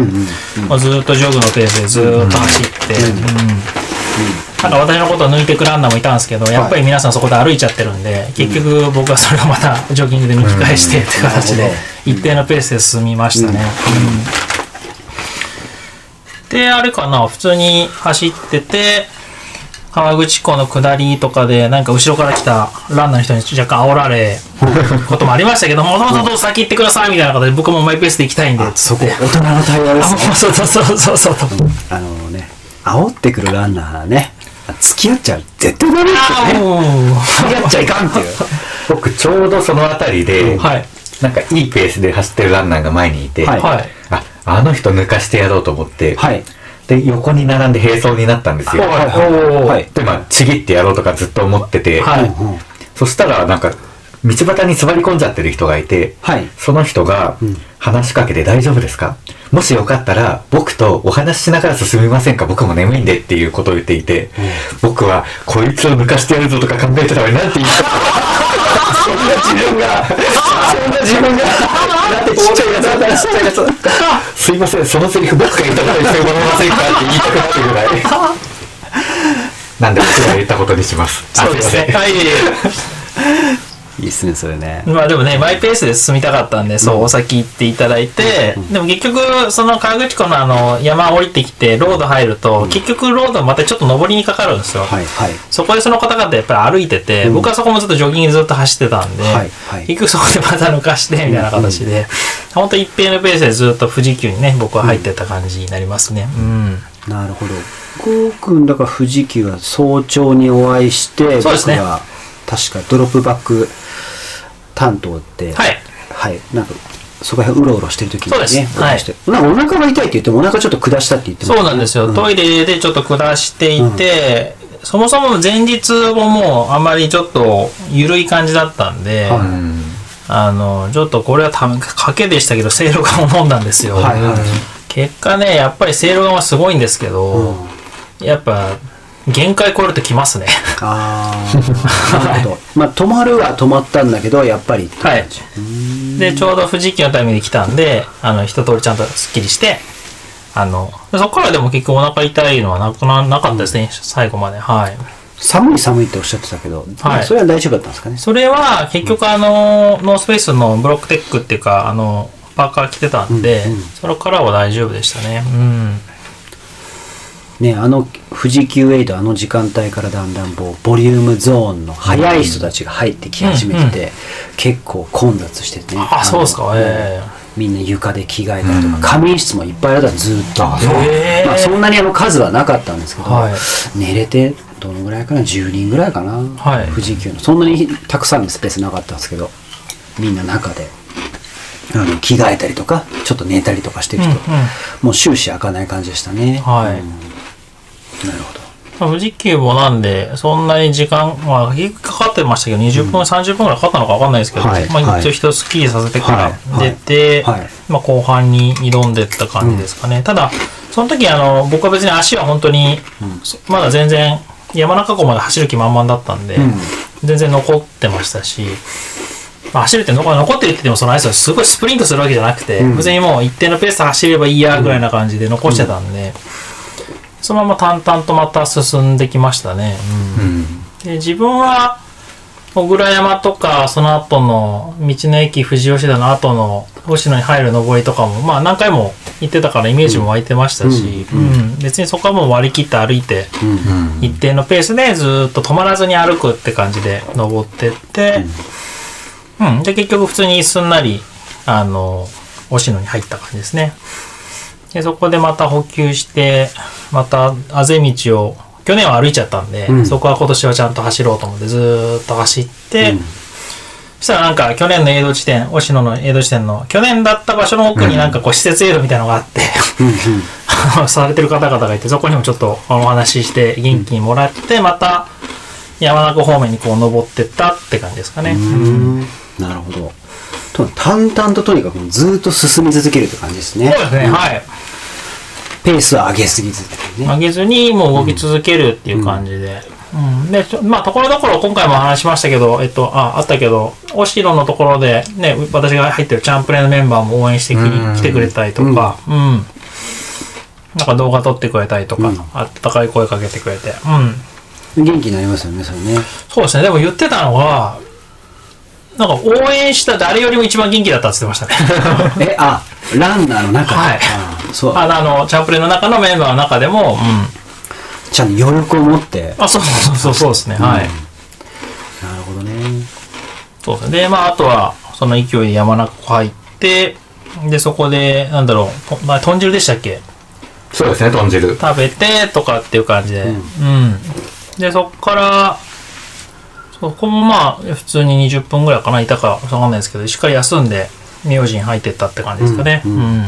Speaker 5: もうずーっとジョグのペースでずーっと走って、うんなんか私のことを抜いてくランナーもいたんですけど、やっぱり皆さんそこで歩いちゃってるんで、結局僕はそれをまたジョギングで抜き返してって形
Speaker 3: な
Speaker 5: で
Speaker 3: るほ、
Speaker 5: 一定のペースで進みましたね。うんで、あれかな、普通に走ってて、川口湖の下りとかで、なんか後ろから来たランナーの人に若干煽ら れ、こともありましたけど、もともとどうぞ先行ってくださいみたいな形で、僕もマイペースで行きたいんで、
Speaker 3: そこ、大人の対話で
Speaker 5: あ、
Speaker 3: す
Speaker 5: も
Speaker 3: ね。
Speaker 5: うそうそうそうそ うそうと。
Speaker 3: あのね、煽ってくるランナーね、付き合っちゃう。絶対ダメです
Speaker 5: あ
Speaker 3: よね。
Speaker 5: もう、
Speaker 3: 付き合っちゃいかんっていう。
Speaker 4: 僕ちょうどその辺りで、
Speaker 5: はい。
Speaker 4: なんかいいペースで走ってるランナーが前にいて、
Speaker 3: はい
Speaker 5: はい。
Speaker 4: ああの人抜かしてやろうと思って、
Speaker 3: はい。
Speaker 4: で横に並んで並走になったんですよ、
Speaker 5: は
Speaker 3: は
Speaker 5: い
Speaker 3: いはい
Speaker 4: でまあちぎってやろうとかずっと思ってて、
Speaker 5: はい
Speaker 3: うんうん
Speaker 4: そしたらなんか道端に座り込んじゃってる人がいて、
Speaker 3: はい
Speaker 4: その人が話しかけて大丈夫ですか、もしよかったら僕とお話ししながら進みませんか僕も眠いんでっていうことを言っていて、僕はこいつを抜かしてやるぞとか考えてたのになんて言ったかそんな自分がそんな自分がなんてちっちゃいやつなんてちっちゃいやつすいませんそのセリフ僕が言ったことにしてもらえませんかって言いたくなってぐらい なんで僕が言ったことにしますあ
Speaker 5: そうですね。
Speaker 4: いません
Speaker 5: はい。
Speaker 3: いいっすね、それね。
Speaker 5: まあでもね、マイペースで進みたかったんで、そう、お先行っていただいて、でも結局、その河口湖のあの、山降りてきて、ロード入ると、結局ロードまたちょっと登りにかかるんですよ。
Speaker 3: はい、はい。
Speaker 5: そこでその方々やっぱり歩いてて、僕はそこもずっとジョギングずっと走ってたんで、
Speaker 3: はいはい
Speaker 5: 結局そこでまた抜かしてみたいな形で、本当一平のペースでずっと富士急にね、僕は入ってった感じになりますね。うん。
Speaker 3: なるほど。こうくんだから富士急は早朝にお会いして、
Speaker 5: そうですね
Speaker 3: 僕が確かドロップバック担当って、
Speaker 5: はい。
Speaker 3: はい、なんかそこら辺うろうろしてる時にね、
Speaker 5: そうです
Speaker 3: お会してなんかお腹が痛いって言ってもお腹ちょっと下したって言ってまし
Speaker 5: そ
Speaker 3: た
Speaker 5: うなんですよ、トイレでちょっと下していて、そもそも前日ももうあまりちょっと緩い感じだったんで、
Speaker 3: はい
Speaker 4: うん
Speaker 5: あのちょっとこれは多分賭けでしたけどせいろがを飲んだんですよ、
Speaker 3: はいはい
Speaker 5: 結果ねやっぱりせいろがはすごいんですけど、やっぱ限界超えるときますね
Speaker 3: ああ なるほどまあ泊まるは泊まったんだけどやっぱりって
Speaker 5: はいでちょうど富士急のタイミングで来たんであの一通りちゃんとすっきりしてあのそこからでも結局お腹痛いのはなくななかったですね、最後まではい
Speaker 3: 寒い寒いっておっしゃってたけど、
Speaker 5: はい
Speaker 3: それは大丈夫だったんですかね
Speaker 5: それは結局あの、ノースペースのブロックテックっていうかあのパーカー着てたんで、
Speaker 3: うんうん
Speaker 5: それからは大丈夫でしたねうん
Speaker 3: ねあの富士急エイドあの時間帯からだんだんこうボリュームゾーンの早い人たちが入ってき始めてて、結構混雑しててね
Speaker 5: あそうです
Speaker 3: あ
Speaker 5: か
Speaker 3: の
Speaker 5: え
Speaker 3: みんな床で着替えたりとか、仮眠室もいっぱいあったのずーっと、
Speaker 5: へー
Speaker 3: まあ、そんなにあの数はなかったんですけど、
Speaker 5: はい
Speaker 3: 寝れてどのぐらいかな10人ぐらいかな、
Speaker 5: はい
Speaker 3: 富士急のそんなにたくさんのスペースなかったんですけどみんな中であの着替えたりとかちょっと寝たりとかしてる人、
Speaker 5: うんうん
Speaker 3: もう終始開かない感じでしたね
Speaker 5: はい
Speaker 3: うんなるほど
Speaker 5: まあ富士急もなんでそんなに時間まあ結構かかってましたけど20分、30分ぐらいかかったのかわかんないですけど、
Speaker 3: はい
Speaker 5: ま
Speaker 3: は
Speaker 5: あ、
Speaker 3: い
Speaker 5: 一応人スッキリさせてか
Speaker 3: は
Speaker 5: ら
Speaker 3: い
Speaker 5: 出て、
Speaker 3: はいはい
Speaker 5: まあ、後半に挑んでった感じですかね、ただその時あの僕は別に足は本当に、そまだ全然山中湖まで走る気満々だったん
Speaker 3: ん
Speaker 5: で、全然残ってましたし、まあ、走るって残残ってるって言ってもそのアイスはすごいスプリントするわけじゃなくて、別にもう一定のペースで走ればいいやぐらいな感じで残してたんで、そのまま淡々とまた進んできましたね。うんで自分は小倉山とかその後の道の駅富士吉田の後の星野に入る上りとかもまあ何回も行ってたからイメージも湧いてましたし、うん別にそこはもう割り切って歩いて一定のペースでずーっと止まらずに歩くって感じで登ってって、うんで結局普通にすんなりあの星野に入った感じですね。でそこでまた補給してまたあぜ道を去年は歩いちゃったんで、
Speaker 3: ん
Speaker 5: そこは今年はちゃんと走ろうと思ってずーっと走って、そしたらなんか去年のエイド地点星野のエイド地点の去年だった場所の奥になんかこう施設エイドみたいなのがあって、 されてる方々がいてそこにもちょっとお話しして元気にもらって、また山中湖方面にこう登ってったって感じですかね。
Speaker 3: なるほど。と淡々ととにかくずっと進み続けるって感じですね
Speaker 5: そうですね、はい。
Speaker 3: ペースは上げすぎずっていうね
Speaker 5: 上げずにもう動き続けるっていう感じで。うんでちょまあ、ところどころ今回も話しましたけど、えっと、ああったけど、オシロのところで、ね、私が入ってるチャンプレーのメンバーも応援してき
Speaker 4: うん
Speaker 5: 来てくれたりとか、うんなんか動画撮ってくれたりとか、
Speaker 3: うん
Speaker 5: あったかい声かけてくれて、うん、
Speaker 3: 元気になりますよねそれね
Speaker 5: そうですね、でも言ってたのは、なんか応援した誰よりも一番元気だったって言ってました ね。
Speaker 3: えあランナーの中で、
Speaker 5: はい
Speaker 3: あそう
Speaker 5: ああの、チャンプレーの中のメンバーの中でも、うん、
Speaker 3: ちゃんと余力を持って
Speaker 5: あ、そうそうそうそうですね、は
Speaker 3: な
Speaker 5: い。
Speaker 3: るほどね
Speaker 5: そうですね。で、まあ、あとは、その勢いで山中湖入って、で、そこで、なんだろう、とまあ、豚汁でしたっけ
Speaker 4: そうですね、豚汁。
Speaker 5: 食べて、とかっていう感じで。
Speaker 3: う
Speaker 5: うんん。で、そこから、そこもまあ、普通に20分ぐらいかな、いたかわかんないですけど、しっかり休んで、明神入ってったって感じですかね。うん。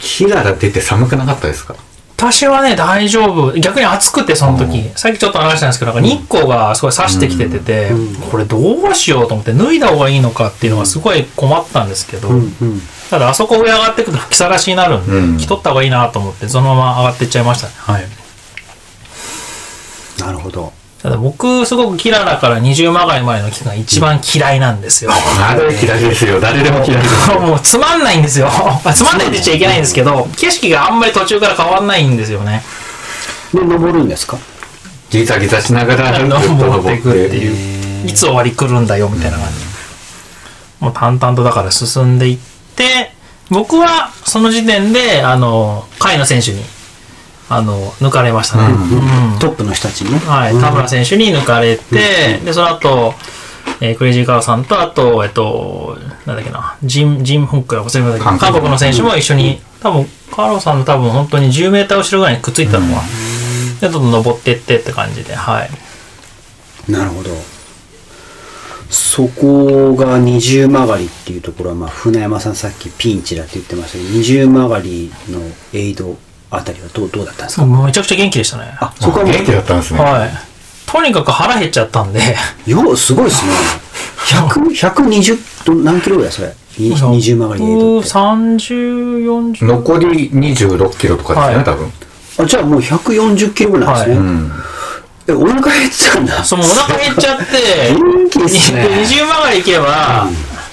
Speaker 4: キララ出て寒くなかったですか
Speaker 5: 私はね、大丈夫。逆に暑くて、その時。さっきちょっと話したんですけど、なんか日光がすごい差してきててて、これどうしようと思って、脱いだ方がいいのかっていうのがすごい困ったんですけど、
Speaker 3: うんうん
Speaker 5: ただあそこ上上がってくると吹きさらしになるんで、
Speaker 4: うん
Speaker 5: 着とった方がいいなと思ってそのまま上がっていっちゃいましたね、はい、
Speaker 3: なるほど
Speaker 5: ただ僕すごくキララから二重曲がりまでの期間が一番嫌いなんですよ、
Speaker 4: あれ嫌いですよ。誰でも嫌いです。
Speaker 5: もうつまんないんですよ あつまんないって言っちゃいけないんですけど景色があんまり途中から変わんないんですよね
Speaker 3: で登るんですか
Speaker 4: ギザギザしながらずっと
Speaker 5: 登って
Speaker 4: 登
Speaker 5: い
Speaker 4: っ
Speaker 5: くって
Speaker 4: て。
Speaker 5: いういつ終わり来るんだよみたいな感じ、もう淡々とだから進んでいって僕はその時点であの甲斐野選手にあの抜かれましたね、うん
Speaker 3: トップの人たちにね
Speaker 5: はい、田村選手に抜かれて、で、その後、えークレイジーカーさんと、あと、えっと、なんだっけな、ジン、ジンフックや忘れましたけど、
Speaker 4: 韓国
Speaker 5: 韓国の選手も一緒に、多分、カーロさんの多分本当に10メーター後ろぐらいにくっついたのが、で、どんどん登ってってって感じで、はい。
Speaker 3: なるほどそこが二重曲がりっていうところは、まあ、船山さんさっきピンチだって言ってましたけど二重曲がりのエイドあたりはどうどうだったんですか、
Speaker 5: もうめちゃくちゃ元気でしたね。
Speaker 3: あそこはも
Speaker 4: 元気だったんですね。
Speaker 5: はい。とにかく腹減っちゃったんで、
Speaker 3: うようすごいですね100 120ど何キロぐらいそれに二重曲がりエイドって
Speaker 5: 30、40。
Speaker 4: 残り26キロとかですよね、
Speaker 5: はい
Speaker 4: 多分。
Speaker 3: あじゃあもう140キロぐらいなんです
Speaker 4: う
Speaker 3: ね、
Speaker 4: ん。
Speaker 3: えお腹減ってたんだ
Speaker 5: そう、もうお腹減っちゃって、
Speaker 3: 元気ですね
Speaker 5: 二重曲がり行けば、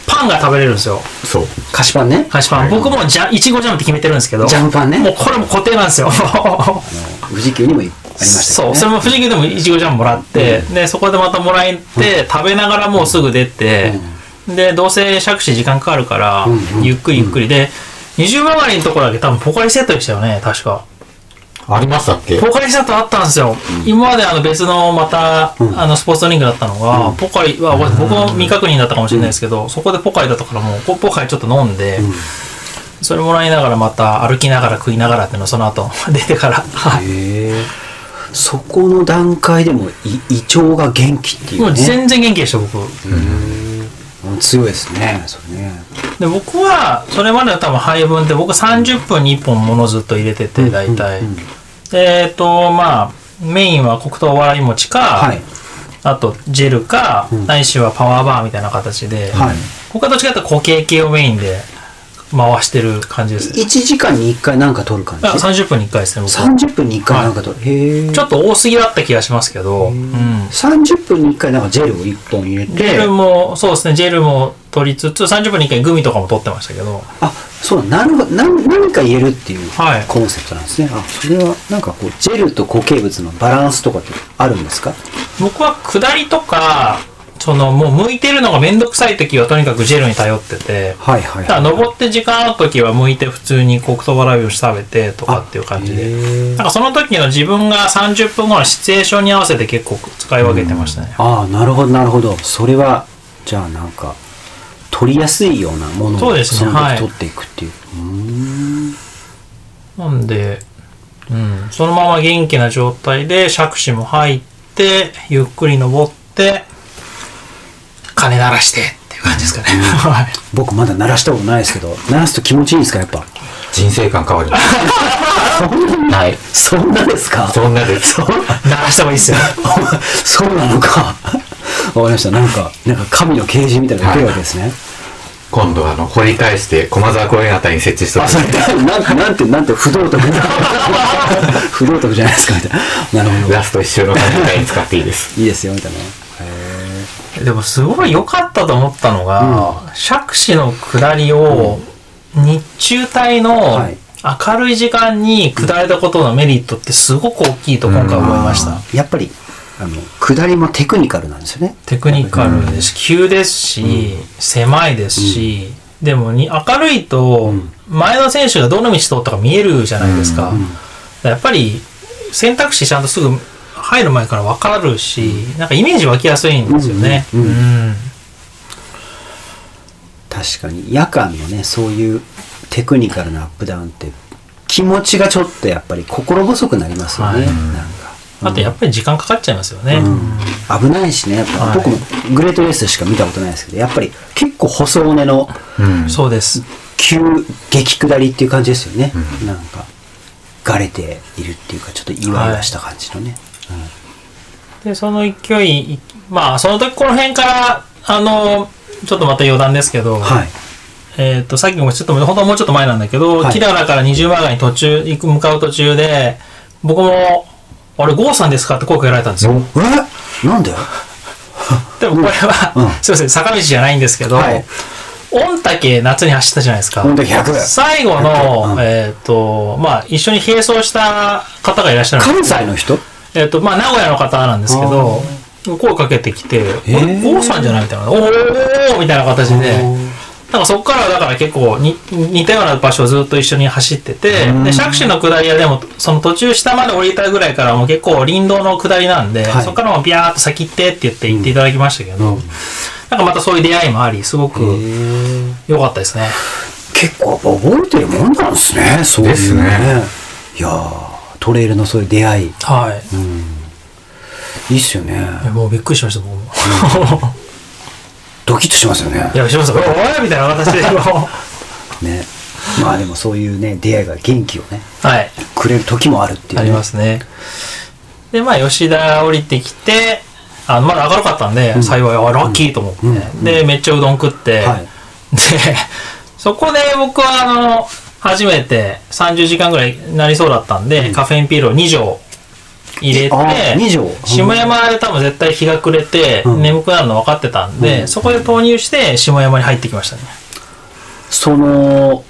Speaker 5: パンが食べれるんですよ。
Speaker 4: そう。
Speaker 3: 菓子パンね
Speaker 5: 菓子パン、僕もじゃいちごジャムって決めてるんですけど
Speaker 3: ジャムパンね
Speaker 5: もうこれも固定なんですよ
Speaker 3: 富士急にもありましたけ
Speaker 5: そ
Speaker 3: ど、ね、
Speaker 5: うそれも富士急でもいちごジャムもらって、でそこでまたもらえて、食べながらもうすぐ出て、でどうせ杓子時間かかるから、ゆっくりゆっくりで二重曲がりのところだけ多分ポカリセットでしたよね確か
Speaker 4: ありましたっけ
Speaker 5: ポカリセットあったんですよ、今まであの別のまた、あのスポーツドリンクだったのが、ポカリは僕も未確認だったかもしれないですけど、そこでポカリだったからもうこポカリちょっと飲んで、それもらいながらまた歩きながら食いながらっていうのをその後出てから、はい
Speaker 3: へえそこの段階でもい胃腸が元気ってい
Speaker 5: も
Speaker 3: う
Speaker 5: う
Speaker 3: ね
Speaker 5: 全然元気でした僕、
Speaker 3: 強いですねそれね
Speaker 5: で僕はそれまでは多分配分で僕30分に1本ものずっと入れてて大体、でえっ、とまあメインは黒糖わらび餅か、
Speaker 3: はい
Speaker 5: あとジェルか、
Speaker 3: ん
Speaker 5: ないしはパワーバーみたいな形で、
Speaker 3: はい
Speaker 5: 僕はどっちかというと固形系をメインで回してる感じですね
Speaker 3: 1時間に1回何か取る感じ
Speaker 5: あ30分に1回ですね僕は
Speaker 3: 30分に1回何か取る、へえ
Speaker 5: ちょっと多すぎだった気がしますけど、うん、
Speaker 3: 30分に1回なんかジェルを1本入れ
Speaker 5: ジェ
Speaker 3: て
Speaker 5: ルもそうですねジェルも取りつつ30分に1回グミとかも取ってましたけど
Speaker 3: あそうなるほどなん何か入れるっていう
Speaker 5: はい
Speaker 3: コンセプトなんですね、あそれはなんかこうジェルと固形物のバランスとかってあるんですか
Speaker 5: 僕は下りとかそのもう向いてるのがめんどくさい時はとにかくジェルに頼ってて
Speaker 3: はいはい
Speaker 5: だから登って時間ある時は向いて普通に黒糖わらびを食べてとかっていう感じ
Speaker 3: あへ
Speaker 5: で
Speaker 3: ー
Speaker 5: なんかその時の自分が30分後のシチュエーションに合わせて結構使い分けてましたね、
Speaker 3: ああなるほどなるほどそれはじゃあなんか取りやすいようなものを
Speaker 5: そうですね
Speaker 3: の時
Speaker 5: はい
Speaker 3: 取っていくっていう、
Speaker 5: なんで、うん、そのまま元気な状態で杓子も入ってゆっくり登って鐘鳴らしてっていう感じですかね、 はい
Speaker 3: 僕まだ鳴らしたことないですけど鳴らすと気持ちいいんですかやっぱ
Speaker 4: 人生観変わります。はい。
Speaker 3: そんなですか
Speaker 4: そんなです。
Speaker 5: 鳴らした方がいいですよ
Speaker 3: そうなのかわかりましたなんかなんか神の啓示みたいなのが来るわけですね、
Speaker 4: 今度あの掘り返して駒沢公園あたりに設置しと
Speaker 3: あ、
Speaker 4: く
Speaker 3: それ、なんて、なんて、なんて、不道徳。 不道徳じゃないですか、みたいな。なるほど。
Speaker 4: ラスト一周の間みたいに使っていいです
Speaker 3: いいですよ、みたいな。
Speaker 5: でもすごい良かったと思ったのが、杓子の下りを日中帯の
Speaker 3: はい
Speaker 5: 明るい時間に下れたことのメリットってすごく大きいと今回思いました。
Speaker 3: やっぱり、あの、下りもテクニカルなんですよね。
Speaker 5: テクニカルですし、急ですし、狭いですし、でもに明るいと前の選手がどの道通ったか見えるじゃないですか。やっぱり選択肢ちゃんとすぐ入る前から分かるし、なんかイメージ湧きやすいんですよね。
Speaker 3: うんうんう
Speaker 5: うん
Speaker 3: 確かに。夜間のね、そういうテクニカルなアップダウンって、気持ちがちょっとやっぱり心細くなりますよね。
Speaker 5: はい
Speaker 3: なんか。
Speaker 5: あとやっぱり時間かかっちゃいますよね。
Speaker 3: うん危ないしね、やっぱ、
Speaker 5: はい
Speaker 3: 僕もグレートレースしか見たことないですけど、やっぱり結構細尾根の
Speaker 4: うん
Speaker 5: そうです。
Speaker 3: 急激下りっていう感じですよね、なんかがれているっていうかちょっとイワイワした感じのね、
Speaker 5: で、その勢い、いまあ、その時この辺から、あの、ちょっとまた余談ですけど、
Speaker 3: はい、
Speaker 5: えっ、と、さっきもちょっと、本当はもうちょっと前なんだけど、
Speaker 3: はい
Speaker 5: キララから二重マガに途中、行く、向かう途中で、僕も、あれ、ゴーさんですかって声かけられたんですよ。
Speaker 3: えなんだよ
Speaker 5: でもこれは、
Speaker 3: うん
Speaker 5: すいません、坂道じゃないんですけど、
Speaker 3: はい
Speaker 5: 御嶽夏に走ったじゃないですか。
Speaker 3: 御嶽100
Speaker 5: 最後の、
Speaker 3: うん
Speaker 5: えっ、と、まあ、一緒に並走した方がいらっしゃるんですけ
Speaker 3: 関西
Speaker 5: ど
Speaker 3: の人
Speaker 5: えっ、と、まあ、名古屋の方なんですけど、声かけてきて、あれ、
Speaker 3: ー
Speaker 5: 郷さんじゃないみたいな、おーおーおーみたいな形で、なんかそこからだから結構に似たような場所をずっと一緒に走ってて、で、杓子の下りはでも、その途中下まで降りたぐらいからもう結構林道の下りなんで、
Speaker 3: はい
Speaker 5: そこからもビャーっと先行ってって言って行っていただきましたけど、なんかまたそういう出会いもあり、すごく良かったですね。
Speaker 3: 結構やっぱ覚えてるもんなんですねそういう
Speaker 4: ですね
Speaker 3: いやートレイルのそういう出会い
Speaker 5: はい。
Speaker 3: いいっすよね
Speaker 5: いやもうびっくりしました、僕も。
Speaker 3: ドキッとしますよね
Speaker 5: いや、しました、おーみたいな形で、 も
Speaker 3: ねまあでもそういうね出会いが元気をね
Speaker 5: うはい。
Speaker 3: くれる時もあるっていう、ね、
Speaker 5: ありますね。で、まあ、吉田降りてきて、あのまだ明るかったんで、幸い、あ、ラッキーと思って、
Speaker 3: うんうん
Speaker 5: で、めっちゃうどん食って、
Speaker 3: はい
Speaker 5: で、そこで僕は、あの、初めて30時間ぐらいになりそうだったんで、カフェインピールを2錠入れて、
Speaker 3: あ2錠
Speaker 5: 下山で多分絶対日が暮れて、
Speaker 3: うん
Speaker 5: 眠くなるの分かってたんで、そこで投入して、下山に入ってきましたね。
Speaker 3: その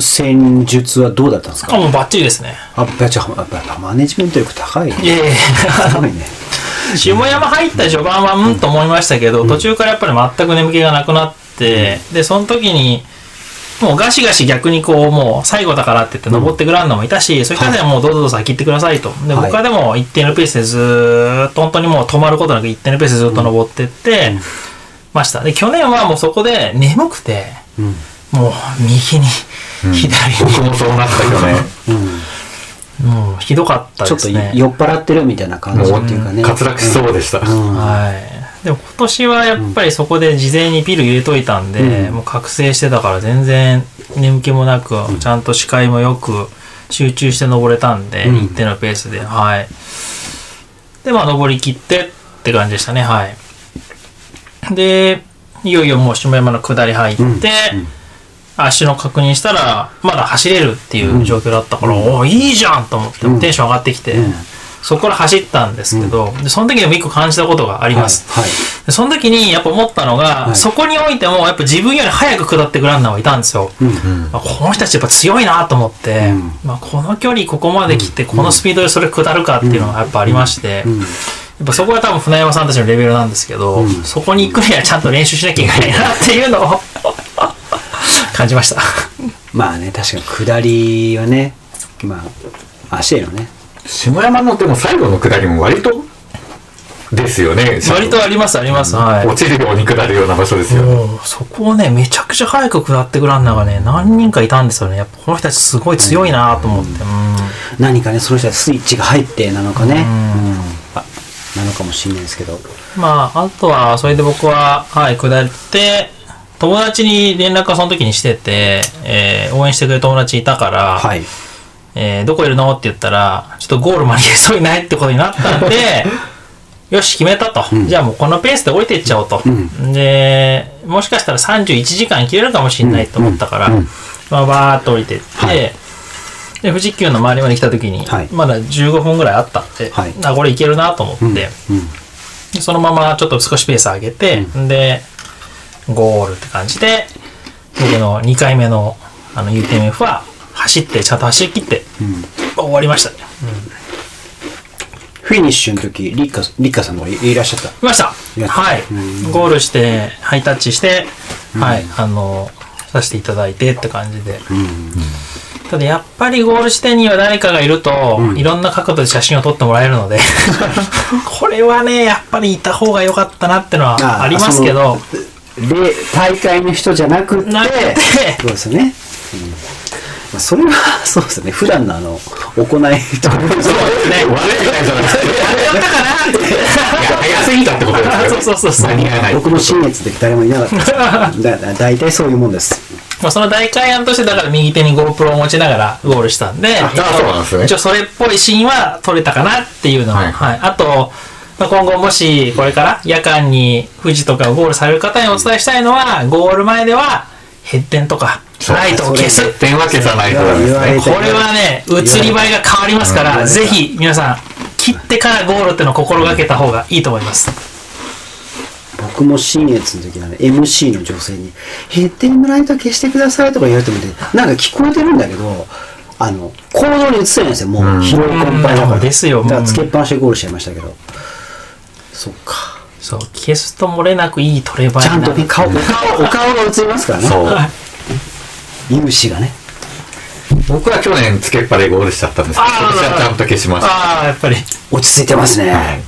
Speaker 3: 戦術はどうだったんです
Speaker 5: あ、
Speaker 3: か
Speaker 5: もうバッチリですね。
Speaker 3: あやっぱやっぱマネジメント力高い
Speaker 5: いやいやいや
Speaker 3: 高いね
Speaker 5: 下山入った序盤はうんと思いましたけど、途中からやっぱり全く眠気がなくなって、でその時にもうガシガシ逆にこうもう最後だからって言って登ってくらんのもいたし、そういったらもうどうぞどうぞ先行ってくださいとで、
Speaker 3: はい
Speaker 5: 僕はでも一定のペースでずーっと本当にもう止まることなく一定のペースでずっと登ってってましたで去年はもうそこで眠くて、もう右に左に、
Speaker 4: 僕もそうなったよね
Speaker 5: もうひどかった
Speaker 3: ちょ
Speaker 5: で
Speaker 3: っと
Speaker 5: す
Speaker 3: い
Speaker 5: ね
Speaker 3: 酔っ払ってるみたいな感じっていうかね
Speaker 4: 滑落しそうでした、
Speaker 5: はい。でも今年はやっぱりそこで事前にピル入れといたんで、
Speaker 3: うん
Speaker 5: もう覚醒してたから全然眠気もなく、ちゃんと視界もよく集中して登れたんで、
Speaker 3: うん
Speaker 5: 一定のペースで、はい。で、まあ登り切ってって感じでしたね、はい。で、いよいよもう下山の下り入って、足の確認したら、まだ走れるっていう状況だったから、おお、いいじゃんと思って、テンション上がってきて、
Speaker 3: うん
Speaker 5: そこから走ったんですけど、でその時でも一個感じたことがあります。
Speaker 3: はい
Speaker 5: でその時にやっぱ思ったのが、
Speaker 3: はい
Speaker 5: そこにおいてもやっぱ自分より早く下ってくランナーはいたんですよ。まあこの人たちやっぱ強いなと思って、
Speaker 3: うん
Speaker 5: まあ、この距離ここまで来て、このスピードでそれ下るかっていうのがやっぱありまして、やっぱそこが多分船山さんたちのレベルなんですけど、そこに行くにはちゃんと練習しなきゃいけないなっていうのを 感じました。
Speaker 3: まあね確かに下りはねまあ足へのね
Speaker 4: 下山のでも最後の下りも割とですよね
Speaker 5: 割とありますあります。はい。
Speaker 4: 落ちるように下るような場所ですよ、
Speaker 5: もうそこをねめちゃくちゃ早く下ってくランナーがね何人かいたんですよねやっぱこの人たちすごい強いなと思って、うん
Speaker 3: 何かねその人はスイッチが入ってなのかねうんあなのかもしれないですけど
Speaker 5: まああとはそれで僕ははい下って友達に連絡はその時にしてて、えー応援してくれる友達いたから、
Speaker 3: はい
Speaker 5: えーどこいるのって言ったらちょっとゴールまで急いないってことになった んでよし決めたと、じゃあもうこのペースで降りていっちゃおうと、でもしかしたら31時間切れるかもしれないと思ったから、
Speaker 3: うんうん
Speaker 5: まあ、バーっと降りてって、
Speaker 3: はい
Speaker 5: で富士急の周りまで来た時に、
Speaker 3: はい
Speaker 5: まだ15分ぐらいあったんで、
Speaker 3: はい
Speaker 5: あこれいけるなと思って、でそのままちょっと少しペース上げて、でゴールって感じで僕の2回目のあの UTMF は走ってちゃんと走り切って、終わりましたね。
Speaker 3: フィニッシュの時、リッカ、リッカさんもいいらっしゃった。
Speaker 5: いました
Speaker 3: やった
Speaker 5: はいゴールしてハイタッチして、はいあのさせていただいてって感じで、ただやっぱりゴール地点には誰かがいると、いろんな角度で写真を撮ってもらえる のでこれはねやっぱりいた方が良かったなってのはありますけど
Speaker 3: で、大会の人じゃなくて、
Speaker 5: なくて
Speaker 3: そうですよね。うんまあそれは、 そうですね。普段のあの、行いとか、
Speaker 4: ね、悪いみたいじゃなくて、
Speaker 5: やったかなって
Speaker 4: 早すぎたってことですよ
Speaker 5: そうそうそうそう
Speaker 4: 間に合わない。
Speaker 3: 僕の新月で誰もいなかったです だだ大体そういうもんです。
Speaker 5: まあその大会案としてだから右手に GoPro を持ちながらゴールしたんで
Speaker 4: あそうなんですね
Speaker 5: 一応それっぽいシーンは撮れたかなっていうのは、
Speaker 4: は
Speaker 5: はいいあと、まあ、今後もしこれから夜間に富士とかゴールされる方にお伝えしたいのはゴール前ではヘッデンとかライトを消すこ
Speaker 4: 電話消さないとダメです
Speaker 3: 言われ
Speaker 4: ね
Speaker 3: て。
Speaker 5: れはね映り映えが変わりますからぜひ皆さん切ってからゴールってのを心がけた方がいいと思います
Speaker 3: 僕も新月の時のあの MC の女性に、ヘッディングライト消してくださいとか言われてもね、なんか聞こえてるんだけど、あの、行動に移せないんですよ。もう疲労困憊だか
Speaker 5: う
Speaker 3: ら。
Speaker 5: んですよ
Speaker 3: だか
Speaker 5: う
Speaker 3: ら
Speaker 5: ん
Speaker 3: つけっぱなしでゴールしちゃいましたけど。そっか。
Speaker 5: そう消すと漏れなくいい撮れ映えになる
Speaker 3: ちゃんとね顔、お顔、お顔が映りますからね。
Speaker 4: そう。
Speaker 3: 有志がね。
Speaker 4: 僕は去年つけっぱでゴールしちゃったんですけど、
Speaker 5: あー
Speaker 4: 今年はちゃんと消しました。
Speaker 5: ああやっぱり
Speaker 3: 落ち着いてますね。
Speaker 4: はい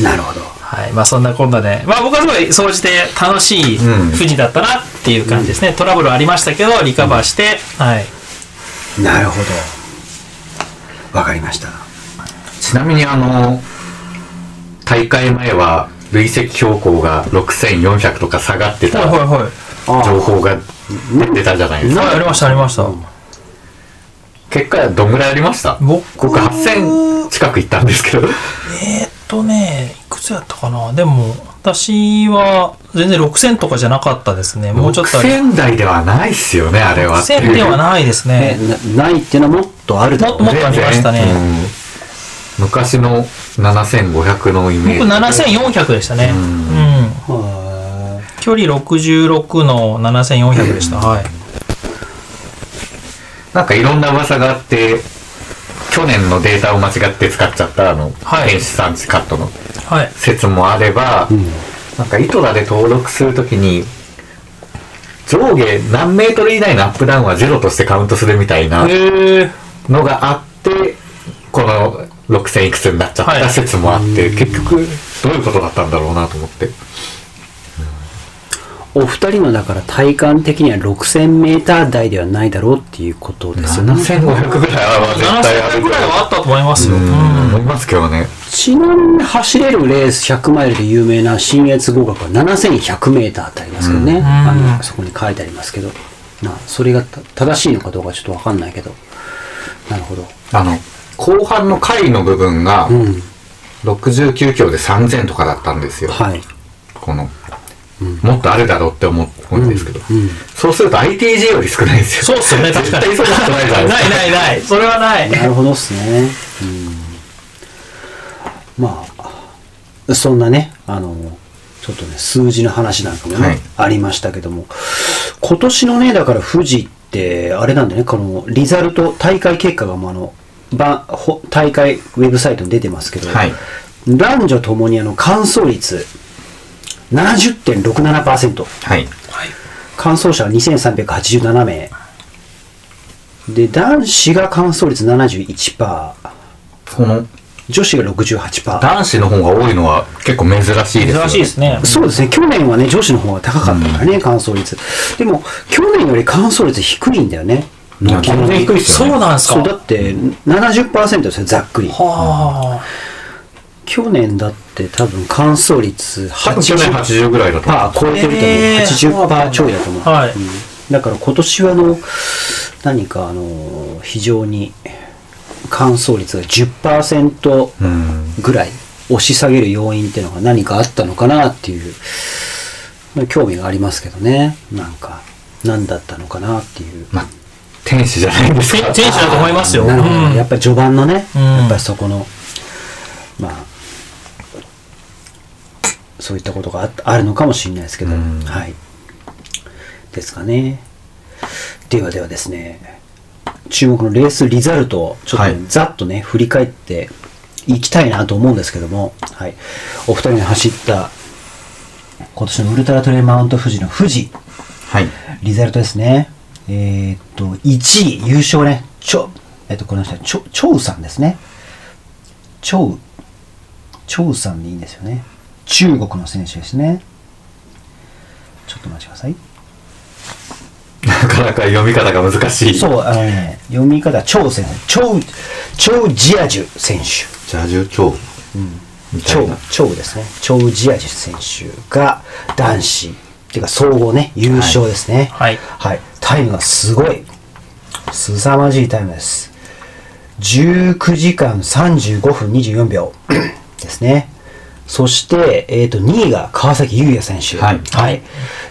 Speaker 3: うんなるほど。
Speaker 5: はい、まあそんなこんなで、まあ僕はすごい総じて楽しい
Speaker 4: うん
Speaker 5: 富士だったなっていう感じですね。トラブルありましたけど、リカバーして、はい。
Speaker 3: なるほど。わかりました。
Speaker 4: ちなみにあの、大会前は累積標高が6400とか下がってた
Speaker 5: いは
Speaker 4: 情報が出てたじゃないです
Speaker 5: い。
Speaker 4: か。
Speaker 5: はい、ありました、ありました。
Speaker 4: 結果どんぐらいありました
Speaker 5: 僕
Speaker 4: 僕8000近く行ったんですけど。
Speaker 5: えーっとね、いくつやったかなでも、私は全然6000とかじゃなかったですね。 もうちょっとあり
Speaker 4: 6000台ではないっすよね、あれは。
Speaker 5: 6000ではないです
Speaker 3: え
Speaker 5: ね。
Speaker 3: なないっていうのはもっとあるだろう
Speaker 5: もっとありましたね
Speaker 4: 全然うん昔の7500のイメージ
Speaker 5: 僕7400でしたね。うん。
Speaker 3: は
Speaker 5: 距離66の7400でした。はい。
Speaker 4: なんかいろんな噂があって去年のデータを間違って使っちゃったあの
Speaker 5: はい
Speaker 4: 電子産地カットの
Speaker 5: はい。
Speaker 4: 説もあれば、なんか糸田で登録するときに上下何メートル以内のアップダウンはゼロとしてカウントするみたいな
Speaker 5: へえ。
Speaker 4: のがあってこの6000いくつになっちゃっ
Speaker 5: は
Speaker 4: た
Speaker 5: い
Speaker 4: 説もあって、結局どういうことだったんだろうなと思って
Speaker 3: いお二人のだから体感的には6000メーター台ではないだろうっていうことですよね。
Speaker 4: 7500ぐらいは絶対あ
Speaker 5: 7000
Speaker 4: る
Speaker 5: ぐらいはあったと思いますよ。
Speaker 4: うん思いますけどね
Speaker 3: ちなみに走れるレース100マイルで有名な新越合格は7100メーターってありますけどね。あの、そこに書いてありますけど。な、それがた正しいのかどうかちょっとわかんないけど。なるほど。
Speaker 4: あの後半の回の部分が
Speaker 3: うん。
Speaker 4: 69キロで3000とかだったんですよ、
Speaker 3: はい。
Speaker 4: この、もっとあるだろうって思うんですけど、そうすると ITG より少ないです
Speaker 5: そう
Speaker 4: よ
Speaker 5: っすよね、確かに。
Speaker 4: 絶対そんなことないじゃないですか
Speaker 5: ないないないそれはない。
Speaker 3: なるほどっすね。うん、まあ、そんなね、あの、ちょっとね、数字の話なんかもね、
Speaker 4: はい
Speaker 3: ありましたけども、今年のね、だから富士って、あれなんだよね、このリザルト、大会結果がもうあの、ばほ大会ウェブサイトに出てますけど、
Speaker 4: はい
Speaker 3: 男女ともにあの完走率70.67%。
Speaker 4: はい
Speaker 3: 完走者は2387名で男子が完走率71%
Speaker 4: この
Speaker 3: 女子が68%
Speaker 4: 男子の方が多いのは結構珍しいですよ
Speaker 5: 珍しいですね。
Speaker 3: そうですね去年はね女子の方が高かったからね、完走率でも去年より完走率低いんだよね
Speaker 4: いや全然低いです
Speaker 5: そ
Speaker 4: よ
Speaker 5: う
Speaker 4: ね
Speaker 5: なんです
Speaker 3: そうだ
Speaker 5: か。
Speaker 3: って70%ですよざっくり
Speaker 5: はあ。
Speaker 3: 去年だって多分完走率
Speaker 4: 多分去年
Speaker 3: 80%
Speaker 4: 80ぐらいだと思う
Speaker 3: 超えてると思う、
Speaker 5: えー
Speaker 3: 80%ちょいだと思う、
Speaker 5: はい
Speaker 3: うんだから今年はあの何かあの非常に乾燥率が10%
Speaker 4: うん
Speaker 3: ぐらい押し下げる要因っていうのが何かあったのかなっていう興味がありますけどねなんか何だったのかなっていう、
Speaker 4: まあ、天使じゃないんです
Speaker 5: 選
Speaker 4: か
Speaker 5: 手だと思いますよ。
Speaker 3: なるほど、
Speaker 5: うん
Speaker 3: やっぱり序盤のね、
Speaker 5: うん
Speaker 3: やっぱりそこのまあそういったことがああるのかもしれないですけど、
Speaker 4: うん
Speaker 3: はいですかねではではですね注目のレースリザルトをちょっ
Speaker 4: は
Speaker 3: と
Speaker 4: い
Speaker 3: ざっとね、振り返っていきたいなと思うんですけども、はい、お二人の走った今年のウルトラトレイマウント富士の富士
Speaker 4: はい
Speaker 3: リザルトですね。えーっと、1位、優勝ね。ちょ、えっと、この人は、ちょ、ちょうさんですね。ちょう、ちょうさんでいいんですよね。中国の選手ですね。ちょっとお待ちください。
Speaker 4: なかなか読み方が難しい
Speaker 3: そう、あのね、読み方、ちょう選手。ちょう、ちょうジアジュ選手。
Speaker 4: ジャジュ長みた
Speaker 3: 超
Speaker 4: いな
Speaker 3: 超ですね超ジアジ選手が男子っていうか総合ね優勝ですね
Speaker 5: はい
Speaker 3: はいタイムがすごい凄まじいタイムです19時間35分24秒ですねそして、えー、と2位が川崎優也選手、
Speaker 4: はい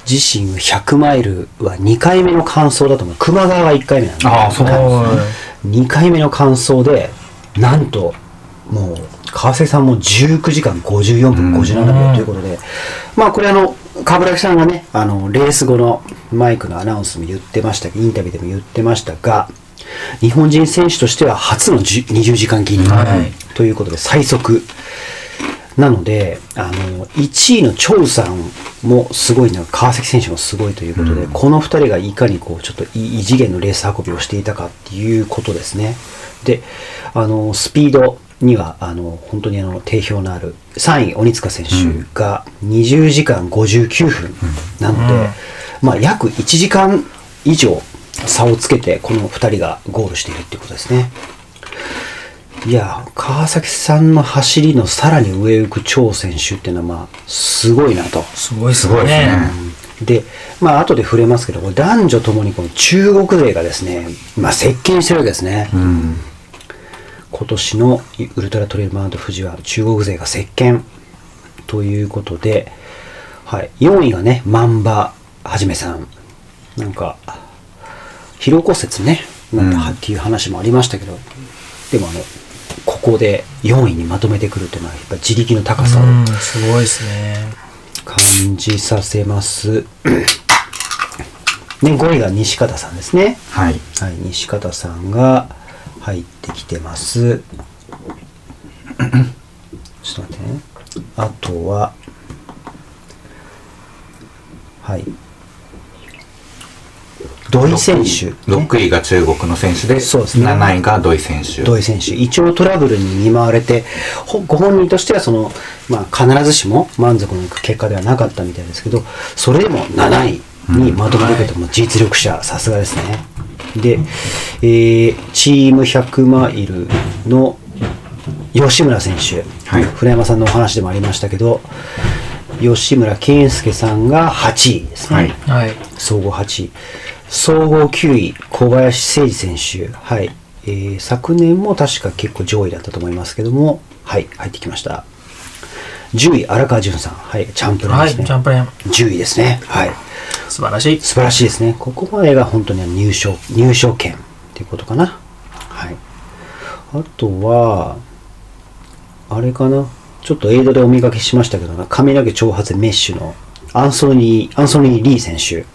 Speaker 3: 自身100マイルは2回目の完走だと思う熊川が1回目なんで
Speaker 4: ああそうなんですね
Speaker 3: 2回目の完走でなんともう川瀬さんも19時間54分57秒ということで、まあこれあの冠城さんがねあのレース後のマイクのアナウンスも言ってましたインタビューでも言ってましたが日本人選手としては初の10 20時間切り
Speaker 5: はい
Speaker 3: ということで最速なのであの1位の張さんもすごいな川崎選手もすごいということで、この2人がいかにこうちょっとい異次元のレース運びをしていたかっていうことですね。であのスピードにはあの本当にあの定評のある3位、鬼塚選手が20時間59分なので、まあ、約1時間以上差をつけてこの2人がゴールしているっていうことですね。いや川崎さんの走りのさらに上を行く張選手っていうのは、まあ、すごいなと。
Speaker 5: すごいです
Speaker 4: すごいですね
Speaker 5: ね。
Speaker 3: で、まあ後で触れますけど、これ男女ともにこの中国勢がですね、まあ、席巻してるわけですね。
Speaker 4: うん
Speaker 3: 今年のウルトラトレイルマウント富士は中国勢が席巻ということで、はい、4位がね、マンバはじめさん。なんか、疲労骨折ね、なんか
Speaker 4: うん
Speaker 3: っていう話もありましたけど、でもあの、ここで4位にまとめてくるというのは、やっぱ自力の高さを
Speaker 5: うん、すごいですね。
Speaker 3: 感じさせます。 ね、5位が西方さんですね。
Speaker 4: はい
Speaker 3: はい、西方さんが入ってきてます。 ちょっと待ってね。あとは、はい。土井選手、ね
Speaker 4: 6位が中国の選手で
Speaker 3: そうですね
Speaker 4: 7位が土井選手
Speaker 3: 土井選手、胃腸トラブルに見舞われて、ほご本人としてはその、まあ、必ずしも満足のいく結果ではなかったみたいですけど、それでも7位にまとめるけども、実力者、さすがですね。で、えーチーム100マイルの吉村選手、
Speaker 4: はい
Speaker 3: 船山さんのお話でもありましたけど、吉村健介さんが8位ですね。
Speaker 4: はい
Speaker 5: はい。
Speaker 3: 総合8位。総合9位、小林誠司選手。はい。えー昨年も確か結構上位だったと思いますけども、はい、入ってきました。10位、荒川潤さん。はい、チャンプルー
Speaker 5: は
Speaker 3: で
Speaker 5: い、
Speaker 3: す
Speaker 5: ジ
Speaker 3: ね。
Speaker 5: ャンプレーン。
Speaker 3: 10位ですね。はい。
Speaker 5: 素晴らしい。
Speaker 3: 素晴らしいですね。ここまでが本当に入賞、入賞権っていうことかな。はい。あとは、あれかな。ちょっと映像でお見かけしましたけどな、髪の毛長髪メッシュのアンソニー、アンソニー・リー選手。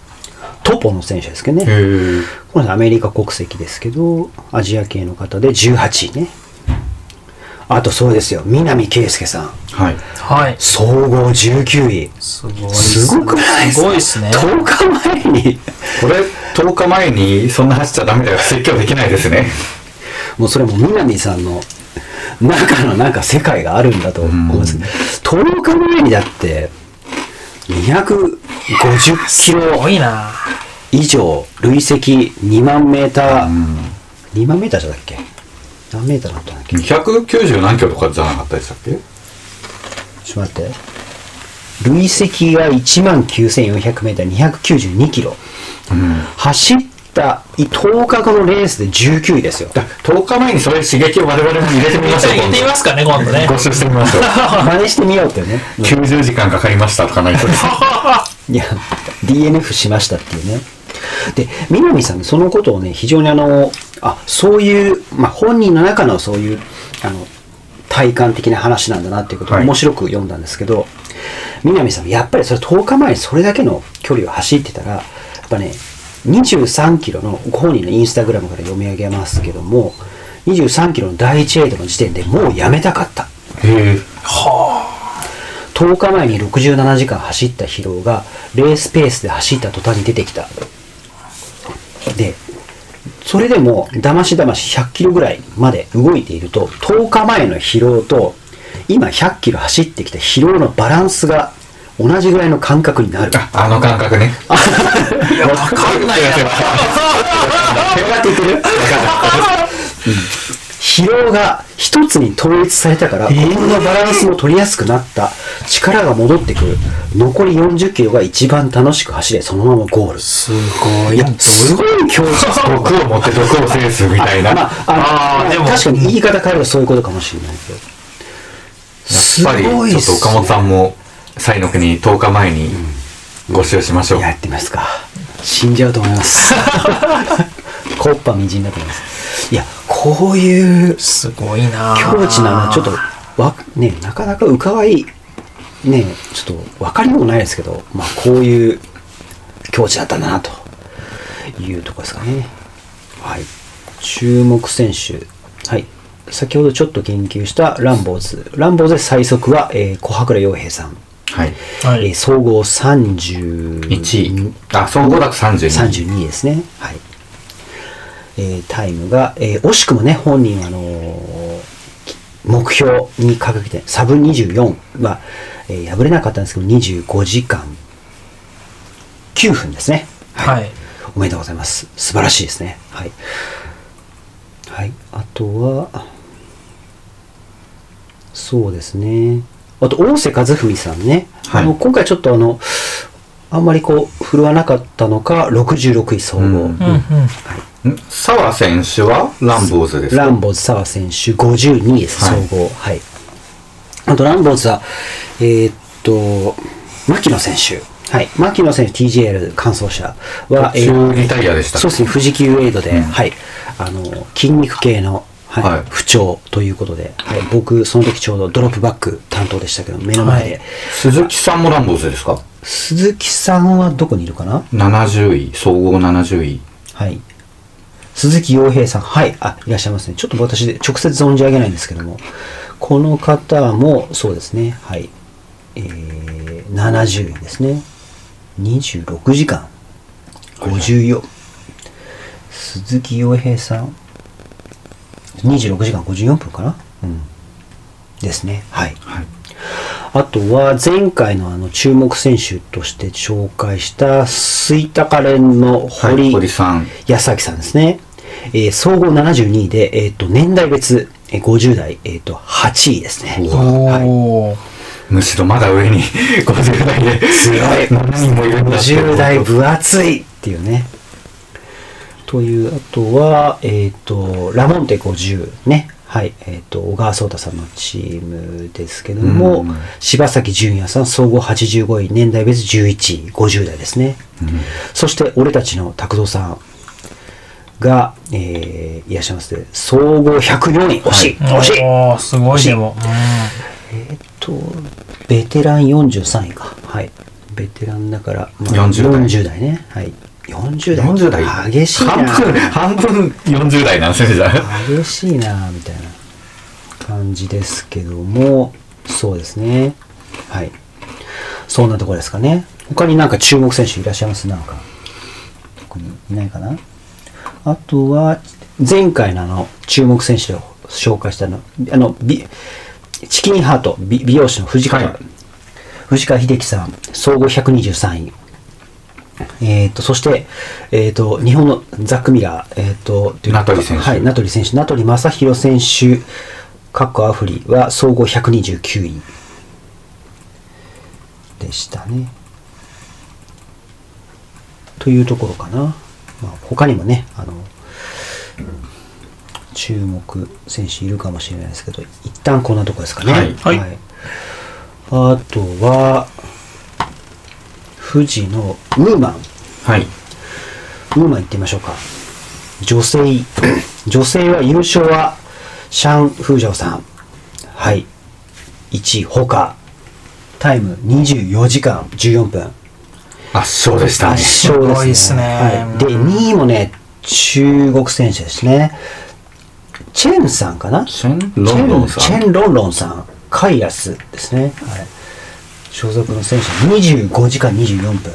Speaker 3: トポの選手ですけどね。
Speaker 4: へー
Speaker 3: この人アメリカ国籍ですけど、アジア系の方で18位ね。あとそうですよ、南圭介さん。
Speaker 4: はい
Speaker 5: はい。
Speaker 3: 総合19位。
Speaker 5: すごいっ
Speaker 3: すごくないですす
Speaker 5: ね
Speaker 3: か
Speaker 5: ごいですね。
Speaker 3: 10日前に。
Speaker 4: これ10日前にそんな走っちゃダメだよ説教できないですね
Speaker 3: もうそれも南さんの中のなんか世界があるんだと思います。10日前にだって、250キ
Speaker 5: す
Speaker 3: ロ
Speaker 5: ごいな。
Speaker 3: 以上、累積2万メーター、2万メーターじゃなかったっけ何メーターだったんだっけ
Speaker 4: 190何キロとかじゃなかったでしたっけ
Speaker 3: ちょっと待って。累積が1万9400メーター292キロ。走った10日後のレースで19位ですよ。
Speaker 4: だ10日前にそういう刺激を我々も入れてみまし
Speaker 5: じ
Speaker 4: ょ
Speaker 5: ゃ
Speaker 4: う
Speaker 5: あ行ってみますかね、今度ね
Speaker 4: 今度。ご一緒してみましょう
Speaker 3: 真似してみようってね。
Speaker 4: 90時間かかりましたとかないとです
Speaker 3: いや、DNF しましたっていうね。で、南さん、そのことをね、非常にあの、あ、そういう、まあ、本人の中のそういう、あの、体感的な話なんだなっていうことを
Speaker 4: はい
Speaker 3: 面白く読んだんですけど、南さん、やっぱりそれ10日前にそれだけの距離を走ってたら、やっぱね、23キロの、ご本人のインスタグラムから読み上げますけども、23キロの第1エイドの時点でもうやめたかった。
Speaker 4: へえ。
Speaker 3: 10日前に67時間走った疲労がレースペースで走った途端に出てきたでそれでもだましだまし100キロぐらいまで動いていると10日前の疲労と今100キロ走ってきた疲労のバランスが同じぐらいの感覚になる
Speaker 4: あ、あの感覚ね。いや、わかんないやつ。
Speaker 3: っててる疲労が一つに統一されたから心のバランスも取りやすくなった力が戻ってくる残り40キロが一番楽しく走れそのままゴールすごいいやすごい強じ
Speaker 4: 毒 を持って毒を制すみたいな。
Speaker 3: まああの
Speaker 5: あーでも
Speaker 3: 確かに言い方変えればそういうことかもしれないけどす
Speaker 4: やっぱり
Speaker 3: ごい
Speaker 4: ちょっと岡本さんも西の国10日前にご使用しましょう、
Speaker 3: やってみますか死んじゃうと思います コッパみじんだと思いますいやこういう
Speaker 5: すごいなぁ
Speaker 3: 境地なのはちょっとわねなかなかうかわいねちょっと分かりようもないですけど、まあ、こういう境地だったんだなというところですかねはい注目選手はい先ほどちょっと言及したランボーズランボーズで最速は、えー小羽倉洋平さん、
Speaker 4: はい
Speaker 5: は
Speaker 3: えー
Speaker 5: い。
Speaker 3: 総合30
Speaker 4: 1位あ総合だと32
Speaker 3: 32位ですね、はいえータイムが、えー惜しくもね本人はあのーき目標に掲げてサブ24は、えー破れなかったんですけど25時間9分ですね
Speaker 5: はい。
Speaker 3: おめでとうございます素晴らしいですねはい、はい、あとはそうですねあと大瀬和文さんね、
Speaker 4: はい
Speaker 3: あの今回ちょっとあのあんまりこう振るわなかったのか66位総合、
Speaker 4: うん
Speaker 5: うんうん。
Speaker 4: ん澤選手はランボーズです
Speaker 3: ラ
Speaker 4: か
Speaker 3: ンボーズ澤選手52位です、
Speaker 4: はい
Speaker 3: 総合。はい。あと、ランボーズは、えーっと、牧野選手。はい。牧野選手、TJL 完走者は、えー
Speaker 4: 中リタイアでした
Speaker 3: そうですね、富士急エイドで、
Speaker 4: うん
Speaker 3: はい。あの、筋肉系の、はい
Speaker 4: はい
Speaker 3: 不調ということで、はい、僕、その時ちょうどドロップバック担当でしたけど、目の前で。
Speaker 5: はい
Speaker 4: 鈴木さんもランボーズですか
Speaker 3: 鈴木さんはどこにいるかな
Speaker 4: 70位総合70位
Speaker 3: はい。鈴木洋平さん、はい、あ、いらっしゃいますね。ちょっと私、直接存じ上げないんですけども、この方も、そうですね、はい、えー、70円ですね。26時間、54。鈴木洋平さん、26時間54分かなうん。ですね、はい。
Speaker 4: はい
Speaker 3: あとは前回のあの注目選手として紹介した吹田カレンの堀,、
Speaker 4: はい堀さん
Speaker 3: 安崎さんですね、えー総合72位で、えー、と年代別、えー50代、えー、と8位ですねはい
Speaker 5: おー。
Speaker 4: むしろまだ上に 50代 で
Speaker 3: 強い
Speaker 4: 7人もいるんだって
Speaker 3: 50代分厚いっていうねというあとはえっ、とラモンテ50ねはいえー、と小川聡太さんのチームですけども、
Speaker 4: うん
Speaker 3: 柴崎純也さん総合85位年代別11位50代ですね、そして俺たちの拓三さんが、えーいらっしゃいますね総合104位惜しい、惜しい
Speaker 5: おー、すごい
Speaker 3: しい
Speaker 5: でも。
Speaker 3: えっと、ベテラン43位か。はい。ベテランだから、ま
Speaker 4: 40代
Speaker 3: 40代ね。はい。40代。
Speaker 4: 40代
Speaker 3: 激しい
Speaker 4: 半分
Speaker 3: な。
Speaker 4: 半分40代なんですねじゃあ
Speaker 3: 激しいな、みたいな感じですけども、そうですね。はい。そんなところですかね。他になんか注目選手いらっしゃいますなんか。特にいないかなあとは、前回のあの、注目選手を紹介したの、あの、びチキンハート、び美容師の藤川、
Speaker 4: はい
Speaker 3: 藤川秀樹さん、総合123位。えっ、と、そして、えっ、と、日本のザック・ミラー、えっ、と、という
Speaker 4: 名取選手
Speaker 3: はい、名取選手、名取正弘選手、カッコアフリは総合129位でしたね。というところかな。まあ、他にもね、あの、注目選手いるかもしれないですけど、一旦こんなところですかね。
Speaker 4: はい
Speaker 5: はい
Speaker 3: あとは、富士のムーマン
Speaker 4: はい。
Speaker 3: ムーマン行ってみましょうか女性女性は優勝はシャン・フージョウさんはい1位ほかタイム24時間14分
Speaker 4: 圧勝でしたね。
Speaker 3: 圧勝です
Speaker 5: ごいっすね
Speaker 3: はい、で2位もね中国選手ですねチェンさんかな
Speaker 4: チェンロンドンさん
Speaker 3: チェンチェンロンロンさんカイラスですね、はい、所属の選手25時間24分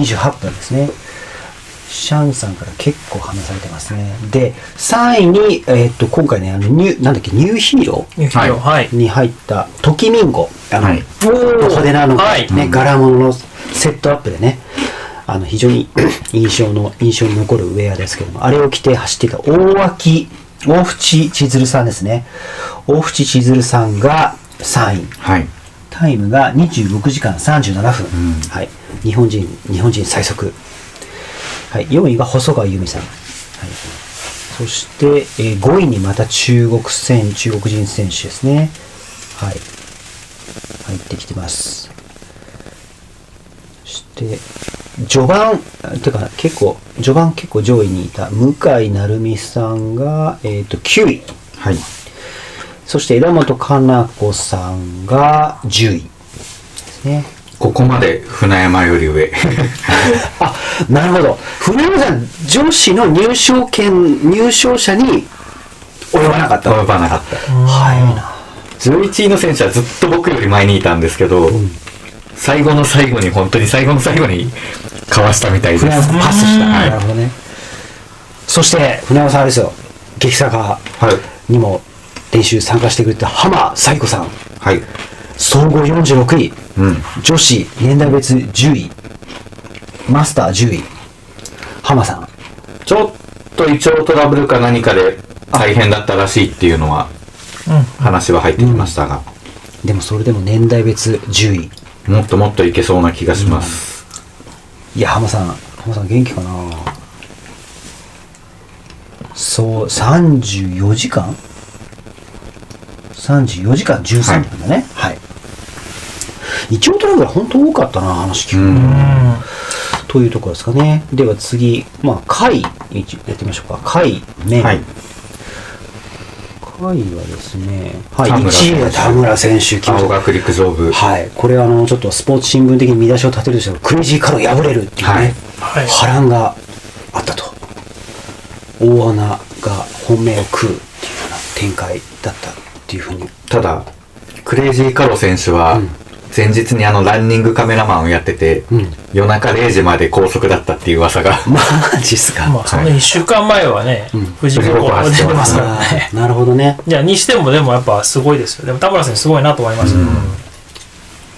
Speaker 3: 28分ですねシャンさんから結構離されてますねで3位に、えーっと今回ねあのニュなんだっけニューヒーロ
Speaker 5: ゆき
Speaker 4: はい
Speaker 5: よはい
Speaker 3: ー。に入ったトキミンゴあの、
Speaker 4: はい
Speaker 5: おー
Speaker 3: 派手なあの、
Speaker 5: はい。
Speaker 3: ね、柄物のセットアップでね、あの非常に 印象の印象に残るウェアですけども、あれを着て走っていた大脇、大淵千鶴さんですね。大淵千鶴さんが3位。
Speaker 4: はい。
Speaker 3: タイムが26時間37分。はい。日本人、日本人最速。はい。4位が細川由美さん。はい。そして、えー5位にまた中国戦、中国人選手ですね。はい。入ってきてます。そして、序盤、あてか結構、序盤結構上位にいた向井成美さんが、えっ、と、9位。
Speaker 4: はい。
Speaker 3: そして枝本かな子さんが10位ですね。
Speaker 4: ここまで船山より上。
Speaker 3: あ、なるほど。船山さん、女子の入賞権、入賞者に及ばなかった。
Speaker 4: 及ばなかった。
Speaker 3: 早いな。
Speaker 4: 11位の選手はずっと僕より前にいたんですけど、最後の最後に本当に最後の最後にかわしたみたいです。
Speaker 3: 船山さんパスした。
Speaker 4: は
Speaker 3: ないるほどね。そして、船山さんあれですよ。激坂
Speaker 4: はい。
Speaker 3: にも練習参加してくれた浜彩子さん。
Speaker 4: はい。
Speaker 3: 総合46位。
Speaker 4: うん。
Speaker 3: 女子年代別10位。マスター10位。浜さん。
Speaker 4: ちょっと胃腸トラブルか何かで大変だったらしいっていうのは、話は入ってきましたが、
Speaker 3: でもそれでも年代別10位。
Speaker 4: もっともっといけそうな気がします。
Speaker 3: いや、浜さん、浜さん元気かなそう、34時間 ?34 時間13分だね。はい。胃腸トラブルは本当多かったな、話聞くと。というところですかね。では次、まあ、貝、一やってみましょうか。貝、ね。
Speaker 4: はい。
Speaker 3: 貝はですね、はい、
Speaker 4: 田村選手
Speaker 3: 1位は田村選手、来まし
Speaker 4: 青
Speaker 3: た
Speaker 4: 学陸上部。
Speaker 3: はい、これあのちょっとスポーツ新聞的に見出しを立てるとしてもクレイジーカロー破れるっていうね、
Speaker 4: はい
Speaker 5: はい
Speaker 3: 波乱があったと大穴が本命を食うっていうような展開だったっていうふうに
Speaker 4: ただ、クレイジーカロ選手は、前日にあのランニングカメラマンをやってて、
Speaker 3: うん
Speaker 4: 夜中0時まで高速だったっていう噂が、
Speaker 3: マジっすか、
Speaker 5: まあ、その1週間前はね、藤子高校出てますから
Speaker 3: あ
Speaker 5: ね。
Speaker 3: ーなるほどね
Speaker 5: いや、にしても、でもやっぱすごいですよ。でも田村選手すごいなと思いまし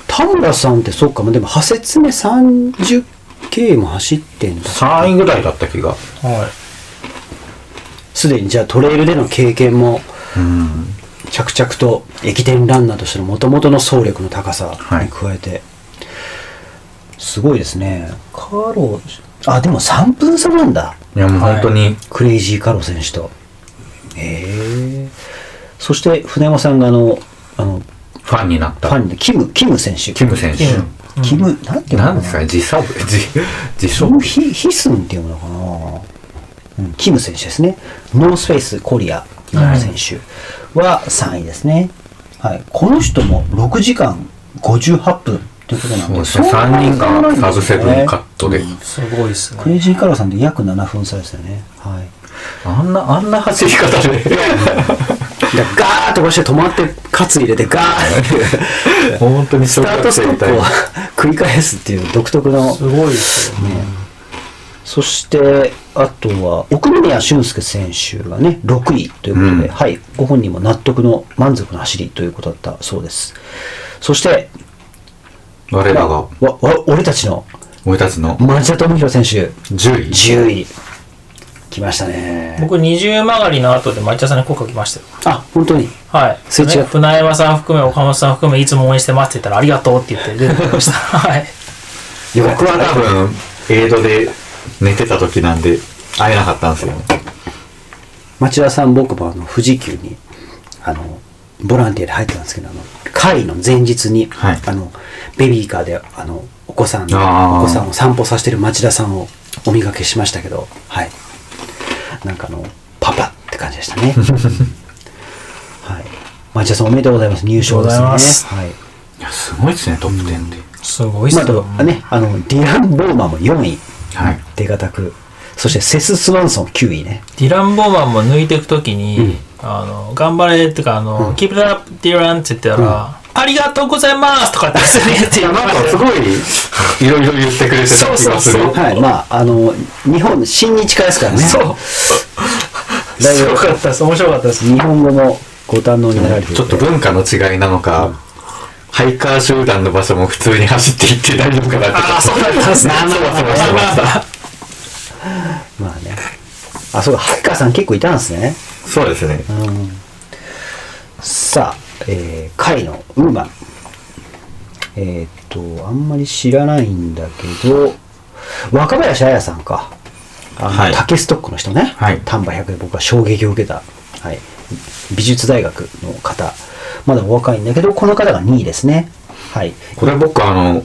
Speaker 5: た。
Speaker 3: 田村さんってそうかもでも派切目 30K も走ってんだ
Speaker 4: 3位ぐらいだった気が。
Speaker 5: はい。
Speaker 3: すでにじゃあトレイルでの経験も
Speaker 4: うん。
Speaker 3: 着々と駅伝ランナーとしてのもともとの走力の高さに加えて、すごいですねカロあでも3分差なんだ
Speaker 4: いやもう本当に、
Speaker 3: クレイジーカロ選手とへえそして船山さんがあのあの
Speaker 4: ファンになっ
Speaker 3: フ
Speaker 4: た。
Speaker 3: ァンでキムキム選手
Speaker 4: キム選手。
Speaker 3: キムなんていうの
Speaker 4: な
Speaker 3: か
Speaker 4: ん
Speaker 3: な
Speaker 4: ですかね、自サブ、 自、自
Speaker 3: キ
Speaker 4: 称
Speaker 3: ムヒヒスンっていうのかな、うん、キム選手ですねノースフェイスコリアの選手は3位ですね、はい、この人も6時間58分ということなん
Speaker 4: そう
Speaker 3: で
Speaker 4: ですね。
Speaker 3: そんな
Speaker 4: 3
Speaker 3: に
Speaker 4: 人
Speaker 3: 差ないん
Speaker 4: が
Speaker 3: ですね
Speaker 4: サブセブンカットで。
Speaker 5: すごいです
Speaker 3: クレ
Speaker 5: ね。
Speaker 3: イジーカラーさんで約7分差ですよね、はい、
Speaker 4: あんな、あんな走り 方で。
Speaker 3: でガーッとこうして止まってカツ入れてガーッ て
Speaker 4: 本当に
Speaker 3: スタートストップを繰り返すっていう独特の
Speaker 5: すごいですよね。
Speaker 3: そして、あとは、奥宮俊介選手がね、6位ということで、
Speaker 4: うん
Speaker 3: はい、ご本人も納得の満足の走りということだったそうです。そして、
Speaker 4: 我らが、
Speaker 3: わわ俺たちの
Speaker 4: 俺たちの
Speaker 3: 町田智弘選手、
Speaker 4: 10位。
Speaker 3: 10位、来ましたね。
Speaker 5: 僕、二重曲がりの後で町田さんに声かけましたよ。
Speaker 3: あ、本当に。
Speaker 5: はい。
Speaker 3: すれ違う
Speaker 5: ね船山さん含め、岡本さん含め、いつも応援してますって言ったら、ありがとうって言って出てき ました。はい。
Speaker 3: よかっ
Speaker 4: 僕は
Speaker 3: た。
Speaker 4: 多分、エイドで寝てた時なんで、会えなかったんですよ。
Speaker 3: 町田さん、僕もあの、富士急に、あの、ボランティアで入ってたんですけど、あの、会の前日に、
Speaker 4: はい
Speaker 3: あのベビーカーであのお子さん
Speaker 4: あー
Speaker 3: お子さんを散歩させてる町田さんをお見かけしましたけど、はい、なんかあのパパって感じでした ね、はい、町田さんおめでとうございます入賞ですね
Speaker 5: ありがとうございます
Speaker 3: はい
Speaker 4: いや、すごいですね、トップ10って。
Speaker 5: すごいっす
Speaker 3: まあ、でもねあのディラン・ボーマーも4位
Speaker 4: はい。
Speaker 3: 手堅くそしてセス・スワンソン9位ね
Speaker 5: ディラン・ボーマンも抜いていくときに、
Speaker 3: うん
Speaker 5: あの、頑張れってか、あの、キープラップディランって言ったら、ありがとうございますとかってす るやつや
Speaker 4: なんかすごい、いろいろ言ってくれてた気がする。
Speaker 5: そう
Speaker 3: はいまああの日本親日家ですからね
Speaker 5: そう。
Speaker 3: だい
Speaker 5: す
Speaker 3: ぶ
Speaker 5: ごかったです。面白かったです。
Speaker 3: 日本語もご堪能になられていて
Speaker 4: ちょっと文化の違いなのか、ハイカー集団の場所も普通に走っていって大丈夫かなって。
Speaker 5: ああ、そうだったんですね。
Speaker 4: なんだろうその人は
Speaker 3: まあねあそうかハッカーさん結構いたんですね
Speaker 4: そうですね。
Speaker 3: さあ、えー、貝のウーマンえーっとあんまり知らないんだけど若林彩さんかあの、
Speaker 4: はい
Speaker 3: 竹ストックの人ね、
Speaker 4: はい
Speaker 3: 丹波100で僕は衝撃を受けた、はい、美術大学の方まだお若いんだけどこの方が2位ですねはい
Speaker 4: これ僕あの、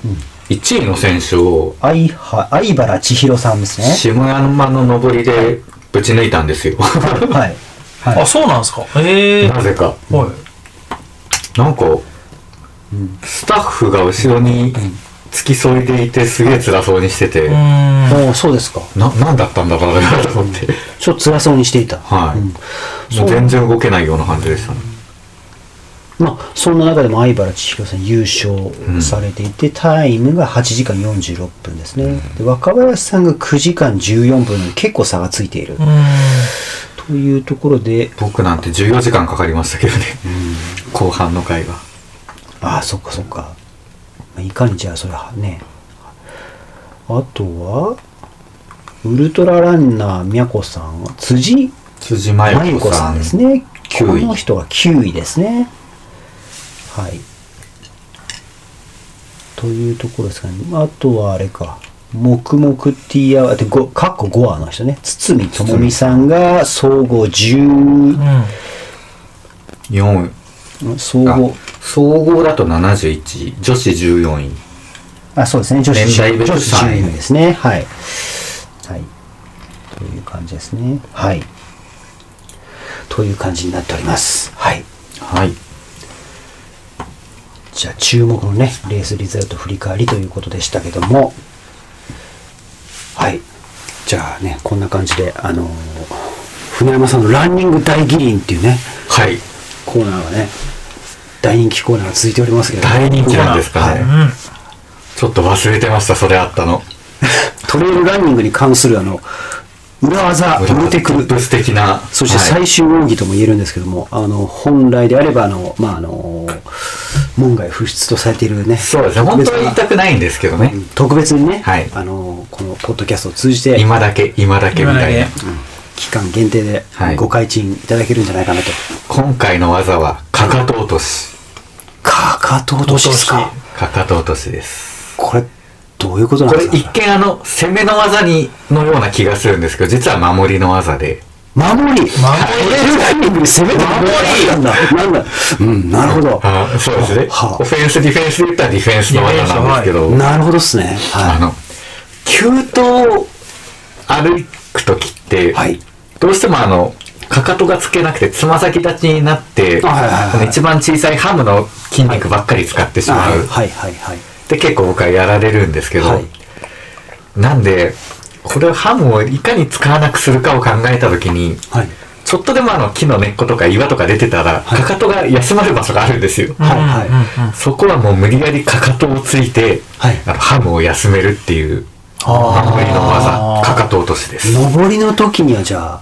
Speaker 4: 1位の選手を
Speaker 3: 相は相原千尋さんですね
Speaker 4: 下山の上りでぶち抜いたんですよ。
Speaker 3: はい、はい
Speaker 5: あ、そうなんですか。ええ
Speaker 4: なぜか。
Speaker 5: はい。
Speaker 4: なんか、スタッフが後ろに付き添いでいてすげえ辛そうにしてて、
Speaker 5: うーん。
Speaker 3: おーそうですか
Speaker 4: な、なんだったんだろうなと思って。
Speaker 3: ちょっと辛そうにしていた
Speaker 4: はい。
Speaker 3: うん
Speaker 4: もう全然動けないような感じでしたね。
Speaker 3: まあ、そんな中でも相原千尋さん優勝されていて、タイムが8時間46分ですね、で若林さんが9時間14分なので結構差がついている、
Speaker 5: うーん
Speaker 3: というところで
Speaker 4: 僕なんて14時間かかりましたけどね。後半の回が。
Speaker 3: ああそっかそっかまあいかにじゃあそれはねあとはウルトラランナーみやこさんは辻
Speaker 4: 辻真
Speaker 3: 真
Speaker 4: 由
Speaker 3: 由
Speaker 4: 子
Speaker 3: 子
Speaker 4: さ
Speaker 3: さ
Speaker 4: ん。
Speaker 3: んですねこ
Speaker 4: 9位
Speaker 3: の人が9位ですねはいというところですかねあとはあれか黙々 T アワーでごかっこ5話の人ね堤智美さんが総合10
Speaker 5: うん。
Speaker 4: 4位。
Speaker 3: 総
Speaker 4: あ
Speaker 3: 合
Speaker 4: 総合だと71位。女子14位。
Speaker 3: あそうですね女子
Speaker 4: 年代
Speaker 3: 10
Speaker 4: 別
Speaker 3: 女子
Speaker 4: 三位
Speaker 3: 10位ですねはいはいという感じですねはいという感じになっておりますはい
Speaker 4: はい。
Speaker 3: じゃあ注目のねレースリザルト振り返りということでしたけどもはいじゃあねこんな感じであのー船山さんの「ランニング大義林」っていうね
Speaker 4: はい。
Speaker 3: コーナーがね大人気コーナーが続いておりますけど
Speaker 4: 大人気なんですかね。
Speaker 3: はい
Speaker 4: ちょっと忘れてました、それあったの。
Speaker 3: トレイルランニングに関するあの裏技
Speaker 4: ブ
Speaker 3: 裏テク
Speaker 4: ップス的な。
Speaker 3: そして
Speaker 4: は
Speaker 3: 最
Speaker 4: い
Speaker 3: 終奥義とも言えるんですけども、あの本来であればあの、まあ、あの門外不出とされているね
Speaker 4: そうですね。本当は言いたくないんですけどね。
Speaker 3: 特別にね、
Speaker 4: はい
Speaker 3: あのこのポッドキャストを通じて
Speaker 4: 今だけ、今だけみ
Speaker 5: 今だ
Speaker 4: たい
Speaker 5: け
Speaker 4: な。
Speaker 3: 期間限定で
Speaker 4: はい
Speaker 3: ご開陳いただけるんじゃないかなと、
Speaker 4: 今回の技は、かかと落とし。
Speaker 3: かかと落としですか
Speaker 4: かかと落としです。
Speaker 3: これどういうことな
Speaker 4: こ
Speaker 3: んで
Speaker 4: れ
Speaker 3: すか
Speaker 4: 一見あの、攻めの技に、のような気がするんですけど、実は守りの技で。
Speaker 3: 守り守り
Speaker 5: 守り
Speaker 3: ランニングに攻めて
Speaker 4: 守り
Speaker 3: なんだなんだうんなるほど
Speaker 4: あそうですね。
Speaker 3: は
Speaker 4: オフェンス、ディフェンスで言ったらディフェンスの技なんですけど、
Speaker 3: なるほどっすね
Speaker 4: あ
Speaker 3: は
Speaker 4: の、急騰を歩くときって、
Speaker 3: いはい
Speaker 4: どうしてもあの、かかとがつけなくて、つま先立ちになって、
Speaker 3: あはいはいはい
Speaker 4: この一番小さいハムの筋肉ばっかり使ってしま。
Speaker 3: はいうはいはいはい
Speaker 4: で、結構僕はやられるんですけど、
Speaker 3: はい
Speaker 4: なんで、これをハムをいかに使わなくするかを考えたときに、
Speaker 3: はい
Speaker 4: ちょっとでもあの木の根っことか岩とか出てたら、
Speaker 3: はい
Speaker 4: かかとが休まる場所があるんですよ。
Speaker 3: はいはい
Speaker 4: そこはもう無理やりかかとをついて、
Speaker 3: はい
Speaker 4: あのハムを休めるっていう、守りの技、かかと落としです。
Speaker 3: 登りの時にはじゃあ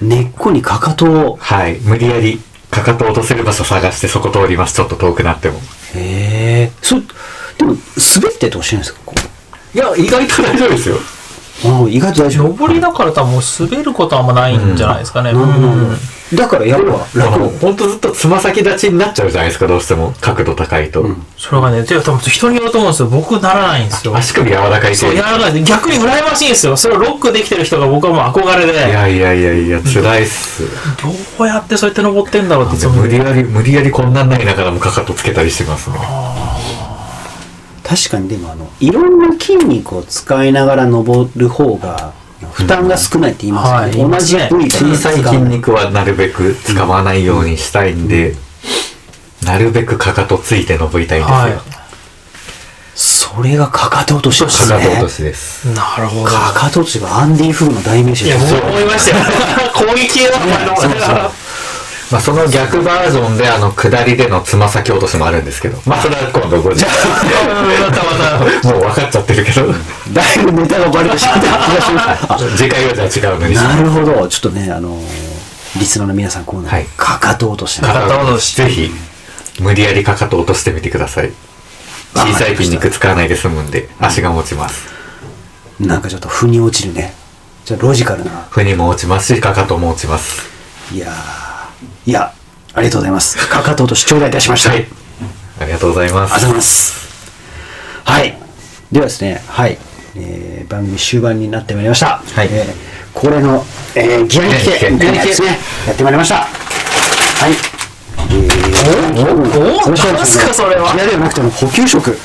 Speaker 3: 根っこにかかとを
Speaker 4: はい、無理やりかかと落とせる場所探してそこ通ります。ちょっと遠くなっても。
Speaker 3: へえそでも滑ってってほしいんですかこう
Speaker 4: いや、意外と大丈夫ですよ。
Speaker 3: ああ意外と大丈夫
Speaker 5: 上りだから多分もう滑ることはあんまないんじゃないですかね。
Speaker 3: なるほど
Speaker 5: うん
Speaker 3: だからやっぱ
Speaker 4: あ
Speaker 3: 楽
Speaker 4: の本当ずっとつま先立ちになっちゃうじゃないですかどうしても角度高いと、
Speaker 5: それがね、てか多分人によると思うんですよ。僕ならないんですよ。
Speaker 4: 足首柔らかい
Speaker 5: そう、
Speaker 4: い
Speaker 5: 柔らかいです。逆に羨ましいんですよ。それをロックできてる人が僕はもう憧れで、
Speaker 4: やいやいやいや辛いっす、
Speaker 5: どうやってそうやって登ってんだろうっていつも
Speaker 4: 無理やり無理やりこんなんないながらもかかとつけたりしてますね
Speaker 3: 確かにでもあのいろんな筋肉を使いながら登る方が負担が少ないって言いますよね、
Speaker 5: うん
Speaker 3: 同
Speaker 5: はい
Speaker 3: じ部位が
Speaker 4: 小さい筋肉はなるべく使わないようにしたいんで、なるべくかかとついて登りたいんですよ、
Speaker 5: はい。
Speaker 3: それがかかと落としです
Speaker 4: かかと落
Speaker 3: ね
Speaker 4: としです
Speaker 5: なるほど。
Speaker 3: かかと落としがアンディ・フグの代名詞
Speaker 5: い
Speaker 3: で
Speaker 5: や、
Speaker 3: す
Speaker 5: 僕も思いましたよ。攻撃系だな、
Speaker 3: そうそう
Speaker 4: まあその逆バージョンであの下りでのつま先落としもあるんですけどまあそれは今度ごじゃ
Speaker 5: またま
Speaker 4: もう分かっちゃってるけど
Speaker 3: だいぶネタがバレてしまった気がしますあ
Speaker 4: 次回 はじゃあ違うのにし
Speaker 3: なるほどちょっとねあのーリスナーの皆さんこうね、
Speaker 4: はい
Speaker 3: かかと落としね
Speaker 5: かかと落とし
Speaker 4: ぜひ無理やりかかと落としてみてください
Speaker 3: わかりま
Speaker 4: 小
Speaker 3: した
Speaker 4: さい筋肉使わないで済むんで足が持ちます
Speaker 3: なんかちょっと腑に落ちるねじゃロジカルな
Speaker 4: 腑にも落ちますしかかとも落ちます
Speaker 3: いやーいやありがとうございますかかと落とし頂戴いたしました、
Speaker 4: はいありがとうございま
Speaker 3: ありがとうござい
Speaker 4: す
Speaker 3: ます。はい。ではですね、はい。えー、番組終盤になってまいりました。
Speaker 4: はい
Speaker 3: えー恒例の、えー、ギアに来て、
Speaker 4: ギアに来て
Speaker 3: みたいなやつね、やってまいりました。はい。えー、
Speaker 5: おお
Speaker 3: この人
Speaker 5: 何
Speaker 3: です
Speaker 5: かそれは
Speaker 3: ギアではなくても補給食で、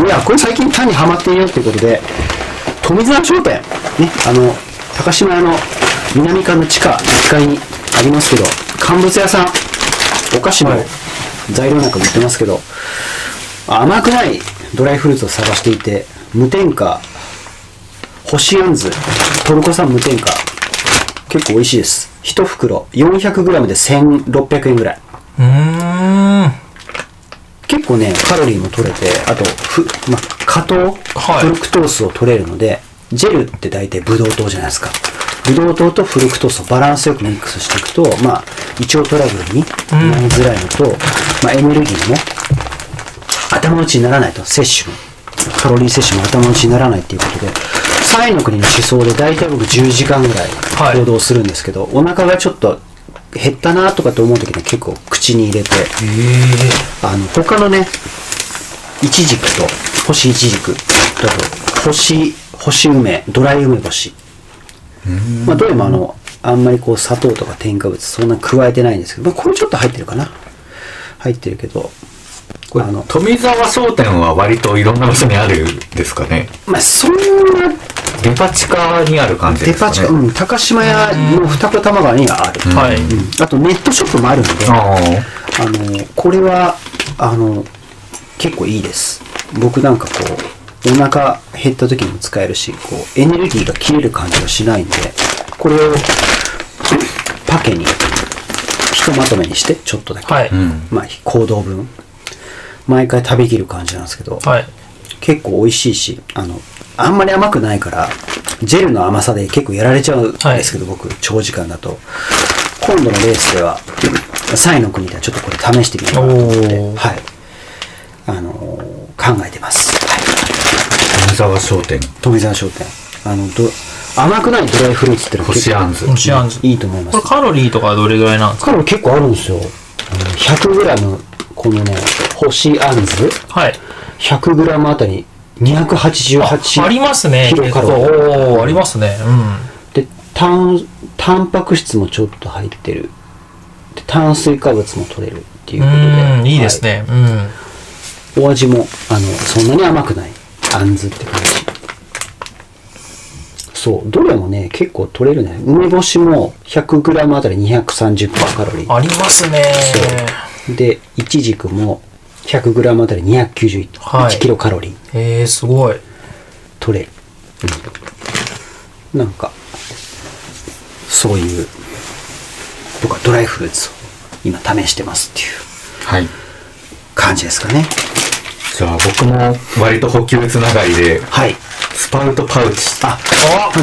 Speaker 3: いや、これ最近単にハマっているよっていうことで、富沢商店、ね、あの、高島屋の南館の地下1階にありますけど、乾物屋さん、お菓子の材料なんかも売ってますけど、甘くないドライフルーツを探していて無添加干しあんずトルコ産無添加結構美味しいです1袋 400g で1600円ぐらい
Speaker 5: た。うーん。
Speaker 3: 結構ねカロリーも取れてあとふ、ま、果糖
Speaker 5: はい
Speaker 3: フルクトースを取れるので、ジェルって大体ブドウ糖じゃないですかブドウ糖とフルクトースをバランスよくミックスしていくと、まあ、胃腸トラブルになりづらいのと、まあ、エネルギーも頭打ちにならないと摂取もカロリー摂取も頭打ちにならないっていうことで3位の国の思想で大体僕10時間ぐらい
Speaker 5: はい
Speaker 3: 行動するんですけど、お腹がちょっと減ったなとかと思う時には結構口に入れてあの他のねイチジクと干しイチジクだと干し干し梅ドライ梅干しまあどれもあのあんまりこう砂糖とか添加物そんな加えてないんですけど、まあ、これちょっと入ってるかな入ってるけど
Speaker 4: これ
Speaker 3: あの
Speaker 4: 富沢商店は割といろんな場所にあるんですかね
Speaker 3: まあそんな
Speaker 4: デパ地下にある感じ
Speaker 3: デ
Speaker 4: ですか
Speaker 3: パ
Speaker 4: ね
Speaker 3: 地下、うん、高島屋の二子玉川にはある、うん
Speaker 5: はい。
Speaker 3: あとネットショップもあるのであ
Speaker 4: あー
Speaker 3: のこれはあの結構いいです僕なんかこうお腹減った時にも使えるしこうエネルギーが切れる感じがしないんでこれを パケにひとまとめにしてちょっとだけ、
Speaker 5: はい。
Speaker 3: まあ行動分毎回食べきる感じなんですけど、
Speaker 5: はい。
Speaker 3: 結構美味しいしあのあんまり甘くないからジェルの甘さで結構やられちゃうんですけど、僕長時間だと今度のレースでは3位の国ではちょっとこれ試してみようかなと思って
Speaker 5: おー
Speaker 3: はいあのー考えてます、はい、
Speaker 4: 富沢商店
Speaker 3: 富澤商店あのど甘くないドライフルーツっての
Speaker 4: こしあんず
Speaker 5: こしあんず
Speaker 3: いいと思います
Speaker 5: これカロリーとかはどれぐらいなんですか
Speaker 3: カロリー結構あるんですよあの 100g このね干しあんず
Speaker 5: はい。
Speaker 3: 100g あたり288
Speaker 5: ありますね。
Speaker 3: キロ
Speaker 5: 結
Speaker 3: カ
Speaker 5: 構。
Speaker 3: ロリー
Speaker 5: おーありますね。
Speaker 3: で炭タンパク質もちょっと入ってるで炭水化物も取れるっていう
Speaker 5: う
Speaker 3: こと
Speaker 5: ん。うん。
Speaker 3: で
Speaker 5: いいです、ね。うん。
Speaker 3: はいお味もあのそんなに甘くないあんずって感じそうどれもね結構取れるね梅干しも 100g あたり230カロリー
Speaker 5: ありますね。
Speaker 3: でいちじくも 100g あたり
Speaker 5: はい
Speaker 3: 291キロカロリー
Speaker 5: えー、すごい。
Speaker 3: 取れる、なんかそういう僕はドライフルーツを今試してますっていう
Speaker 4: はい
Speaker 3: 感じですかね
Speaker 4: じゃあ僕も割と補給つながりで
Speaker 3: はい
Speaker 4: スパウトパウチ
Speaker 3: あ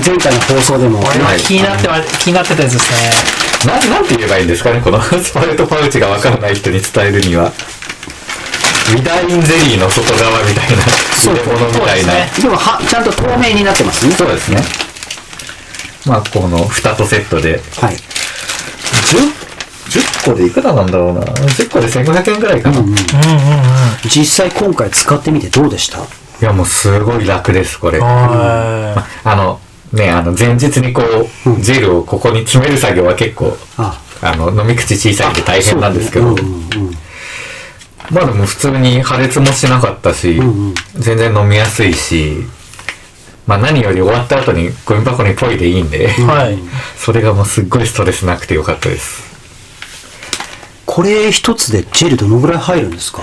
Speaker 3: 前回の放送でも
Speaker 5: これ
Speaker 4: は
Speaker 5: はい気になってま、気になってたやつですね。
Speaker 4: なんなんて言えばいいんですかねこの スパウトパウチがわからない人に伝えるにはミダインゼリーの外側みたいな
Speaker 3: そう
Speaker 4: 入れ物みたいな
Speaker 5: そうです
Speaker 3: でもはちゃんと透明になってますね
Speaker 4: そうですねまあこの蓋とセットで
Speaker 3: はい
Speaker 4: 10 10個でいくらなんだろうな。10個で1500円くらいかな。い
Speaker 3: 実際今回使ってみてどうでした
Speaker 4: や、もうすごい楽です、これ。
Speaker 5: は
Speaker 4: あの、ね、あの、前日にこう、ジェルをここに詰める作業は結構、
Speaker 3: あ
Speaker 4: あの、飲み口小さいんで大変なんですけ
Speaker 3: う
Speaker 4: ど
Speaker 3: んう、んうん
Speaker 4: まあでも普通に破裂もしなかったし、
Speaker 3: んうん
Speaker 4: 全然飲みやすいし、まあ何より終わった後にゴミ箱にポイでいいんで、
Speaker 5: い。はい。
Speaker 4: それがもうすっごいストレスなくてよかったです。
Speaker 3: これ一つでジェルどのぐらい入るんですか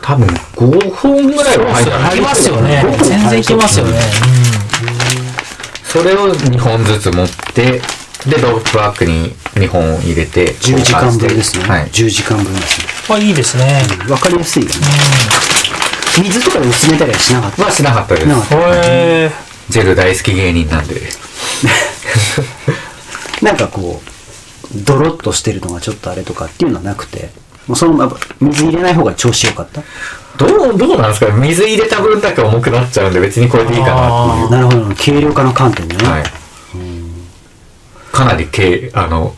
Speaker 4: 多分5本ぐらいは入った
Speaker 5: いきますよね。全然いきますよね。
Speaker 4: それを2本ずつ持って、で、ドロップバッグに2本入れて、
Speaker 3: 10時間分
Speaker 4: 交換して
Speaker 3: ですね、
Speaker 4: はい。
Speaker 3: 10時間分ですね
Speaker 5: うん。あ、いいですね。
Speaker 3: わかりやすいよね、水とかで薄めたりはしなかった
Speaker 4: はしなかったです
Speaker 3: なかっ。
Speaker 5: へえ。
Speaker 4: ジェル大好き芸人なんで。
Speaker 3: なんかこうドロッとしてるのがちょっとあれとかっていうのはなくてもうそのまま水入れない方が調子よかった
Speaker 4: どう、どうなんですか水入れた分だけ重くなっちゃうんで別にこれでいいかなっていう。
Speaker 3: なるほど軽量化の観点でね、
Speaker 4: はい。かなり軽、あの、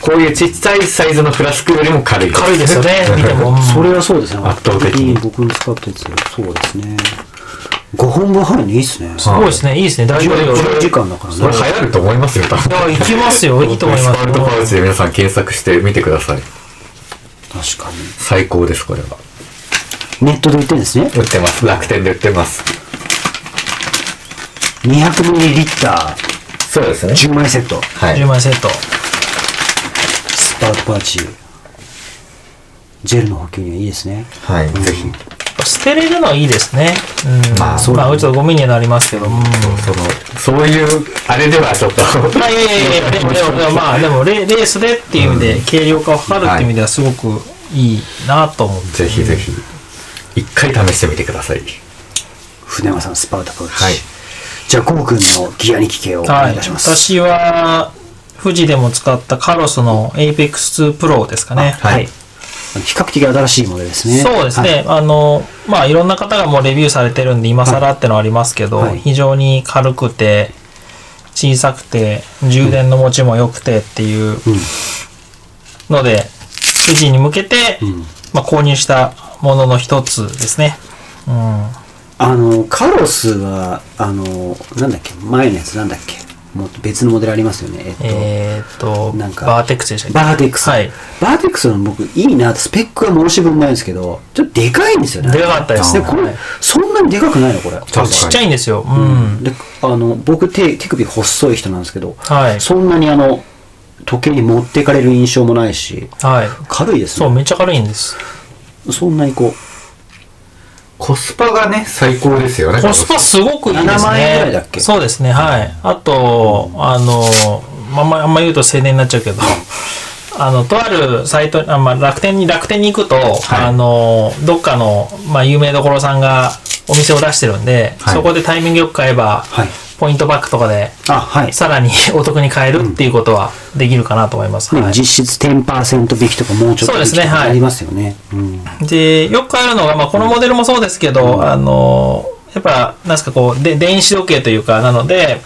Speaker 4: こういうちっちゃいサイズのフラスクよりも軽い。
Speaker 5: 軽いですよね。見ても。
Speaker 3: それはそうですね
Speaker 4: 圧倒的に
Speaker 3: 僕の使ったやつそうですね5本分入るのいいっすね
Speaker 5: すごいですね。いいですね。大丈夫
Speaker 3: 10時間だからね
Speaker 4: これ流行ると思いますよ、多分。
Speaker 5: いや、いきますよ。いいと思いま
Speaker 4: スパルトパウチ
Speaker 5: す。
Speaker 4: で皆さん検索してみてください。
Speaker 3: 確かに
Speaker 4: 最高です、これは。
Speaker 3: ネットで売ってるんですね
Speaker 4: 売ってます。楽天で売ってます。
Speaker 3: 200ミリリッター
Speaker 4: そうですね
Speaker 3: 10枚セット
Speaker 4: はい
Speaker 5: 10。枚セット。
Speaker 3: スパートパーチジェルの補給にはいいですね
Speaker 4: はい、ぜひ。
Speaker 5: 捨てれるのはいいですね。うん。
Speaker 4: ま
Speaker 5: ま
Speaker 4: あ
Speaker 5: あ、
Speaker 4: そう
Speaker 5: ちょっとゴミにはなりますけど。うん。
Speaker 4: その、そういう、あれではちょっと。
Speaker 5: まあ、いやいやいや、でも、でも、でもまあ、でもレ、レースでっていう意味で、軽量化を図るっていう意味では、すごくいいなと思って。
Speaker 4: ぜひぜひ、一回試してみてください。
Speaker 3: 船山さんスパートパーチ、
Speaker 4: はい
Speaker 3: じゃあゴー君のギアに聞けをお
Speaker 5: は
Speaker 3: 願い
Speaker 5: い。
Speaker 3: いたします、
Speaker 5: 私は、富士でも使ったカロスの APEX2 Pro ですかね。
Speaker 4: あはい
Speaker 3: 比較的新しいモデルですね
Speaker 5: そうですね、あのまあいろんな方がもうレビューされてるんで今更ってのはありますけど、
Speaker 3: はい
Speaker 5: 非常に軽くて小さくて充電の持ちも良くてっていうので、富士に向けて、まあ、購入したものの一つですね。うん、
Speaker 3: あのカロスはあのなんだっけ前のやつなんだっけもう別のモデルありますよねえっと、
Speaker 5: えーっと
Speaker 3: なんか
Speaker 5: バーテックスでしたっけ
Speaker 3: バーテックス、
Speaker 5: はい
Speaker 3: バーテックスの僕いいなってスペックは申し分ないんですけどちょっとでかいんですよね
Speaker 5: でかかったですね
Speaker 3: これ、
Speaker 5: はい
Speaker 3: そんなにでかくないのこれ
Speaker 4: 確
Speaker 5: ちっちゃいんですよ。うん。
Speaker 3: であの僕手手首細い人なんですけど、
Speaker 5: はい
Speaker 3: そんなにあの時計に持ってかれる印象もないし
Speaker 5: はい。
Speaker 3: 軽いです
Speaker 5: そう、
Speaker 3: ね
Speaker 5: めっちゃ軽いんです。
Speaker 3: そんなにこう
Speaker 4: コスパがね、最高ですよね。
Speaker 5: コスパすごくいいですね。
Speaker 3: 7万円ぐらいだっけ
Speaker 5: そうですね、はい。あと、あの、まあんま、あんま言うと青年になっちゃうけど、 あの、とあるサイト、あまあ、楽天に、楽天に行くと、あの、どっかの、まあ、有名どころさんがお店を出してるんで、
Speaker 4: はい
Speaker 5: そこでタイミングよく買えば、
Speaker 3: はい
Speaker 5: ポイントバックとかで、
Speaker 3: あはい
Speaker 5: さらに お得に買えるっていうことはできるかなと思います。
Speaker 3: ね
Speaker 5: はい
Speaker 3: 実質10%引きとかもうちょっと
Speaker 5: そう
Speaker 3: 引
Speaker 5: で
Speaker 3: き
Speaker 5: す
Speaker 3: と
Speaker 5: ね
Speaker 3: か
Speaker 5: はい
Speaker 3: ありますよねうん
Speaker 5: で、よくあるのが、まあ、このモデルもそうですけど、あの、やっぱ、なんですか、こう、で電子時計というか、なので、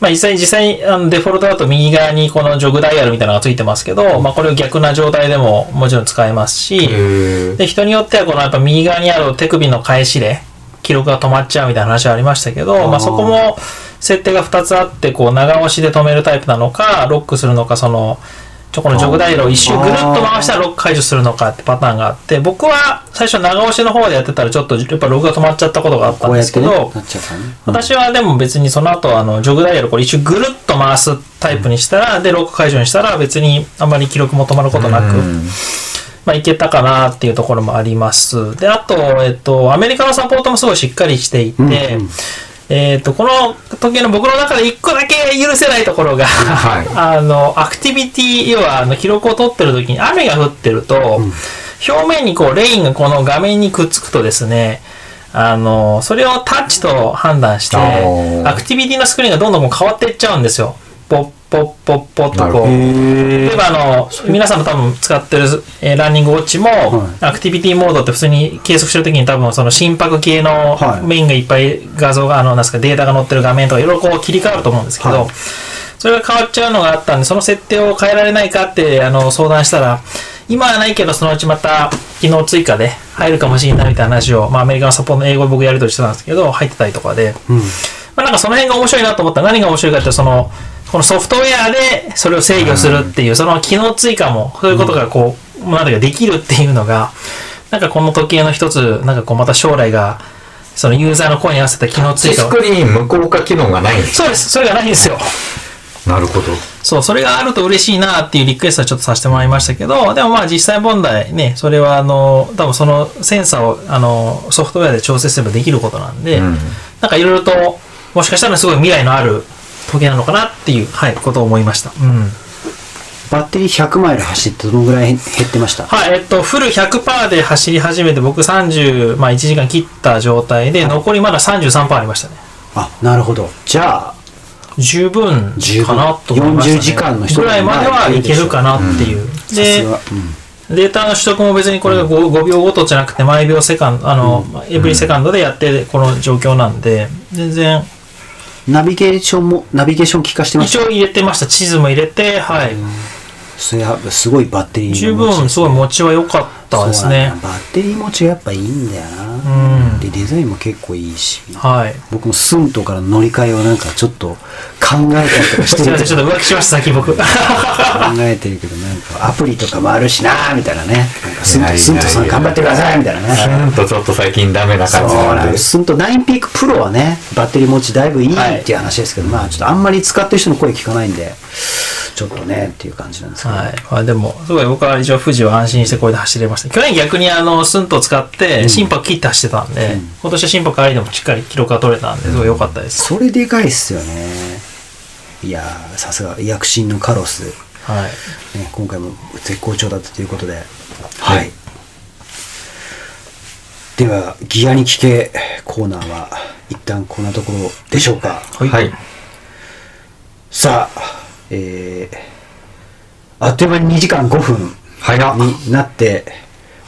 Speaker 5: まあ、実際、実際、あのデフォルトだと右側にこのジョグダイヤルみたいなのがついてますけど、まあ、これを逆な状態でももちろん使えますし、
Speaker 4: へー
Speaker 5: で、人によっては、このやっぱ右側にある手首の返しで、記録が止まっちゃうみたいな話はありましたけど、まあ、そこも設定が2つあって、こう、長押しで止めるタイプなのか、ロックするのか、その、ちょこのジョグダイヤルを一周ぐるっと回したらロック解除するのかってパターンがあって、僕は最初長押しの方でやってたらちょっとやっぱログが止まっちゃったことがあった
Speaker 3: こ
Speaker 5: ん
Speaker 3: う
Speaker 5: で
Speaker 3: やっ
Speaker 5: すけ
Speaker 3: てね
Speaker 5: ど、
Speaker 3: なっちゃうからね
Speaker 5: 私はでも別にその後あのジョグダイヤルこれ一周ぐるっと回すタイプにしたら、でロック解除にしたら別にあまり記録も止まることなく、まあ、いけたかなっていうところもあります。で、あと、えっと、アメリカのサポートもすごいしっかりしていて、えっと、この時計の僕の中で一個だけ許せないところが、
Speaker 4: はい
Speaker 5: あの、アクティビティ、要はあの記録を取ってる時に雨が降ってると、表面にこう、レインがこの画面にくっつくとですね、あの、それをタッチと判断して、
Speaker 4: あー
Speaker 5: アクティビティのスクリーンがどんどんこう変わっていっちゃうんですよ。ポッポッポッポッと
Speaker 4: なるほ
Speaker 5: こ
Speaker 4: ど
Speaker 5: う。例えばあの皆さんも多分使ってる、えーランニングウォッチも、
Speaker 3: い
Speaker 5: アクティビティモードって普通に計測してるときに多分その心拍系の
Speaker 3: はい
Speaker 5: メインがいっぱい画像があのなんですかデータが載ってる画面とかいろいろこう切り替わると思うんですけど、
Speaker 3: はい
Speaker 5: それが変わっちゃうのがあったんで、その設定を変えられないかって、あの、相談したら、今はないけど、そのうちまた、機能追加で入るかもしれないみたいな話を、まあ、アメリカのサポートの英語で僕やり取りしてたんですけど、入ってたりとかで、まあ、なんかその辺が面白いなと思ったら、何が面白いかって、その、このソフトウェアでそれを制御するっていう、その機能追加も、そういうことがこう、なんだかできるっていうのが、なんかこの時計の一つ、なんかこう、また将来が、そのユーザーの声に合わせた機能追
Speaker 4: ス
Speaker 5: 加を
Speaker 4: ク。リーン無効化機能がないんです
Speaker 5: そうです。それがないんですよ。
Speaker 4: なるほど
Speaker 5: そう、それがあると嬉しいなっていうリクエストはちょっとさせてもらいましたけど、でもまあ実際問題ね、それはあの、多分そのセンサーをあのソフトウェアで調整すればできることなんで、
Speaker 4: うん
Speaker 5: なんかいろいろと、もしかしたらすごい未来のある時計なのかなっていう、はい、ことを思いました。うん。
Speaker 3: バッテリー100マイル走ってどのぐらい減ってました
Speaker 5: はい、えっと、フル100%で走り始めて、僕30、まあ1時間切った状態で、残りまだ33%ありましたね。
Speaker 3: あなるほどじゃあ
Speaker 5: 十分かなと思いました、
Speaker 3: 40
Speaker 5: ね。
Speaker 3: 時間の人
Speaker 5: ぐらいまではいけるかなっていう。
Speaker 3: さ
Speaker 5: で、
Speaker 3: すが
Speaker 5: データの取得も別にこれが 5, 5秒ごとじゃなくて毎秒セカンドあの、エブリセカンドでやってこの状況なんで全然
Speaker 3: うんナビゲーションもナビゲーション効かしてまし
Speaker 5: 一応入れてました地図も入れてはい、
Speaker 3: たそれはすごいバッテリーの
Speaker 5: 十
Speaker 3: 持ち
Speaker 5: 分すごい持ちは良かったですね
Speaker 3: そうなんだバッテリー持ちがやっぱいいんだよ
Speaker 5: う
Speaker 3: なんでデザインも結構いいし
Speaker 5: はい
Speaker 3: 僕もスントからの乗り換えをなんかちょっと考えたりとかし
Speaker 5: す
Speaker 3: て
Speaker 5: い
Speaker 3: る
Speaker 5: ません
Speaker 3: け
Speaker 5: ちょ
Speaker 3: ど
Speaker 5: っと浮気しました先僕
Speaker 3: 考えてるけどなんかアプリとかもあるしなーみたいなねなんかスン
Speaker 4: いやいやい
Speaker 3: ト
Speaker 4: や
Speaker 3: スントさん頑張ってくださいみたいな
Speaker 4: ス
Speaker 3: ね
Speaker 4: ーンとちょっと最近ダメな
Speaker 3: そ
Speaker 4: 感
Speaker 3: う
Speaker 4: じな
Speaker 3: なんん
Speaker 4: で
Speaker 3: ですスント9ピークプロはねバッテリー持ちだいぶいいっていう話ですけど、まあちょっとあんまり使ってる人の声聞かないんでちょっとねっていう感じなんですけど、
Speaker 5: はい、まあ、でもすごい僕は一応富士は安心してこれで走れました去年逆にあのスンと使って心拍切って走ってたんで、今年は心拍ありでもしっかり記録が取れたんですごい良かったです、
Speaker 3: それでかいっすよねいやーさすが躍進のカロス、
Speaker 5: はい
Speaker 3: ね、今回も絶好調だったということではい、ではギアに聞けコーナーは一旦こんなところでしょうか
Speaker 5: はい、
Speaker 4: はい
Speaker 3: さあえー、あっという間に2時間5分
Speaker 4: 早っ
Speaker 3: になって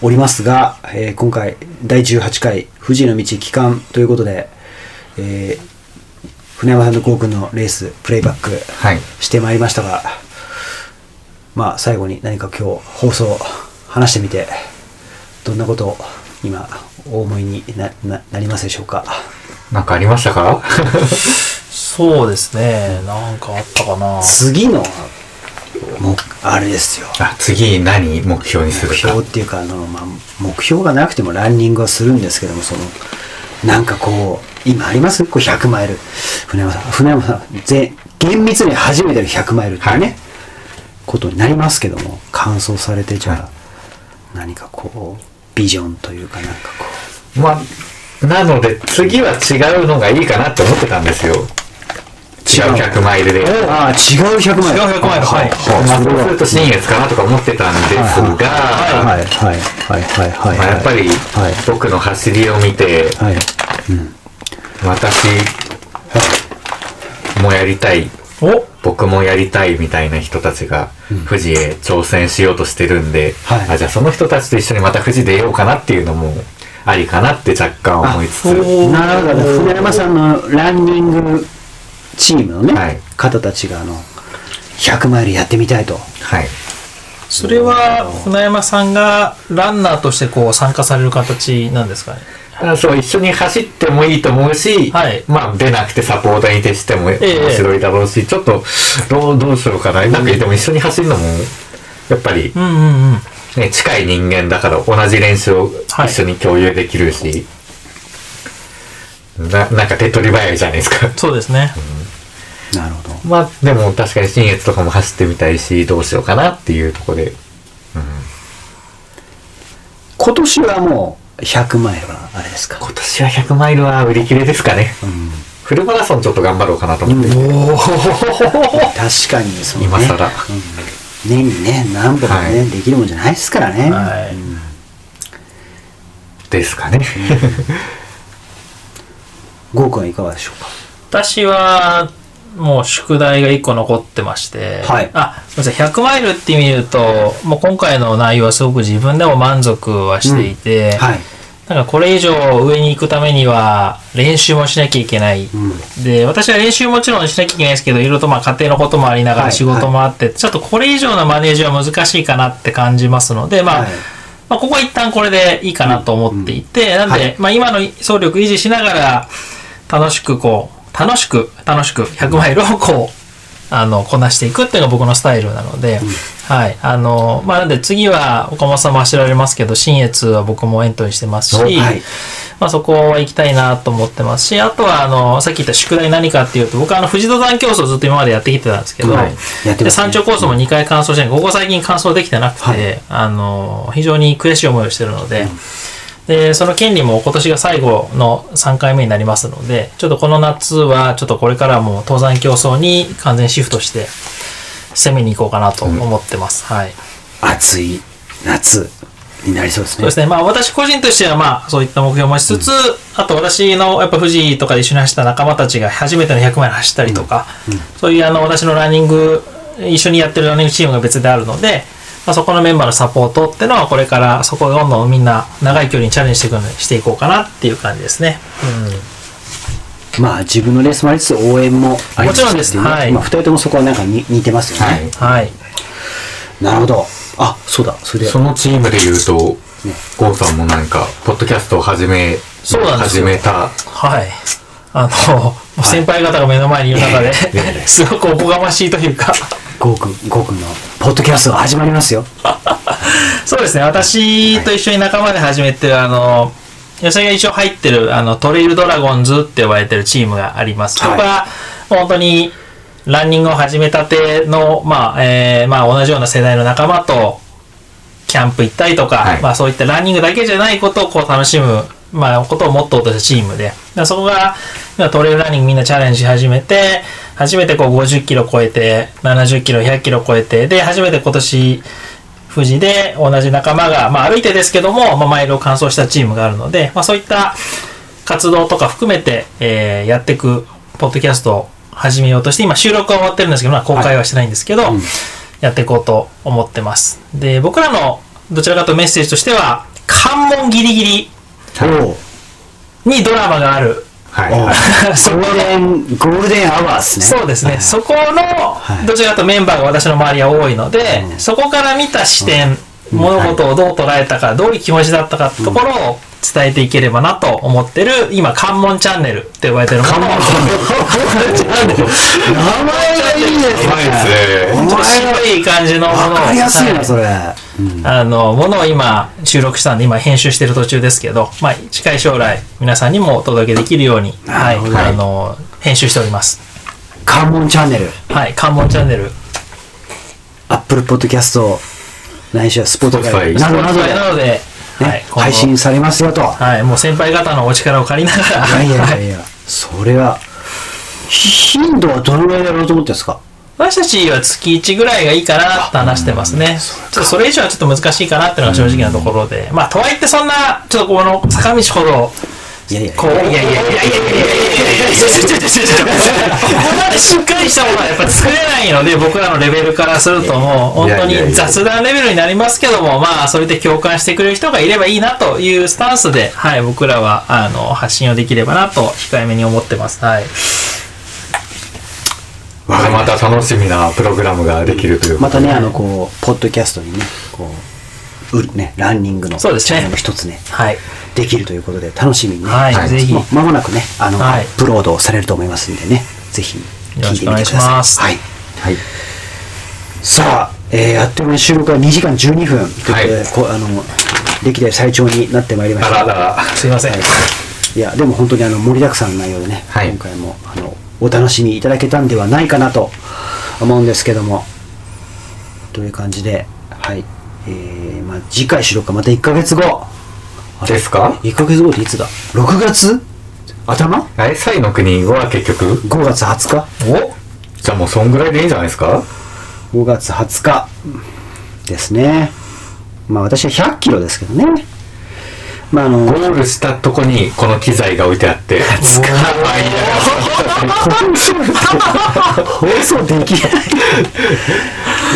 Speaker 3: おりますが、えー今回第18回「富士の道帰還」ということで、えー船山さんと郷君のレースプレイバック
Speaker 4: はい
Speaker 3: してまいりましたが、まあ最後に何か今日放送話してみてどんなことを今お思いになななりますでしょうか
Speaker 4: なんかありましたか
Speaker 5: そうですねなんかあったかな
Speaker 3: 次のもあれですよ
Speaker 4: あ次何目標にす
Speaker 3: 目
Speaker 4: るか
Speaker 3: 標っていうかあの、まあ、目標がなくてもランニングはするんですけどもそのなんかこう今ありますこう100マイル船山さん船山さんぜ厳密に初めての100マイルっていうね、
Speaker 4: はい
Speaker 3: ことになりますけども完走されてじゃあ、
Speaker 4: は
Speaker 3: 何かこうビジョンというかなんかこ
Speaker 4: まあなので次は違うのがいいかなって思ってたんですよ違う100マイルで
Speaker 3: うああ違う100マイル
Speaker 5: 違う100マイルはい
Speaker 4: まあ、
Speaker 3: す
Speaker 4: そ
Speaker 3: ご
Speaker 4: う
Speaker 3: い
Speaker 4: すると新越かなとか思ってたんですが、
Speaker 3: はいはいはいはいはいはい
Speaker 4: まあ、やっぱり
Speaker 3: はい
Speaker 4: 僕の走りを見て、
Speaker 3: はい
Speaker 4: 私もやりたい、
Speaker 5: お
Speaker 4: 僕もやりたいみたいな人たちが富士へ挑戦しようとしてるんで、
Speaker 3: はい
Speaker 4: あじゃあその人たちと一緒にまた富士出ようかなっていうのもありかなって若干思いつつ、
Speaker 5: お
Speaker 3: なるほど船山さんのランニングチームのね、
Speaker 4: はい
Speaker 3: 方たちがあの100マイルやってみたいと
Speaker 4: はい。
Speaker 5: それは船山さんがランナーとしてこう参加される形なんですかね
Speaker 4: あそう一緒に走ってもいいと思うし、
Speaker 5: はい
Speaker 4: まあ出なくてサポーターに徹しても面
Speaker 5: え
Speaker 4: 白いだろうし、ちょっとどうどうしようかな、なんかでも一緒に走るのもやっぱり
Speaker 5: う、んうんうん
Speaker 4: ね、近い人間だから同じ練習を
Speaker 5: はい
Speaker 4: 一緒に共有できるし、ななんか手っ取り早いじゃないです か
Speaker 5: そうですね
Speaker 3: なるほど
Speaker 4: まあでも確かに新越とかも走ってみたいしどうしようかなっていうところで
Speaker 3: 今年はもう100マイルはあれですか
Speaker 4: 今年は100マイルは売り切れですかね、フルマラソンちょっと頑張ろうかなと思って、
Speaker 3: 確かにその、ね、
Speaker 4: 今更、
Speaker 3: 年にね何本もね、
Speaker 4: はい
Speaker 3: できるもんじゃないですからね、
Speaker 5: はい
Speaker 4: ですかね、
Speaker 3: ゴー君はいかがでしょうか
Speaker 5: 私はもう宿題が1個残ってまして、
Speaker 3: はい
Speaker 5: あすみません100マイルって意味で言うともう今回の内容はすごく自分でも満足はしていて、
Speaker 3: はい
Speaker 5: なんかこれ以上上に行くためには練習もしなきゃいけない。で、私は練習もちろんしなきゃいけないですけど、いろいろとまあ家庭のこともありなが
Speaker 3: は
Speaker 5: ら
Speaker 3: い
Speaker 5: 仕事もあって、ちょっとこれ以上のマネージは難しいかなって感じますので、まあ、
Speaker 3: はい
Speaker 5: まあここは一旦これでいいかなと思っていて、なんで、
Speaker 3: はい
Speaker 5: まあ今の総力維持しながら、楽しくこう、楽しく、楽しく、100マイルをこう、あの、こなしていくっていうのが僕のスタイルなので、はい。あの、まあ、なんで次は岡本さんも走られますけど、新越は僕もエントリーしてますし、
Speaker 3: はい
Speaker 5: まあ、そこは行きたいなと思ってますし、あとは、あの、さっき言った宿題何かっていうと、僕はあの、富士登山競争をずっと今までやってきてたんですけど、
Speaker 3: はいやってますね
Speaker 5: で山頂コースも2回完走してないここ最近完走できてなくて、
Speaker 3: はい
Speaker 5: あの、非常に悔しい思いをしてるので、で、その権利も今年が最後の3回目になりますので、ちょっとこの夏は、ちょっとこれからも登山競争に完全シフトして、攻めに行こうかなと思ってます。はい。
Speaker 3: 暑い夏になりそうです
Speaker 5: そう
Speaker 3: ね
Speaker 5: ですね。まあ私個人としてはまあそういった目標もしつつ、あと私のやっぱ富士とかで一緒に走った仲間たちが初めての100マイル走ったりとか、そういうあの私のランニング、一緒にやってるランニングチームが別であるので、まあ、そこのメンバーのサポートってのはこれからそこをどんどんみんな長い距離にチャレンジしていくのにしていこうかなっていう感じですね。
Speaker 3: まあ自分のレースもありつつ応援もありつつ
Speaker 5: もちろんです
Speaker 3: っていうね
Speaker 5: はい
Speaker 3: まあ、2人ともそこはなんかに似てますよね、
Speaker 4: はい
Speaker 5: はい。
Speaker 3: なるほどあそうだそれで
Speaker 4: そのチームで言うと、ゴーさんもなんか、ポッドキャストを始め、
Speaker 5: そうなんです
Speaker 4: 始
Speaker 5: よ
Speaker 4: めた。
Speaker 5: はい。あの、もう先輩方が目の前にいる中で、 すごくおこがましいというか、
Speaker 3: ゴーくんゴーくんのポッドキャストが始まりますよ
Speaker 5: そうですね、私と一緒に仲間で始めてる、あの、吉田が一応入ってる、あの、トレイルドラゴンズって呼ばれてるチームがあります。
Speaker 3: はい
Speaker 5: そこは、本当に、ランニングを始めたての、まあ、えーまあ、同じような世代の仲間と、キャンプ行ったりとか、
Speaker 4: はい
Speaker 5: まあ、そういったランニングだけじゃないことをこう楽しむ、まあ、ことをモットーとしたチームで、だからそこが、今トレイルランニングみんなチャレンジし始めて、初めてこう50キロ超えて、70キロ、100キロ超えて、で、初めて今年、富士で同じ仲間が、まあ、歩いてですけども、まあ、マイルを完走したチームがあるので、まあ、そういった活動とか含めて、えーやっていくポッドキャストを始めようとして今収録は終わってるんですけど、まあ、公開はしてないんですけど、やっていこうと思ってますで僕らのどちらかというとメッセージとしては関門ギリギリ
Speaker 3: お
Speaker 4: はい。
Speaker 3: お
Speaker 5: にドラマがある
Speaker 3: おう
Speaker 4: はい。
Speaker 5: そ
Speaker 3: ゴールデンゴールデンアワーですね
Speaker 5: そうですね。そこ
Speaker 3: い
Speaker 5: の、どちらかというとメンバーが私の周りは多いので、そこから見た視点、物事をどう捉えたか、どういう気持ちだったかってところを伝えていければなと思ってる、今、関門チャンネルって呼ばれてるものを。関門チャンネ
Speaker 3: 名
Speaker 5: ル。
Speaker 3: 前がいいです
Speaker 4: うまいです
Speaker 3: ね
Speaker 4: ね。
Speaker 5: ちょっと白い感じのものを。
Speaker 3: わかりやすい
Speaker 5: は
Speaker 3: なそれ、うん
Speaker 5: あの、ものを今収録したんで、今編集してる途中ですけど、まあ、近い将来、皆さんにもお届けできるように、はい、あの、編集しております。
Speaker 3: 関門チャンネル
Speaker 5: はい、関門チャンネル。
Speaker 3: アップルポッドキャストないしはスポーツ
Speaker 4: Spotify
Speaker 3: などなどで、ね
Speaker 5: なので、はい、今後
Speaker 3: 配信されますよと、
Speaker 5: はい、もう先輩方のお力を借りながら、
Speaker 3: い、やいやい
Speaker 5: は
Speaker 3: や
Speaker 5: い
Speaker 3: いやそれは頻度はどのぐらいでやろうと思ってるんですか
Speaker 5: 私たちは月1ぐらいがいいかなって話してますね。ちょっとそれ以上はちょっと難しいかなっていうのが正直なところで、まあ、とはいってそんな、ちょっとこの坂道ほど、
Speaker 3: いやいや
Speaker 5: こう、いやいやいやいやいやいやいやいやいやいやいやいやいやいやいやここまでしっかりしたものはやっぱ作れないので、僕らのレベルからするともう、本当に雑談レベルになりますけども、まあ、それで共感してくれる人がいればいいなというスタンスで、はい、僕らは、あの、発信をできればなと、控えめに思ってます。はい。
Speaker 4: また楽しみなプログラムができるという
Speaker 3: ま
Speaker 4: ことで
Speaker 3: たねあのこうポッドキャストにねこううねランニングのチ
Speaker 5: そうです
Speaker 3: ャ
Speaker 5: ね
Speaker 3: ンネルの一つね
Speaker 5: はい。
Speaker 3: できるということで楽しみにね、
Speaker 5: はい、
Speaker 4: はい
Speaker 5: ぜひ
Speaker 3: ま。まもなくねあの、
Speaker 5: はい
Speaker 3: アップロードされると思いますんでねぜひ聞いてみてくだ
Speaker 5: よろしくお願いしま
Speaker 3: さ
Speaker 5: す
Speaker 3: い、はい、
Speaker 4: はい。
Speaker 3: さあ、えー、あっという間に収録は2時間12分ということで、こうあの歴代最長になってまいりまし
Speaker 4: あ
Speaker 3: た
Speaker 4: らら。
Speaker 5: すいません。あり
Speaker 3: いやでも本当にあの盛りだくさんの内容でね、
Speaker 4: はい
Speaker 3: 今回もあのお楽しみいただけたんではないかなと思うんですけどもという感じではい、えーまあ、次回収録はまた1ヶ月後あれ
Speaker 4: ですか
Speaker 3: 1ヶ月後っていつだ6月頭
Speaker 4: あれ、サイの国は結局
Speaker 3: ?5 月20日
Speaker 4: おじゃあもうそんぐらいでいいんじゃないですか
Speaker 3: 5月20日ですねまあ私は100キロですけどねまああの
Speaker 4: ゴールしたとこにこの機材が置いてあっ て、使わないや
Speaker 3: 放送できない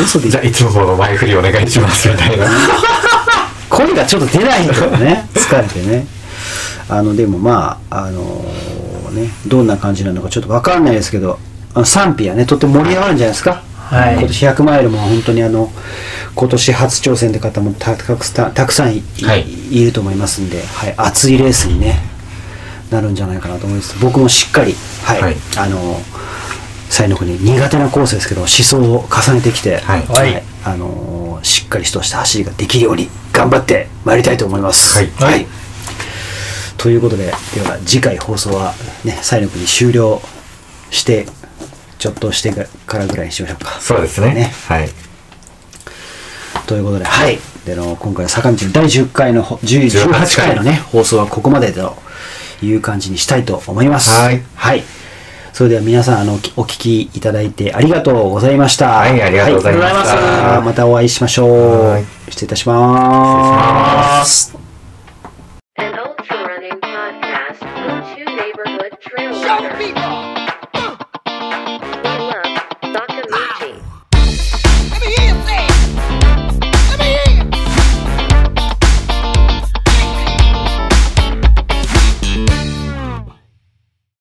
Speaker 3: 放送でき
Speaker 4: じ
Speaker 3: な
Speaker 4: ゃ
Speaker 3: い
Speaker 4: あいつもの 前振りお願いしますみたいな。
Speaker 3: 声がちょっと出ないんだよね疲れてねあのでもまああのねどんな感じなのかちょっとわかんないですけどあの賛否はねとっても盛り上がるんじゃないですか、
Speaker 5: はい
Speaker 3: 今年100マイルも本当にあの今年初挑戦って方もたたくさんたくさんい,、
Speaker 4: はい
Speaker 3: い、ると思いますんで、はい、熱いレースに、ね、なるんじゃないかなと思います僕もしっかり、はい
Speaker 4: はい
Speaker 3: あの才能君に苦手なコースですけど思想を重ねてきて、
Speaker 4: はい
Speaker 5: はい
Speaker 3: あのしっかりとした走りができるように頑張ってまいりたいと思います。
Speaker 4: はい
Speaker 5: はい
Speaker 3: ということででは次回放送はね才能君に終了してちょっとしてからぐらいにしましょうか。
Speaker 4: そうですね
Speaker 3: ね
Speaker 4: はい
Speaker 3: ということで、はい。での、今回は坂道の第10回のほ、10 18回のね、放送はここまでという感じにしたいと思います。
Speaker 4: はい
Speaker 3: はい。それでは皆さん、あの、お聞お聞きいただいてありがとうございました。
Speaker 4: はいありがとうございました
Speaker 3: はまたまたお会いしましょ
Speaker 4: は
Speaker 3: う
Speaker 4: い。
Speaker 3: 失礼いたします。
Speaker 1: An ultra running podcast from two neighborhood trail
Speaker 2: Show
Speaker 1: runners.
Speaker 2: people.